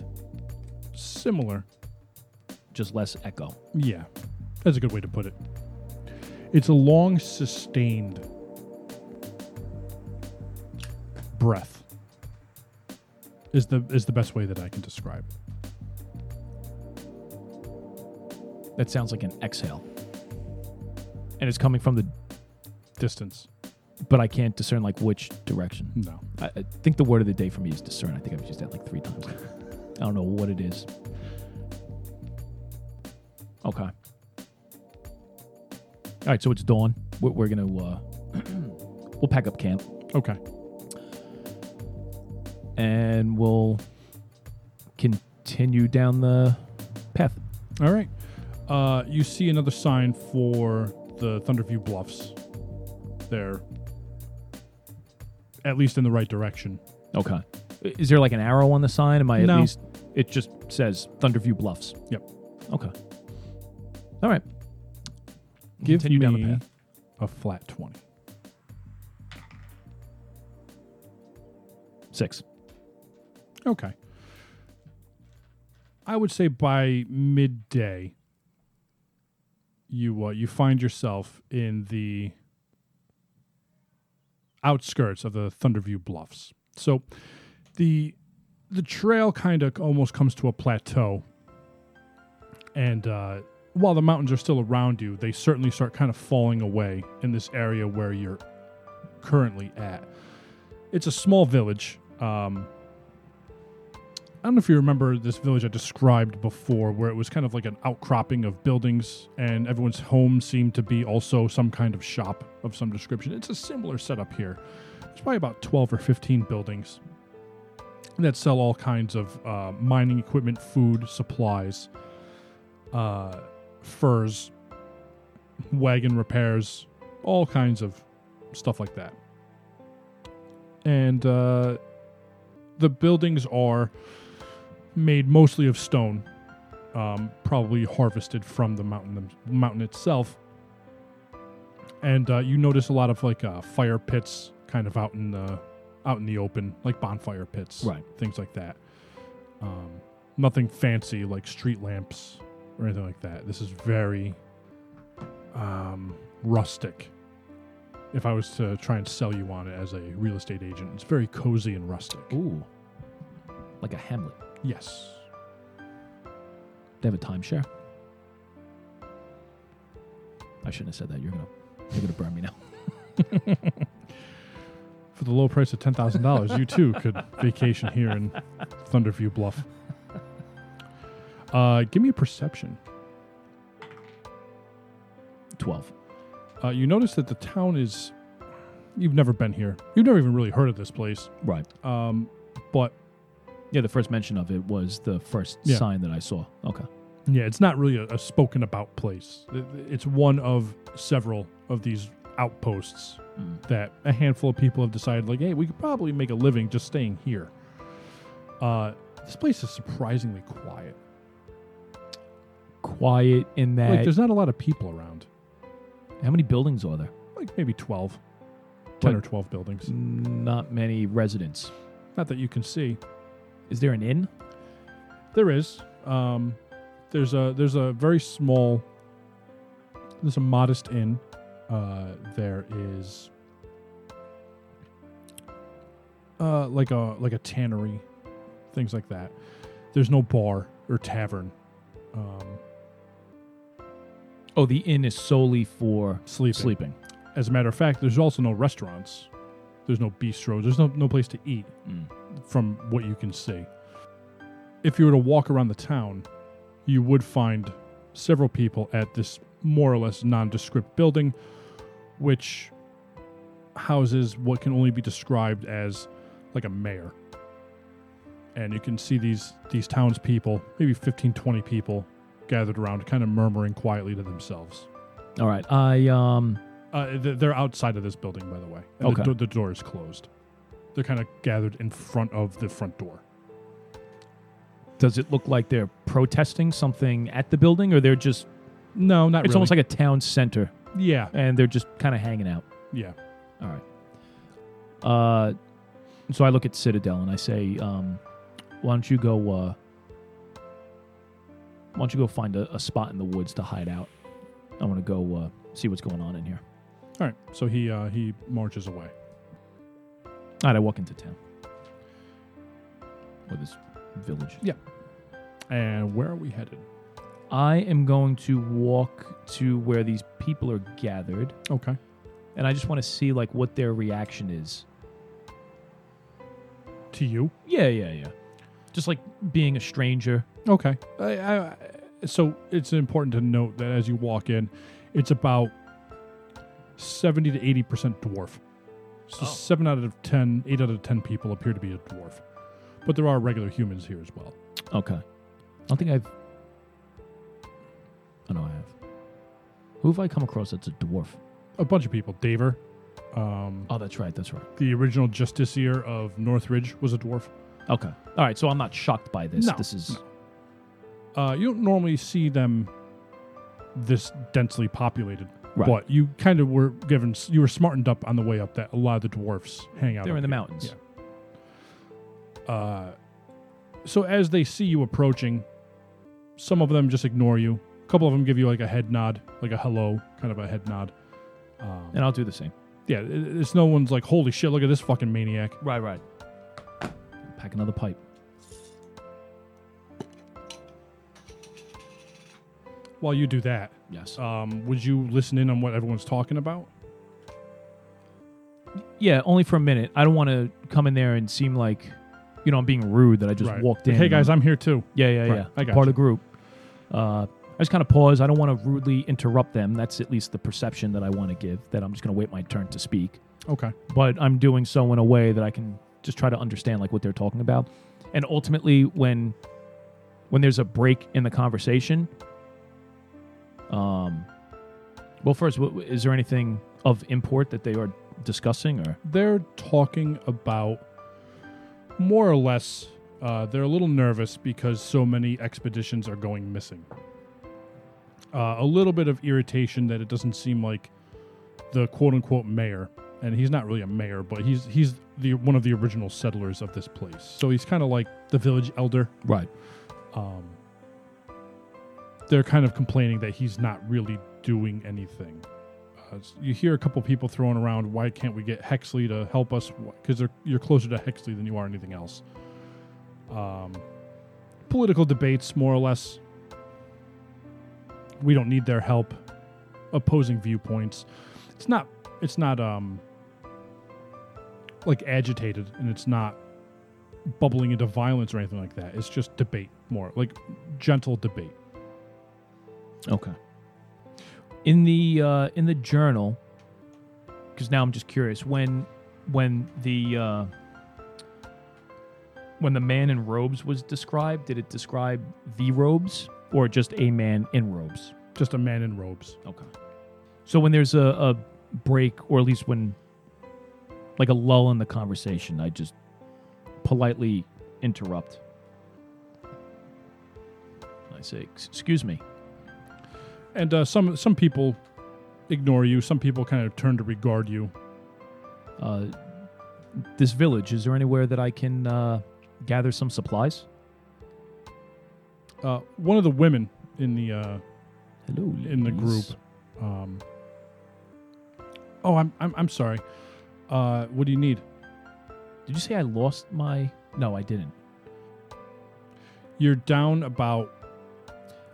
Speaker 2: Similar.
Speaker 3: just less echo.
Speaker 2: Yeah, that's a good way to put it. It's a long, sustained breath. Is the is the best way that I can describe. it.
Speaker 3: That sounds like an exhale. And it's coming from the,
Speaker 2: Distance,
Speaker 3: but I can't discern like which direction.
Speaker 2: no.
Speaker 3: I, I think the word of the day for me is discern. I think I've used that like three times. I don't know what it is. Okay. All right, so it's dawn. We're, we're gonna uh, we'll pack up camp
Speaker 2: Okay,
Speaker 3: and we'll continue down the path.
Speaker 2: all right. Uh, you see another sign for the Thunderview Bluffs. They're at least in the right direction.
Speaker 3: Okay. Is there like an arrow on the sign? Am I at
Speaker 2: No.
Speaker 3: least? It just says Thunderview Bluffs.
Speaker 2: Yep.
Speaker 3: Okay. All right.
Speaker 2: Give
Speaker 3: Continue down
Speaker 2: me
Speaker 3: the path.
Speaker 2: a flat twenty.
Speaker 3: Six.
Speaker 2: Okay. I would say by midday, you uh, you find yourself in the outskirts of the Thunderview Bluffs. So the the trail kind of almost comes to a plateau, and uh, while the mountains are still around you, they certainly start kind of falling away in this area where you're currently at. It's a small village. Um, I don't know if you remember this village I described before, where it was kind of like an outcropping of buildings, and everyone's home seemed to be also some kind of shop of some description. It's a similar setup here. There's probably about 12 or 15 buildings that sell all kinds of uh, mining equipment, food, supplies, uh, furs, wagon repairs, all kinds of stuff like that. And uh, the buildings are made mostly of stone, um, probably harvested from the mountain them- mountain itself. And uh, you notice a lot of like uh, fire pits, kind of out in the out in the open, like bonfire pits,
Speaker 3: Right.
Speaker 2: Things like that. Um, nothing fancy like street lamps or anything like that. This is very um, rustic. If I was to try and sell you on it as a real estate agent, it's very cozy and rustic.
Speaker 3: Ooh. Like a Hamlet.
Speaker 2: Yes.
Speaker 3: They have a timeshare. I shouldn't have said that. You're gonna you're gonna burn me now.
Speaker 2: for the low price of ten thousand dollars, you too could vacation here in Thunderview Bluff. Uh, give me a perception.
Speaker 3: Twelve.
Speaker 2: Uh, you notice that the town is. You've never been here. You've never even really heard of this place.
Speaker 3: Right.
Speaker 2: Um, but
Speaker 3: Yeah, the first mention of it was the first
Speaker 2: Yeah.
Speaker 3: sign that I saw. Okay.
Speaker 2: yeah, it's not really a, a spoken about place. It- It's one of several of these outposts
Speaker 3: Mm.
Speaker 2: that a handful of people have decided, like, hey, we could probably make a living just staying here. Uh, this place is surprisingly quiet.
Speaker 3: Quiet in
Speaker 2: Like,
Speaker 3: that
Speaker 2: there's not a lot of people around.
Speaker 3: how many buildings are there?
Speaker 2: like maybe 12 10
Speaker 3: But- Mm.
Speaker 2: or 12 buildings
Speaker 3: Not many residents.
Speaker 2: not that you can see
Speaker 3: Is there an inn?
Speaker 2: there is um, there's a there's a very small there's a modest inn uh, there is uh, like a like a tannery things like that there's no bar or tavern um,
Speaker 3: Oh, the inn is solely for
Speaker 2: sleeping.
Speaker 3: sleeping.
Speaker 2: as a matter of fact there's also no restaurants there's no bistros there's no, no place to eat
Speaker 3: Mm.
Speaker 2: from what you can see. If you were to walk around the town, you would find several people at this more or less nondescript building, which houses what can only be described as like a mayor. And you can see these these townspeople, maybe 15, 20 people gathered around, kind of murmuring quietly to themselves.
Speaker 3: All right. I um
Speaker 2: Uh, th- they're outside of this building, by the way. And
Speaker 3: Okay.
Speaker 2: The, do- the door is closed. They're kind of gathered in front of the front door.
Speaker 3: does it look like they're protesting something at the building or they're just
Speaker 2: No, not
Speaker 3: it's almost like a town center
Speaker 2: yeah,
Speaker 3: and they're just kind of hanging out.
Speaker 2: yeah.
Speaker 3: All right. Uh, so I look at Citadel and I say, um, Why don't you go? Uh, why don't you go find a, a spot in the woods to hide out? I want to go uh, see what's going on in here.
Speaker 2: All right. So he uh, he marches away.
Speaker 3: All right, I walk into town. Or this village.
Speaker 2: And where are we headed?
Speaker 3: I am going to walk to where these people are gathered,
Speaker 2: Okay.
Speaker 3: and I just want to see like what their reaction is.
Speaker 2: To you.
Speaker 3: Yeah, yeah, yeah. Just like being a stranger.
Speaker 2: Okay. I, I, I- so it's important to note that as you walk in, it's about 70 to 80% dwarf. So
Speaker 3: Oh.
Speaker 2: 7 out of 10, 8 out of 10 people appear to be a dwarf. But there are regular humans here as well.
Speaker 3: Okay. I don't think I've. I know I have. Who have I come across that's a dwarf?
Speaker 2: A bunch of people. Daver, um,
Speaker 3: Oh, that's right. That's right.
Speaker 2: the original justiciar of Northridge, was a dwarf.
Speaker 3: Okay. All right. So I'm not shocked by this.
Speaker 2: No,
Speaker 3: This is.
Speaker 2: Uh, you don't normally see them this densely populated.
Speaker 3: Right.
Speaker 2: But you kind of were given, you were smartened up on the way up that a lot of the dwarfs hang out.
Speaker 3: They're
Speaker 2: up
Speaker 3: in the
Speaker 2: here.
Speaker 3: mountains.
Speaker 2: Uh, so as they see you approaching, some of them just ignore you. A couple of them give you like a head nod, like a hello, kind of a head nod. Um,
Speaker 3: And I'll do the same.
Speaker 2: yeah, it- it's no one's like, holy shit, look at this fucking maniac.
Speaker 3: Right, right. Pack another pipe.
Speaker 2: While you do that,
Speaker 3: Yes.
Speaker 2: um, would you listen in on what everyone's talking about?
Speaker 3: yeah, only for a minute. I don't want to come in there and seem like, you know, I'm being rude that I just
Speaker 2: Right.
Speaker 3: walked in.
Speaker 2: Like, hey
Speaker 3: and
Speaker 2: guys,
Speaker 3: I'm-
Speaker 2: I'm here too.
Speaker 3: yeah, yeah,
Speaker 2: Right,
Speaker 3: yeah.
Speaker 2: I got
Speaker 3: Part
Speaker 2: you.
Speaker 3: of the group. Uh, I just kind of pause. I don't want to rudely interrupt them. That's at least the perception that I want to give. That I'm just going to wait my turn to speak.
Speaker 2: Okay.
Speaker 3: but I'm doing so in a way that I can just try to understand like what they're talking about. And ultimately when when there's a break in the conversation um well first wh- is there anything of import that they are discussing or
Speaker 2: they're talking about more or less uh, they're a little nervous because so many expeditions are going missing uh, a little bit of irritation that it doesn't seem like the quote-unquote mayor and he's not really a mayor but he's he's the one of the original settlers of this place so he's kind of like the village elder
Speaker 3: right
Speaker 2: um, they're kind of complaining that he's not really doing anything. Uh, s- you hear a couple people throwing around, why can't we get Hexley to help us? Because you're closer to Hexley than you are anything else. Um, political debates, more or less. We don't need their help. Opposing viewpoints. It's not. It's not um, like agitated, and it's not bubbling into violence or anything like that. It's just debate more, like gentle debate.
Speaker 3: okay in the uh in the journal because now I'm just curious when when the uh when the man in robes was described did it describe the robes or just a man in robes
Speaker 2: Just a man in robes.
Speaker 3: Okay. So when there's a, a break, or at least when like a lull in the conversation, I just politely interrupt. I say, "Ex- "Excuse me."
Speaker 2: And uh, some some people ignore you. Some people kind of turn to regard you.
Speaker 3: Uh, this village is there anywhere that I can uh, gather some supplies?
Speaker 2: Uh, one of the women in the uh,
Speaker 3: Hello.
Speaker 2: in the group.
Speaker 3: ladies.
Speaker 2: Um, oh, I'm I'm, I'm sorry. Uh, what do you need?
Speaker 3: Did you say I lost my? No, I didn't.
Speaker 2: You're down about.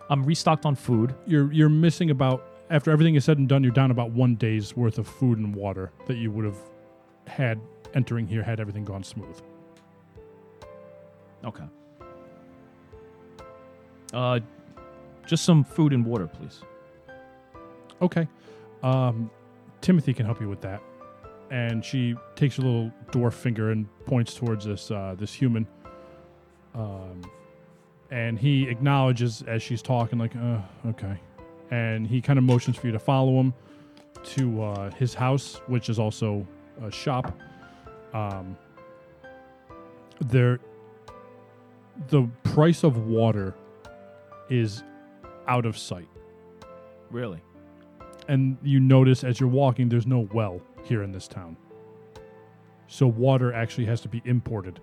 Speaker 3: I'm restocked on food.
Speaker 2: You're you're missing about. After everything is said and done, you're down about one day's worth of food and water that you would have had entering here had everything gone smooth.
Speaker 3: Okay. Uh, just some food and water, please.
Speaker 2: Okay. Um, Timothy can help you with that. And she takes her little dwarf finger and points towards this uh, this human. Um, and he acknowledges as she's talking, like, uh, okay. And he kind of motions for you to follow him to uh, his house, which is also a shop. Um, there, the price of water is out of sight
Speaker 3: Really?
Speaker 2: and you notice as you're walking there's no well here in this town so water actually has to be imported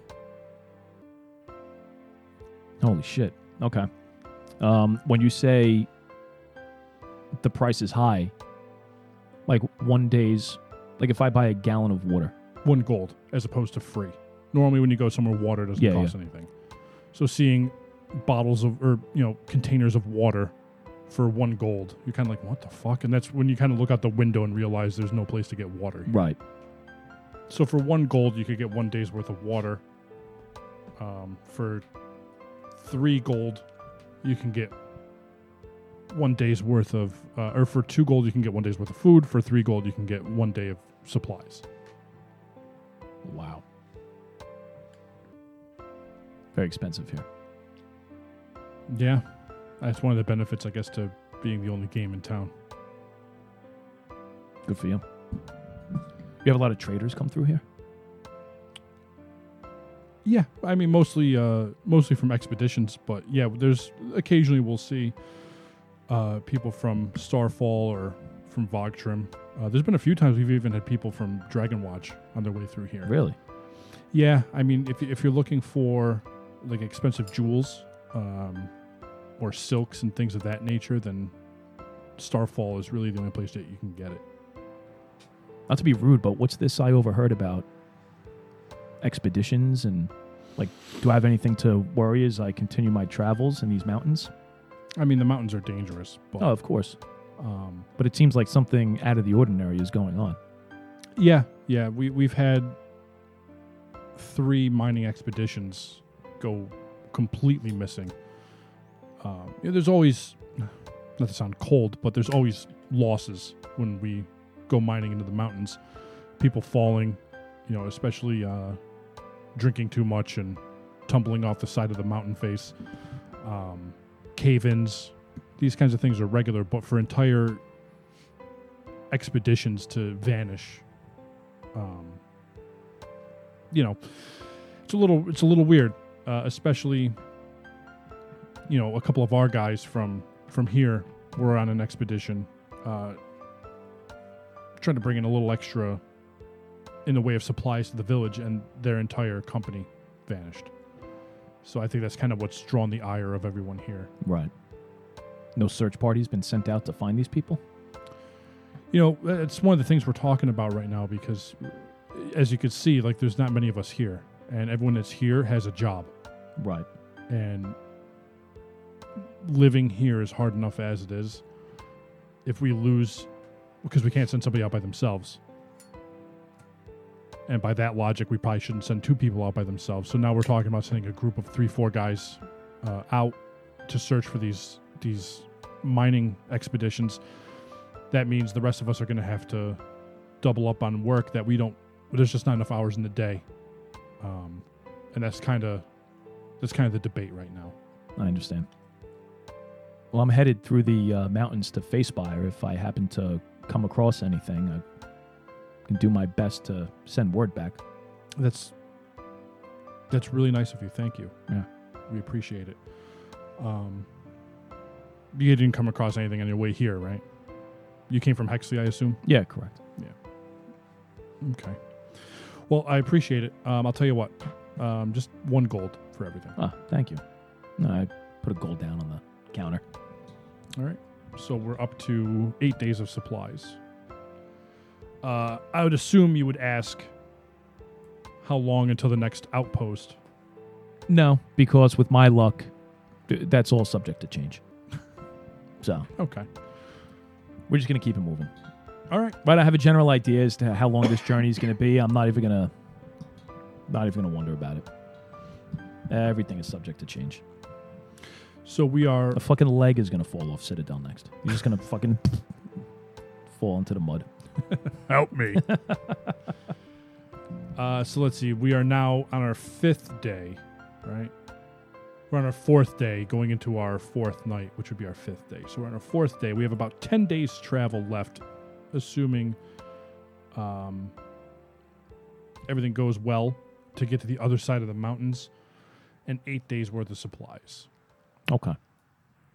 Speaker 3: Holy shit. Okay. Um, when you say the price is high, like one day's, like if I buy a gallon of water,
Speaker 2: one gold as opposed to free. Normally, when you go somewhere, water doesn't
Speaker 3: Yeah,
Speaker 2: cost anything. So seeing bottles of or you know containers of water for one gold, you're kind of like, what the fuck? And that's when you kind of look out the window and realize there's no place to get water.
Speaker 3: right?
Speaker 2: So for one gold, you could get one day's worth of water. Um, for three gold, you can get one day's worth of, uh, or for two gold, you can get one day's worth of food. For three gold, you can get one day of supplies.
Speaker 3: Wow. Very expensive here.
Speaker 2: Yeah, that's one of the benefits, I guess, to being the only game in town.
Speaker 3: Good for you. You have a lot of traders come through here.
Speaker 2: Yeah, I mean mostly uh, mostly from expeditions, but yeah, there's occasionally we'll see uh, people from Starfall or from Vogtrim. Uh, there's been a few times we've even had people from Dragon Watch on their way through here.
Speaker 3: Really?
Speaker 2: Yeah, I mean if if you're looking for like expensive jewels um, or silks and things of that nature, then Starfall is really the only place that you can get it.
Speaker 3: Not to be rude, but what's this I overheard about expeditions and like? Do I have anything to worry as I continue my travels in these mountains?
Speaker 2: I mean the mountains are dangerous, but
Speaker 3: Oh, of course.
Speaker 2: um,
Speaker 3: But it seems like something out of the ordinary is going on.
Speaker 2: Yeah, yeah. We we've had three mining expeditions go completely missing. Um, you know, there's always not to sound cold, but there's always losses when we go mining into the mountains. People falling, you know, especially uh, drinking too much and tumbling off the side of the mountain face. Um, cave-ins, these kinds of things are regular, but for entire expeditions to vanish. Um, you know, it's a little it's a little weird, uh, especially you know a couple of our guys from from here were on an expedition, uh, trying to bring in a little extra in the way of supplies to the village, and their entire company vanished. So I think that's kind of what's drawn the ire of everyone here.
Speaker 3: Right. No search party's been sent out to find these people.
Speaker 2: you know uh, it's one of the things we're talking about right now because as you can see like there's not many of us here and everyone that's here has a job
Speaker 3: Right.
Speaker 2: and living here is hard enough as it is if we lose because we can't send somebody out by themselves and by that logic we probably shouldn't send two people out by themselves so now we're talking about sending a group of three four guys uh, out to search for these these mining expeditions that means the rest of us are going to have to double up on work that we don't there's just not enough hours in the day um, and that's kind of that's kind of the debate right now.
Speaker 3: I understand. Well, I'm headed through the uh, mountains to face buyer. If I happen to come across anything, I can do my best to send word back.
Speaker 2: That's that's really nice of you. Thank you.
Speaker 3: Yeah.
Speaker 2: we appreciate it. Um, you didn't come across anything on your way here, right? You came from Hexley, I assume.
Speaker 3: Yeah, correct.
Speaker 2: Okay. Well, I appreciate it. Um, I'll tell you what. Um, just one gold for everything.
Speaker 3: Ah, thank you. No, I put a gold down on the counter.
Speaker 2: All right. So we're up to eight days of supplies. Uh, I would assume you would ask how long until the next outpost.
Speaker 3: No, because with my luck, th- that's all subject to change. so
Speaker 2: Okay.
Speaker 3: we're just gonna keep it moving.
Speaker 2: All right.
Speaker 3: But I have a general idea as to how long this journey is going to be. I'm not even gonna, not even gonna wonder about it. Everything is subject to change.
Speaker 2: So we are
Speaker 3: A fucking leg is gonna fall off Citadel next. You're just gonna fucking fall into the mud.
Speaker 2: Help me. uh, so let's see. We are now on our fifth day, right? We're on our fourth day, going into our fourth night, which would be our fifth day. So we're on our fourth day. We have about 10 days' travel left, assuming um, everything goes well to get to the other side of the mountains and eight days' worth of supplies.
Speaker 3: Okay.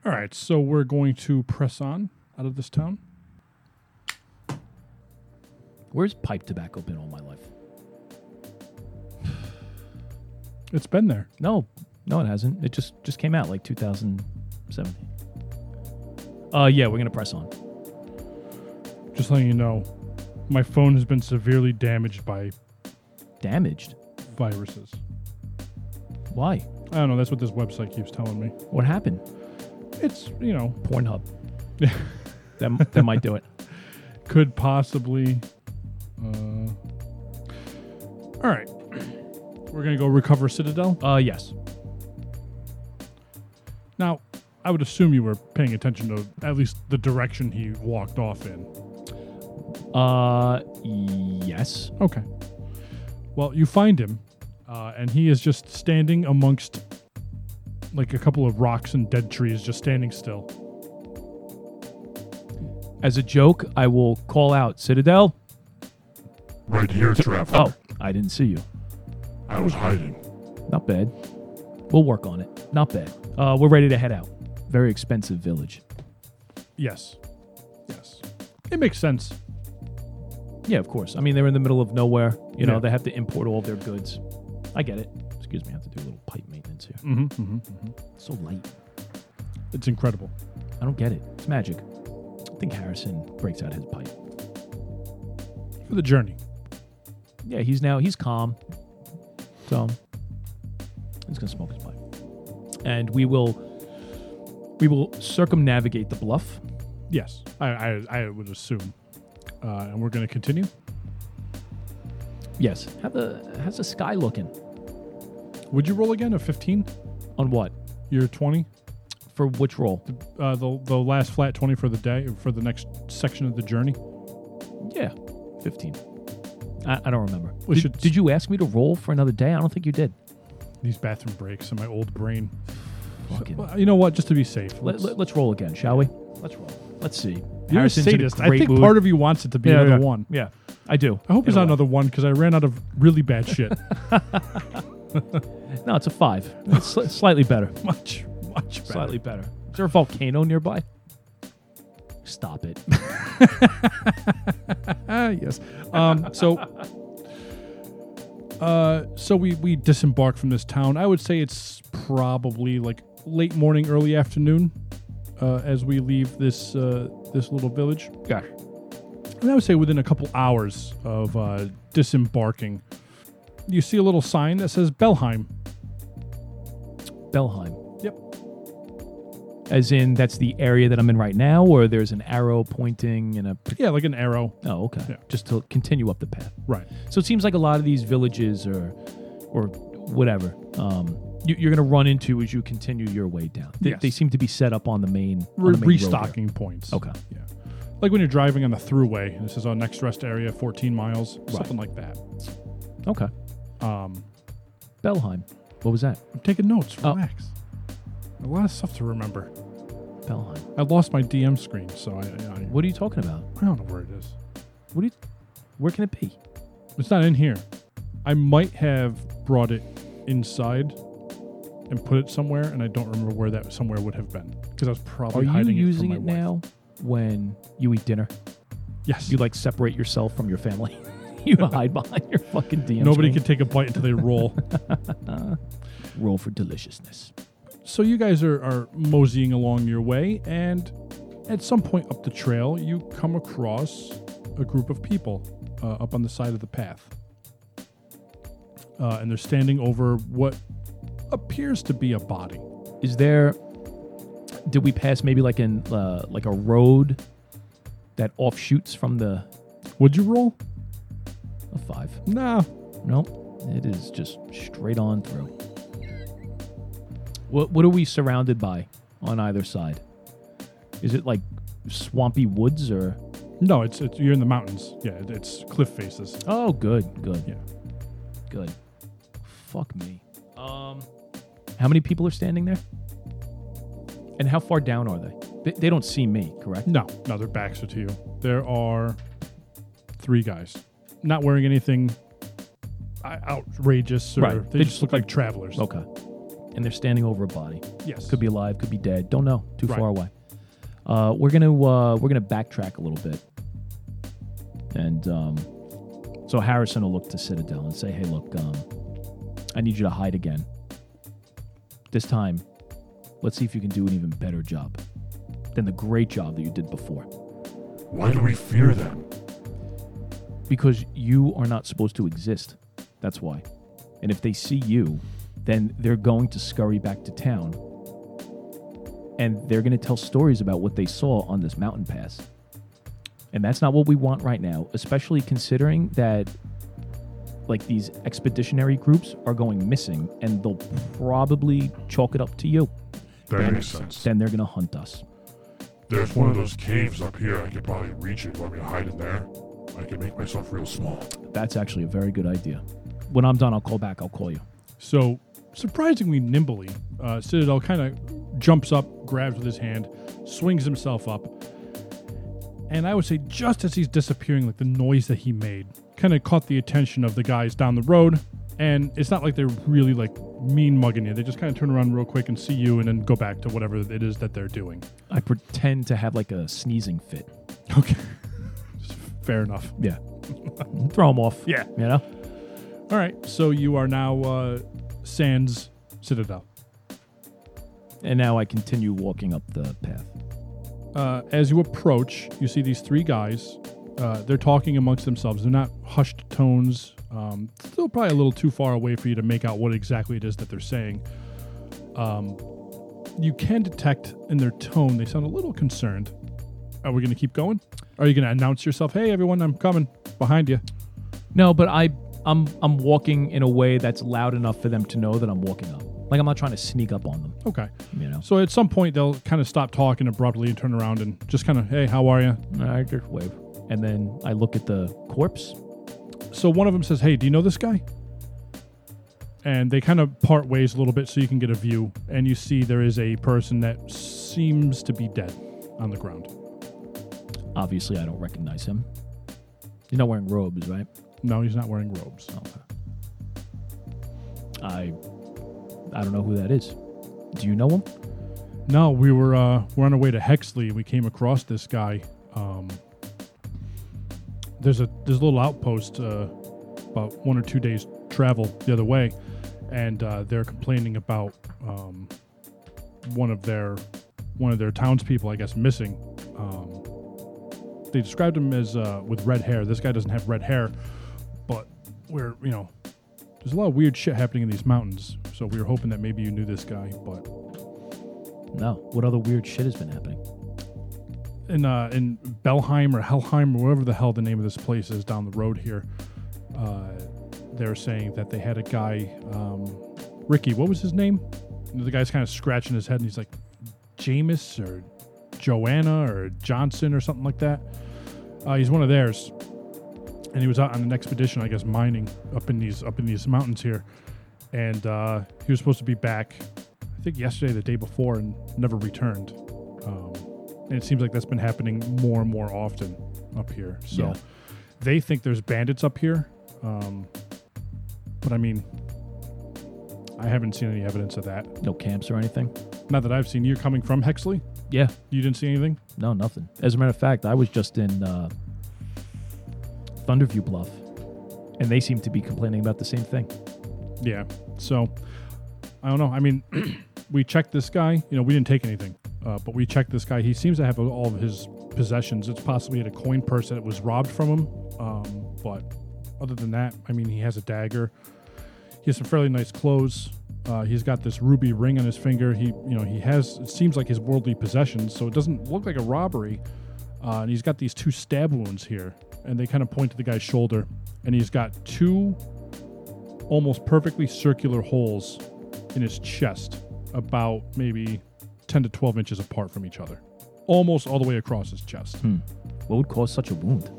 Speaker 2: All right. So we're going to press on out of this town.
Speaker 3: Where's pipe tobacco been all my life?
Speaker 2: It's been there.
Speaker 3: No, No, it hasn't. It just just came out like 2017. Uh, yeah, we're gonna press on.
Speaker 2: Just letting you know, my phone has been severely damaged by
Speaker 3: Damaged.
Speaker 2: viruses.
Speaker 3: Why?
Speaker 2: I don't know. That's what this website keeps telling me.
Speaker 3: What happened?
Speaker 2: It's you know
Speaker 3: Pornhub. that that might do it.
Speaker 2: could possibly. Uh, all right, we're gonna go recover Citadel.
Speaker 3: Uh, yes.
Speaker 2: Now, I would assume you were paying attention to at least the direction he walked off in.
Speaker 3: Uh, yes.
Speaker 2: Okay. Well, you find him, uh, and he is just standing amongst like a couple of rocks and dead trees, just standing still.
Speaker 3: As a joke, I will call out Citadel.
Speaker 5: Right here, Trav.
Speaker 3: Oh, I didn't see you.
Speaker 5: I was hiding.
Speaker 3: Not bad. We'll work on it. Not bad. Uh, we're ready to head out. Very expensive village.
Speaker 2: Yes. Yes. It makes sense.
Speaker 3: Yeah, of course. I mean, they're in the middle of nowhere. You know,
Speaker 2: Yeah.
Speaker 3: they have to import all their goods. I get it. Excuse me, I have to do a little pipe maintenance here.
Speaker 2: Mm-hmm, mm-hmm.
Speaker 3: So light.
Speaker 2: It's incredible.
Speaker 3: I don't get it. It's magic. I think Harrison breaks out his pipe.
Speaker 2: For the journey.
Speaker 3: Yeah, he's now he's calm. So he's gonna smoke his pipe. And we will we will circumnavigate the bluff.
Speaker 2: Yes. I, I, I would assume. Uh, and we're going to continue.
Speaker 3: Yes. How the how's the sky looking?
Speaker 2: Would you roll again? A 15?
Speaker 3: On what?
Speaker 2: Your 20?
Speaker 3: For which roll?
Speaker 2: Uh, the, the last flat 20 for the day, for the next section of the journey?
Speaker 3: Yeah. Fifteen. I, I don't remember.
Speaker 2: We
Speaker 3: did,
Speaker 2: should-
Speaker 3: did you ask me to roll for another day? I don't think you did.
Speaker 2: These bathroom breaks in my old brain.
Speaker 3: Fucking-
Speaker 2: Well, you know what? Just to be safe.
Speaker 3: Let,
Speaker 2: let's-
Speaker 3: let, us roll again, shall we? Let's roll. Let's see.
Speaker 2: You're a
Speaker 3: Harrison's in
Speaker 2: sadist. I
Speaker 3: great
Speaker 2: think
Speaker 3: mood.
Speaker 2: part of you wants it to be
Speaker 3: Yeah,
Speaker 2: another
Speaker 3: yeah.
Speaker 2: one.
Speaker 3: Yeah, I do.
Speaker 2: I hope it's
Speaker 3: In a
Speaker 2: not
Speaker 3: way.
Speaker 2: another one because I ran out of really bad shit.
Speaker 3: No, it's a five. It's sli- slightly better.
Speaker 2: much, much better.
Speaker 3: Slightly better. Is there a volcano nearby? Stop it.
Speaker 2: Ah, yes. Um, so, uh, so we we disembark from this town. I would say it's probably like late morning, early afternoon, uh, as we leave this uh, this little village.
Speaker 3: Gosh.
Speaker 2: And I would say within a couple hours of uh, disembarking, you see a little sign that says Belheim.
Speaker 3: Belheim.
Speaker 2: Yep.
Speaker 3: As in, that's the area that I'm in right now, or there's an arrow pointing and a.
Speaker 2: Yeah, like an arrow.
Speaker 3: Oh, okay.
Speaker 2: Yeah.
Speaker 3: Just to continue up the path.
Speaker 2: Right.
Speaker 3: So it seems like a lot of these villages or, or whatever, um, you, you're going to run into as you continue your way down. They,
Speaker 2: Yes.
Speaker 3: they seem to be set up on the main. on
Speaker 2: Re-
Speaker 3: the main road here.
Speaker 2: restocking points.
Speaker 3: Okay.
Speaker 2: Yeah. Like when you're driving on the throughway, and this is our next rest area, 14 miles, something like that.
Speaker 3: Okay.
Speaker 2: Um,
Speaker 3: Belheim. What was that?
Speaker 2: I'm taking notes.
Speaker 3: Oh.
Speaker 2: Relax. A lot of stuff to remember.
Speaker 3: Belheim.
Speaker 2: I lost my DM screen, so I, I, I-
Speaker 3: What are you talking about?
Speaker 2: I don't know where it is.
Speaker 3: What do you? Where can it be?
Speaker 2: It's not in here. I might have brought it inside and put it somewhere, and I don't remember where that somewhere would have been because I was probably
Speaker 3: Are you
Speaker 2: hiding
Speaker 3: using
Speaker 2: it
Speaker 3: it
Speaker 2: from my wife.
Speaker 3: now when you eat dinner?
Speaker 2: Yes.
Speaker 3: You like separate yourself from your family. you hide behind your fucking DM.
Speaker 2: Nobody can take a bite until they roll.
Speaker 3: can roll for deliciousness.
Speaker 2: so you guys are, are moseying along your way and at some point up the trail you come across a group of people uh, up on the side of the path uh, and they're standing over what appears to be a body
Speaker 3: Is there? Did we pass maybe like an uh, like a road that offshoots from the
Speaker 2: would you roll
Speaker 3: a five?
Speaker 2: nah
Speaker 3: No, it is just straight on through. What what are we surrounded by on either side? Is it like swampy woods or?
Speaker 2: no it's, it's you're in the mountains yeah it, it's cliff faces
Speaker 3: Oh, good, good.
Speaker 2: Yeah.
Speaker 3: Good. Fuck me. Um, how many people are standing there? And how far down are they? They, they don't see me, correct?
Speaker 2: no no their backs are to you there are three guys not wearing anything uh, outrageous or
Speaker 3: Right.
Speaker 2: they, just look like travelers
Speaker 3: Okay. And they're standing over a body.
Speaker 2: yes
Speaker 3: Could be alive, could be dead. Don't know. Too
Speaker 2: Right.
Speaker 3: far away. Uh, we're gonna uh, we're gonna backtrack a little bit. And um, so Harrison will look to Citadel and say, "Hey, look, um, I need you to hide again. This time, let's see if you can do an even better job than the great job that you did before.
Speaker 5: Why do we fear them?
Speaker 3: Because you are not supposed to exist. That's why. And if they see you, then they're going to scurry back to town. And they're going to tell stories about what they saw on this mountain pass. And that's not what we want right now, especially considering that like these expeditionary groups are going missing and they'll probably chalk it up to you.
Speaker 5: That makes sense.
Speaker 3: Then they're going to hunt us.
Speaker 5: There's one of those caves up here. I could probably reach it. Want me to hide in there? I can make myself real small.
Speaker 3: That's actually a very good idea. When I'm done, I'll call back. I'll call you.
Speaker 2: So, surprisingly nimbly, uh, Citadel kind of jumps up, grabs with his hand, swings himself up. And I would say, just as he's disappearing, like the noise that he made kind of caught the attention of the guys down the road. And it's not like they're really like mean mugging you. They just kind of turn around real quick and see you and then go back to whatever it is that they're doing.
Speaker 3: I pretend to have like a sneezing fit.
Speaker 2: Okay. Fair enough.
Speaker 3: Yeah. Throw them off.
Speaker 2: Yeah.
Speaker 3: You know?
Speaker 2: All right. So you are now uh, Sans Citadel.
Speaker 3: And now I continue walking up the path.
Speaker 2: uh, as you approach, you see these three guys. Uh, they're talking amongst themselves. They're not hushed tones. Um, still, probably a little too far away for you to make out what exactly it is that they're saying. Um, you can detect in their tone they sound a little concerned. Are we going to keep going? Are you going to announce yourself? Hey, everyone, I'm coming behind you.
Speaker 3: No, but I I'm I'm walking in a way that's loud enough for them to know that I'm walking up. Like I'm not trying to sneak up on them.
Speaker 2: Okay.
Speaker 3: You know.
Speaker 2: So at some point they'll kind of stop talking abruptly and turn around and just kind of, hey, how are you?
Speaker 3: I just wave. And then I look at the corpse.
Speaker 2: so one of them says, "Hey, do you know this guy?" And they kind of part ways a little bit so you can get a view, and you see there is a person that seems to be dead on the ground.
Speaker 3: Obviously, I don't recognize him. You're not wearing robes, right?
Speaker 2: No, he's not wearing robes.
Speaker 3: Okay. I I don't know who that is. Do you know him?
Speaker 2: No, we were uh, we're on our way to Hexley. We came across this guy. Um, there's a there's a little outpost uh, about one or two days travel the other way, and uh, they're complaining about um, one of their one of their townspeople, I guess, missing. Um, they described him as uh, with red hair. This guy doesn't have red hair, but we're you know there's a lot of weird shit happening in these mountains. So we were hoping that maybe you knew this guy, but
Speaker 3: No. What other weird shit has been happening?
Speaker 2: in uh, in Belheim or Helheim or whatever the hell the name of this place is down the road here. Uh, they're saying that they had a guy, um, Ricky. What was his name? And the guy's kind of scratching his head, and he's like, Jameis or Joanna or Johnson or something like that. Uh, he's one of theirs, and he was out on an expedition, I guess, mining up in these up in these mountains here. And uh, he was supposed to be back, I think yesterday, the day before, and never returned. Um, and it seems like that's been happening more and more often up here. So
Speaker 3: Yeah.
Speaker 2: they think there's bandits up here, um, but I mean, I haven't seen any evidence of that.
Speaker 3: No camps or anything?
Speaker 2: Not that I've seen. You're coming from Hexley.
Speaker 3: Yeah.
Speaker 2: You didn't see anything.
Speaker 3: No, nothing. As a matter of fact, I was just in uh, Thunderview Bluff, and they seem to be complaining about the same thing.
Speaker 2: Yeah. So I don't know. I mean, we checked this guy. You know, we didn't take anything, uh, but we checked this guy. He seems to have all of his possessions. It's possibly at a coin purse that was robbed from him. Um, but other than that, I mean, he has a dagger. He has some fairly nice clothes. Uh, he's got this ruby ring on his finger. He, you know, he has. It seems like his worldly possessions. So it doesn't look like a robbery. Uh, and he's got these two stab wounds here, and they kind of point to the guy's shoulder. And he's got two almost perfectly circular holes in his chest, about maybe 10 to 12 inches apart from each other, almost all the way across his chest.
Speaker 3: What would cause such a wound?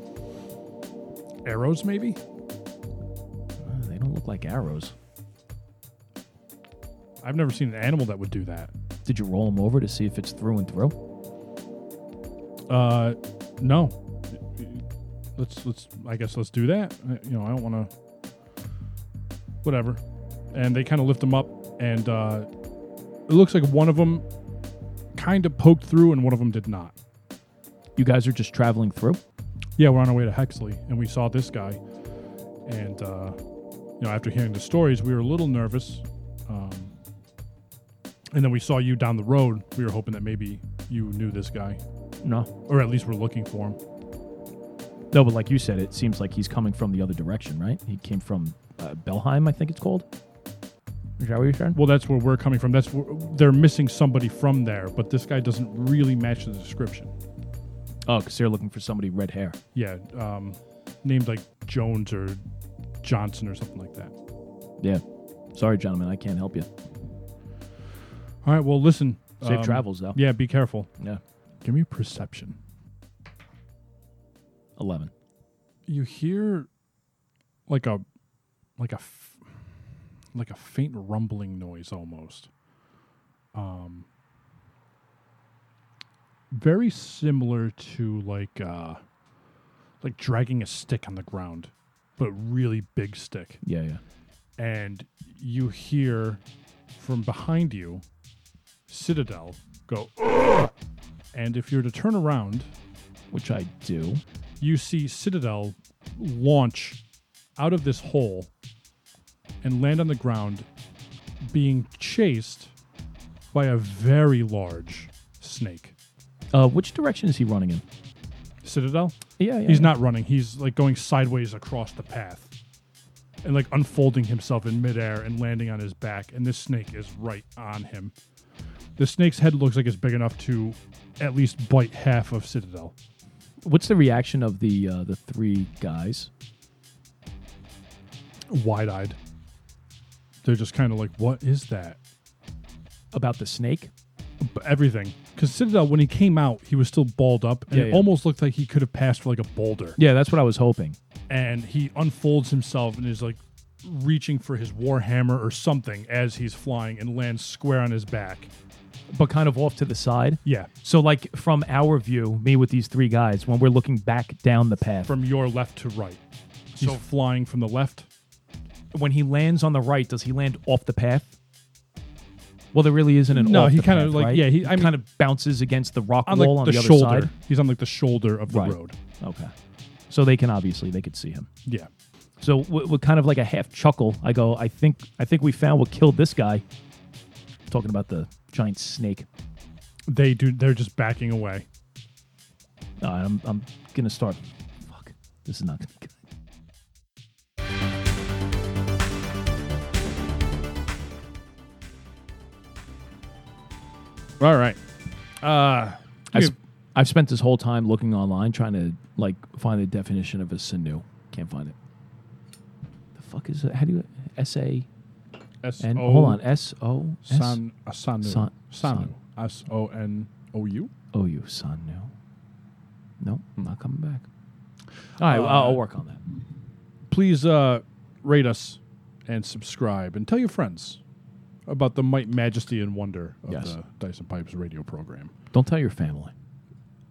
Speaker 2: Arrows, maybe?
Speaker 3: Uh, they don't look like arrows.
Speaker 2: I've never seen an animal that would do that.
Speaker 3: Did you roll them over to see if it's through and through?
Speaker 2: Uh, no. Let's let's. I guess let's do that. I- You know, I don't want to. Whatever. And they kind of lift him up, and uh, it looks like one of them kind of poked through, and one of them did not.
Speaker 3: You guys are just traveling through?
Speaker 2: yeah, we're on our way to Hexley, and we saw this guy. And uh, you know, after hearing the stories, we were a little nervous. Um, And then we saw you down the road. We were hoping that maybe you knew this guy,
Speaker 3: No,
Speaker 2: or at least were looking for him.
Speaker 3: no, but like you said, it seems like he's coming from the other direction, right? He came from uh, Belheim, I think it's called. Is that what you're saying?
Speaker 2: Well, that's where we're coming from. That's where they're missing somebody from there, but this guy doesn't really match the description.
Speaker 3: Oh, because they're looking for somebody red hair.
Speaker 2: Yeah, um, named like Jones or Johnson or something like that.
Speaker 3: Yeah. Sorry, gentlemen, I can't help you.
Speaker 2: All right. Well, listen. um,
Speaker 3: Safe travels, though.
Speaker 2: Yeah, be careful.
Speaker 3: Um, Yeah.
Speaker 2: Give me perception.
Speaker 3: Eleven.
Speaker 2: You hear like a like a f- like a faint rumbling noise almost. Um very similar to like uh like dragging a stick on the ground, but really big stick.
Speaker 3: Yeah, yeah.
Speaker 2: and you hear from behind you Citadel go, Ugh! and if you're to turn around,
Speaker 3: Which I do.
Speaker 2: you see Citadel launch out of this hole and land on the ground, being chased by a very large snake.
Speaker 3: Uh, which direction is he running in?
Speaker 2: Citadel?
Speaker 3: Yeah, yeah.
Speaker 2: He's not running. He's like going sideways across the path and like unfolding himself in midair and landing on his back. And this snake is right on him. The snake's head looks like it's big enough to at least bite half of Citadel.
Speaker 3: What's the reaction of the uh, the three guys?
Speaker 2: Wide eyed. They're just kind of like, what is that?
Speaker 3: About the snake?
Speaker 2: B- Everything. Because Citadel, when he came out, he was still balled up and
Speaker 3: Yeah,
Speaker 2: it
Speaker 3: yeah.
Speaker 2: almost looked like he could have passed for like a boulder.
Speaker 3: Yeah, that's what I was hoping.
Speaker 2: and he unfolds himself and is like reaching for his warhammer or something as he's flying and lands square on his back.
Speaker 3: But kind of off to the side.
Speaker 2: Yeah,
Speaker 3: So like from our view, me with these three guys, when we're looking back down the path,
Speaker 2: from your left to right. He's
Speaker 3: So-
Speaker 2: flying from the left.
Speaker 3: when he lands on the right, does he land off the path? Well, there really isn't an
Speaker 2: No,
Speaker 3: off
Speaker 2: he
Speaker 3: the
Speaker 2: kinda
Speaker 3: path,
Speaker 2: like-
Speaker 3: right?
Speaker 2: yeah, he- I mean-
Speaker 3: kind of bounces against the rock
Speaker 2: On like
Speaker 3: wall on
Speaker 2: the,
Speaker 3: the, other
Speaker 2: shoulder.
Speaker 3: side.
Speaker 2: He's on like the shoulder of the
Speaker 3: Right.
Speaker 2: road.
Speaker 3: Okay, so they can obviously they could see him.
Speaker 2: Yeah.
Speaker 3: So with, with kind of like a half chuckle, I go, I think I think we found what killed this guy. Talking about the giant snake.
Speaker 2: They do they're just backing away.
Speaker 3: Uh, I'm I'm gonna start. Fuck, this is not gonna be good.
Speaker 2: All right. Uh
Speaker 3: I sp- I've spent this whole time looking online trying to like find the definition of a sinew. Can't find it. The fuck is it? How do you S A
Speaker 2: S
Speaker 3: N?
Speaker 2: O-
Speaker 3: Hold on, S O S
Speaker 2: San uh, Sanu. Sanu.
Speaker 3: San- San.
Speaker 2: S O N O U.
Speaker 3: O U sinew. No, I'm not coming back. All right, I'll, I'll work on that.
Speaker 2: please uh, rate us and subscribe and tell your friends about the might, majesty, and wonder of
Speaker 3: Yes.
Speaker 2: the Dyson Pipes radio program.
Speaker 3: Don't tell your family.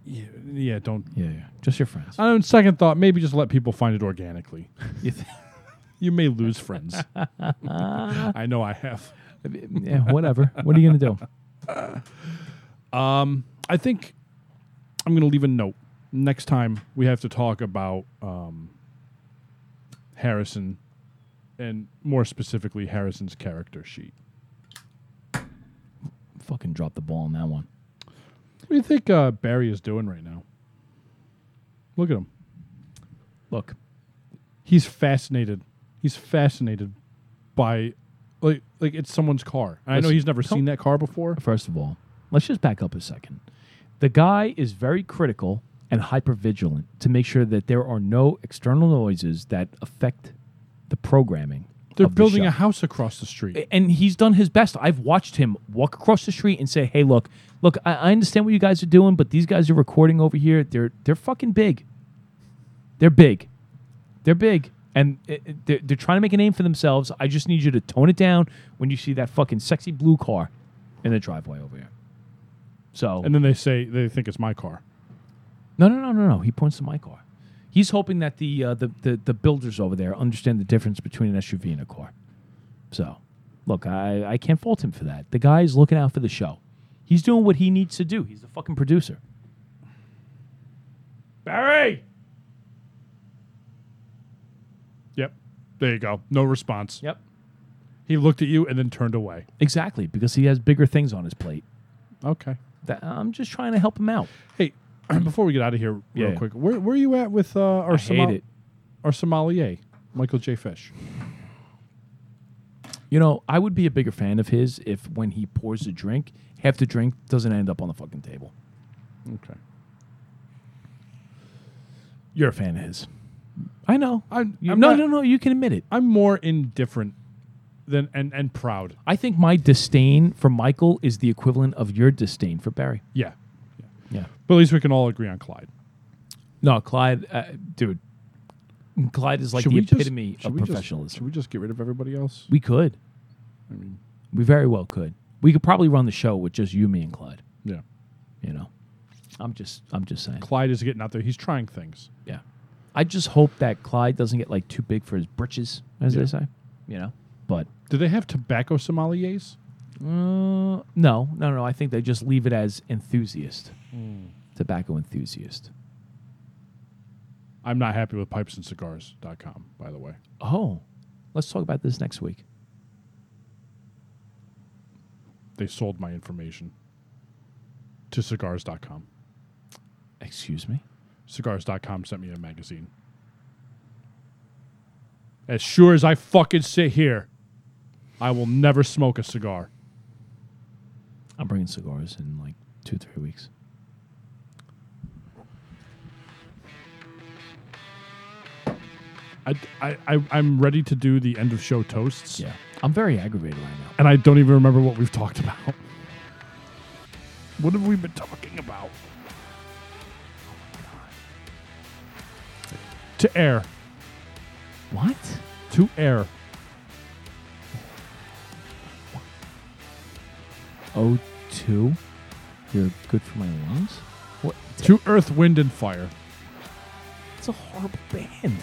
Speaker 2: Yeah, yeah don't.
Speaker 3: Yeah, yeah. just your friends.
Speaker 2: On second thought, maybe just let people find it organically.
Speaker 3: You th-
Speaker 2: You may lose friends. I know I have.
Speaker 3: yeah, whatever. What are you gonna do?
Speaker 2: I think I'm going to leave a note. Next time we have to talk about um, Harrison and more specifically Harrison's character sheet.
Speaker 3: Fucking drop the ball on that one.
Speaker 2: What do you think uh, Barry is doing right now? Look at him.
Speaker 3: Look,
Speaker 2: he's fascinated. He's fascinated by like like it's someone's car. And I know
Speaker 3: Listen,
Speaker 2: he's never
Speaker 3: come-
Speaker 2: seen that car before.
Speaker 3: first of all, let's just back up a second. The guy is very critical and hypervigilant to make sure that there are no external noises that affect the programming.
Speaker 2: They're
Speaker 3: of the Eh,
Speaker 2: building
Speaker 3: show.
Speaker 2: a house across the street.
Speaker 3: And he's done his best. I've watched him walk across the street and say, "Hey, look, look, I, I understand what you guys are doing, but these guys are recording over here. They're they're fucking big. They're big. They're big." And it- it- they're, they're trying to make a name for themselves. I just need you to tone it down when you see that fucking sexy blue car in the driveway over here. So
Speaker 2: And then they say they think it's my car.
Speaker 3: no, no, no, no, no. He points to my car. He's hoping that the uh, the, the the builders over there understand the difference between an SUV and a car. So, look, I, I can't fault him for that. The guy is looking out for the show. He's doing what he needs to do. He's the fucking producer.
Speaker 2: Barry. Yep. There you go. No response.
Speaker 3: Yep.
Speaker 2: He looked at you and then turned away.
Speaker 3: Exactly, because he has bigger things on his plate.
Speaker 2: Okay.
Speaker 3: That, I'm just trying to help him out.
Speaker 2: Hey, before we get out of here, real
Speaker 3: Yeah.
Speaker 2: quick, where, where are you at with uh, our
Speaker 3: I hate
Speaker 2: Somali-
Speaker 3: it.
Speaker 2: our sommelier, Michael J. Fish?
Speaker 3: You know, I would be a bigger fan of his if when he pours a drink, half the drink doesn't end up on the fucking table.
Speaker 2: Okay.
Speaker 3: You're a fan of his. I know.
Speaker 2: I'm-
Speaker 3: You-
Speaker 2: I'm
Speaker 3: no,
Speaker 2: not-
Speaker 3: no, no. You can admit it.
Speaker 2: I'm more indifferent than and and proud.
Speaker 3: I think my disdain for Michael is the equivalent of your disdain for Barry.
Speaker 2: Yeah.
Speaker 3: Yeah.
Speaker 2: But at least we can all agree on Clyde.
Speaker 3: No, Clyde, uh, dude. Clyde is like
Speaker 2: Should
Speaker 3: the
Speaker 2: we just-
Speaker 3: epitome
Speaker 2: should
Speaker 3: of
Speaker 2: we just-
Speaker 3: professionalism.
Speaker 2: should we just get rid of everybody else?
Speaker 3: we could.
Speaker 2: I mean,
Speaker 3: We very well could. We could probably run the show with just you, me, and Clyde.
Speaker 2: yeah.
Speaker 3: You know, I'm just, I'm just saying.
Speaker 2: Clyde is getting out there. He's trying things.
Speaker 3: Yeah. I just hope that Clyde doesn't get like too big for his britches, as they say. You know, but
Speaker 2: Do they have tobacco sommeliers?
Speaker 3: uh, no, no, no. I think they just leave it as enthusiast, Mm. tobacco enthusiast.
Speaker 2: I'm not happy with pipesandcigars.com, by the way.
Speaker 3: Oh, let's talk about this next week.
Speaker 2: They sold my information to cigars.com.
Speaker 3: Excuse me.
Speaker 2: Cigars.com sent me a magazine. As sure as I fucking sit here, I will never smoke a cigar.
Speaker 3: I'm bringing cigars in like two, three weeks.
Speaker 2: I, I, I, I'm ready to do the end of show toasts,
Speaker 3: Yeah, I'm very aggravated right now.
Speaker 2: and I don't even remember what we've talked about. What have we been talking about? To air.
Speaker 3: What?
Speaker 2: To air.
Speaker 3: O two. You're good for my lungs. What?
Speaker 2: To earth, wind, and fire.
Speaker 3: It's a horrible band.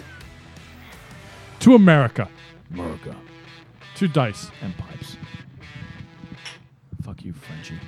Speaker 2: To America.
Speaker 3: America
Speaker 2: To dice.
Speaker 3: and pipes. Fuck you, Frenchie.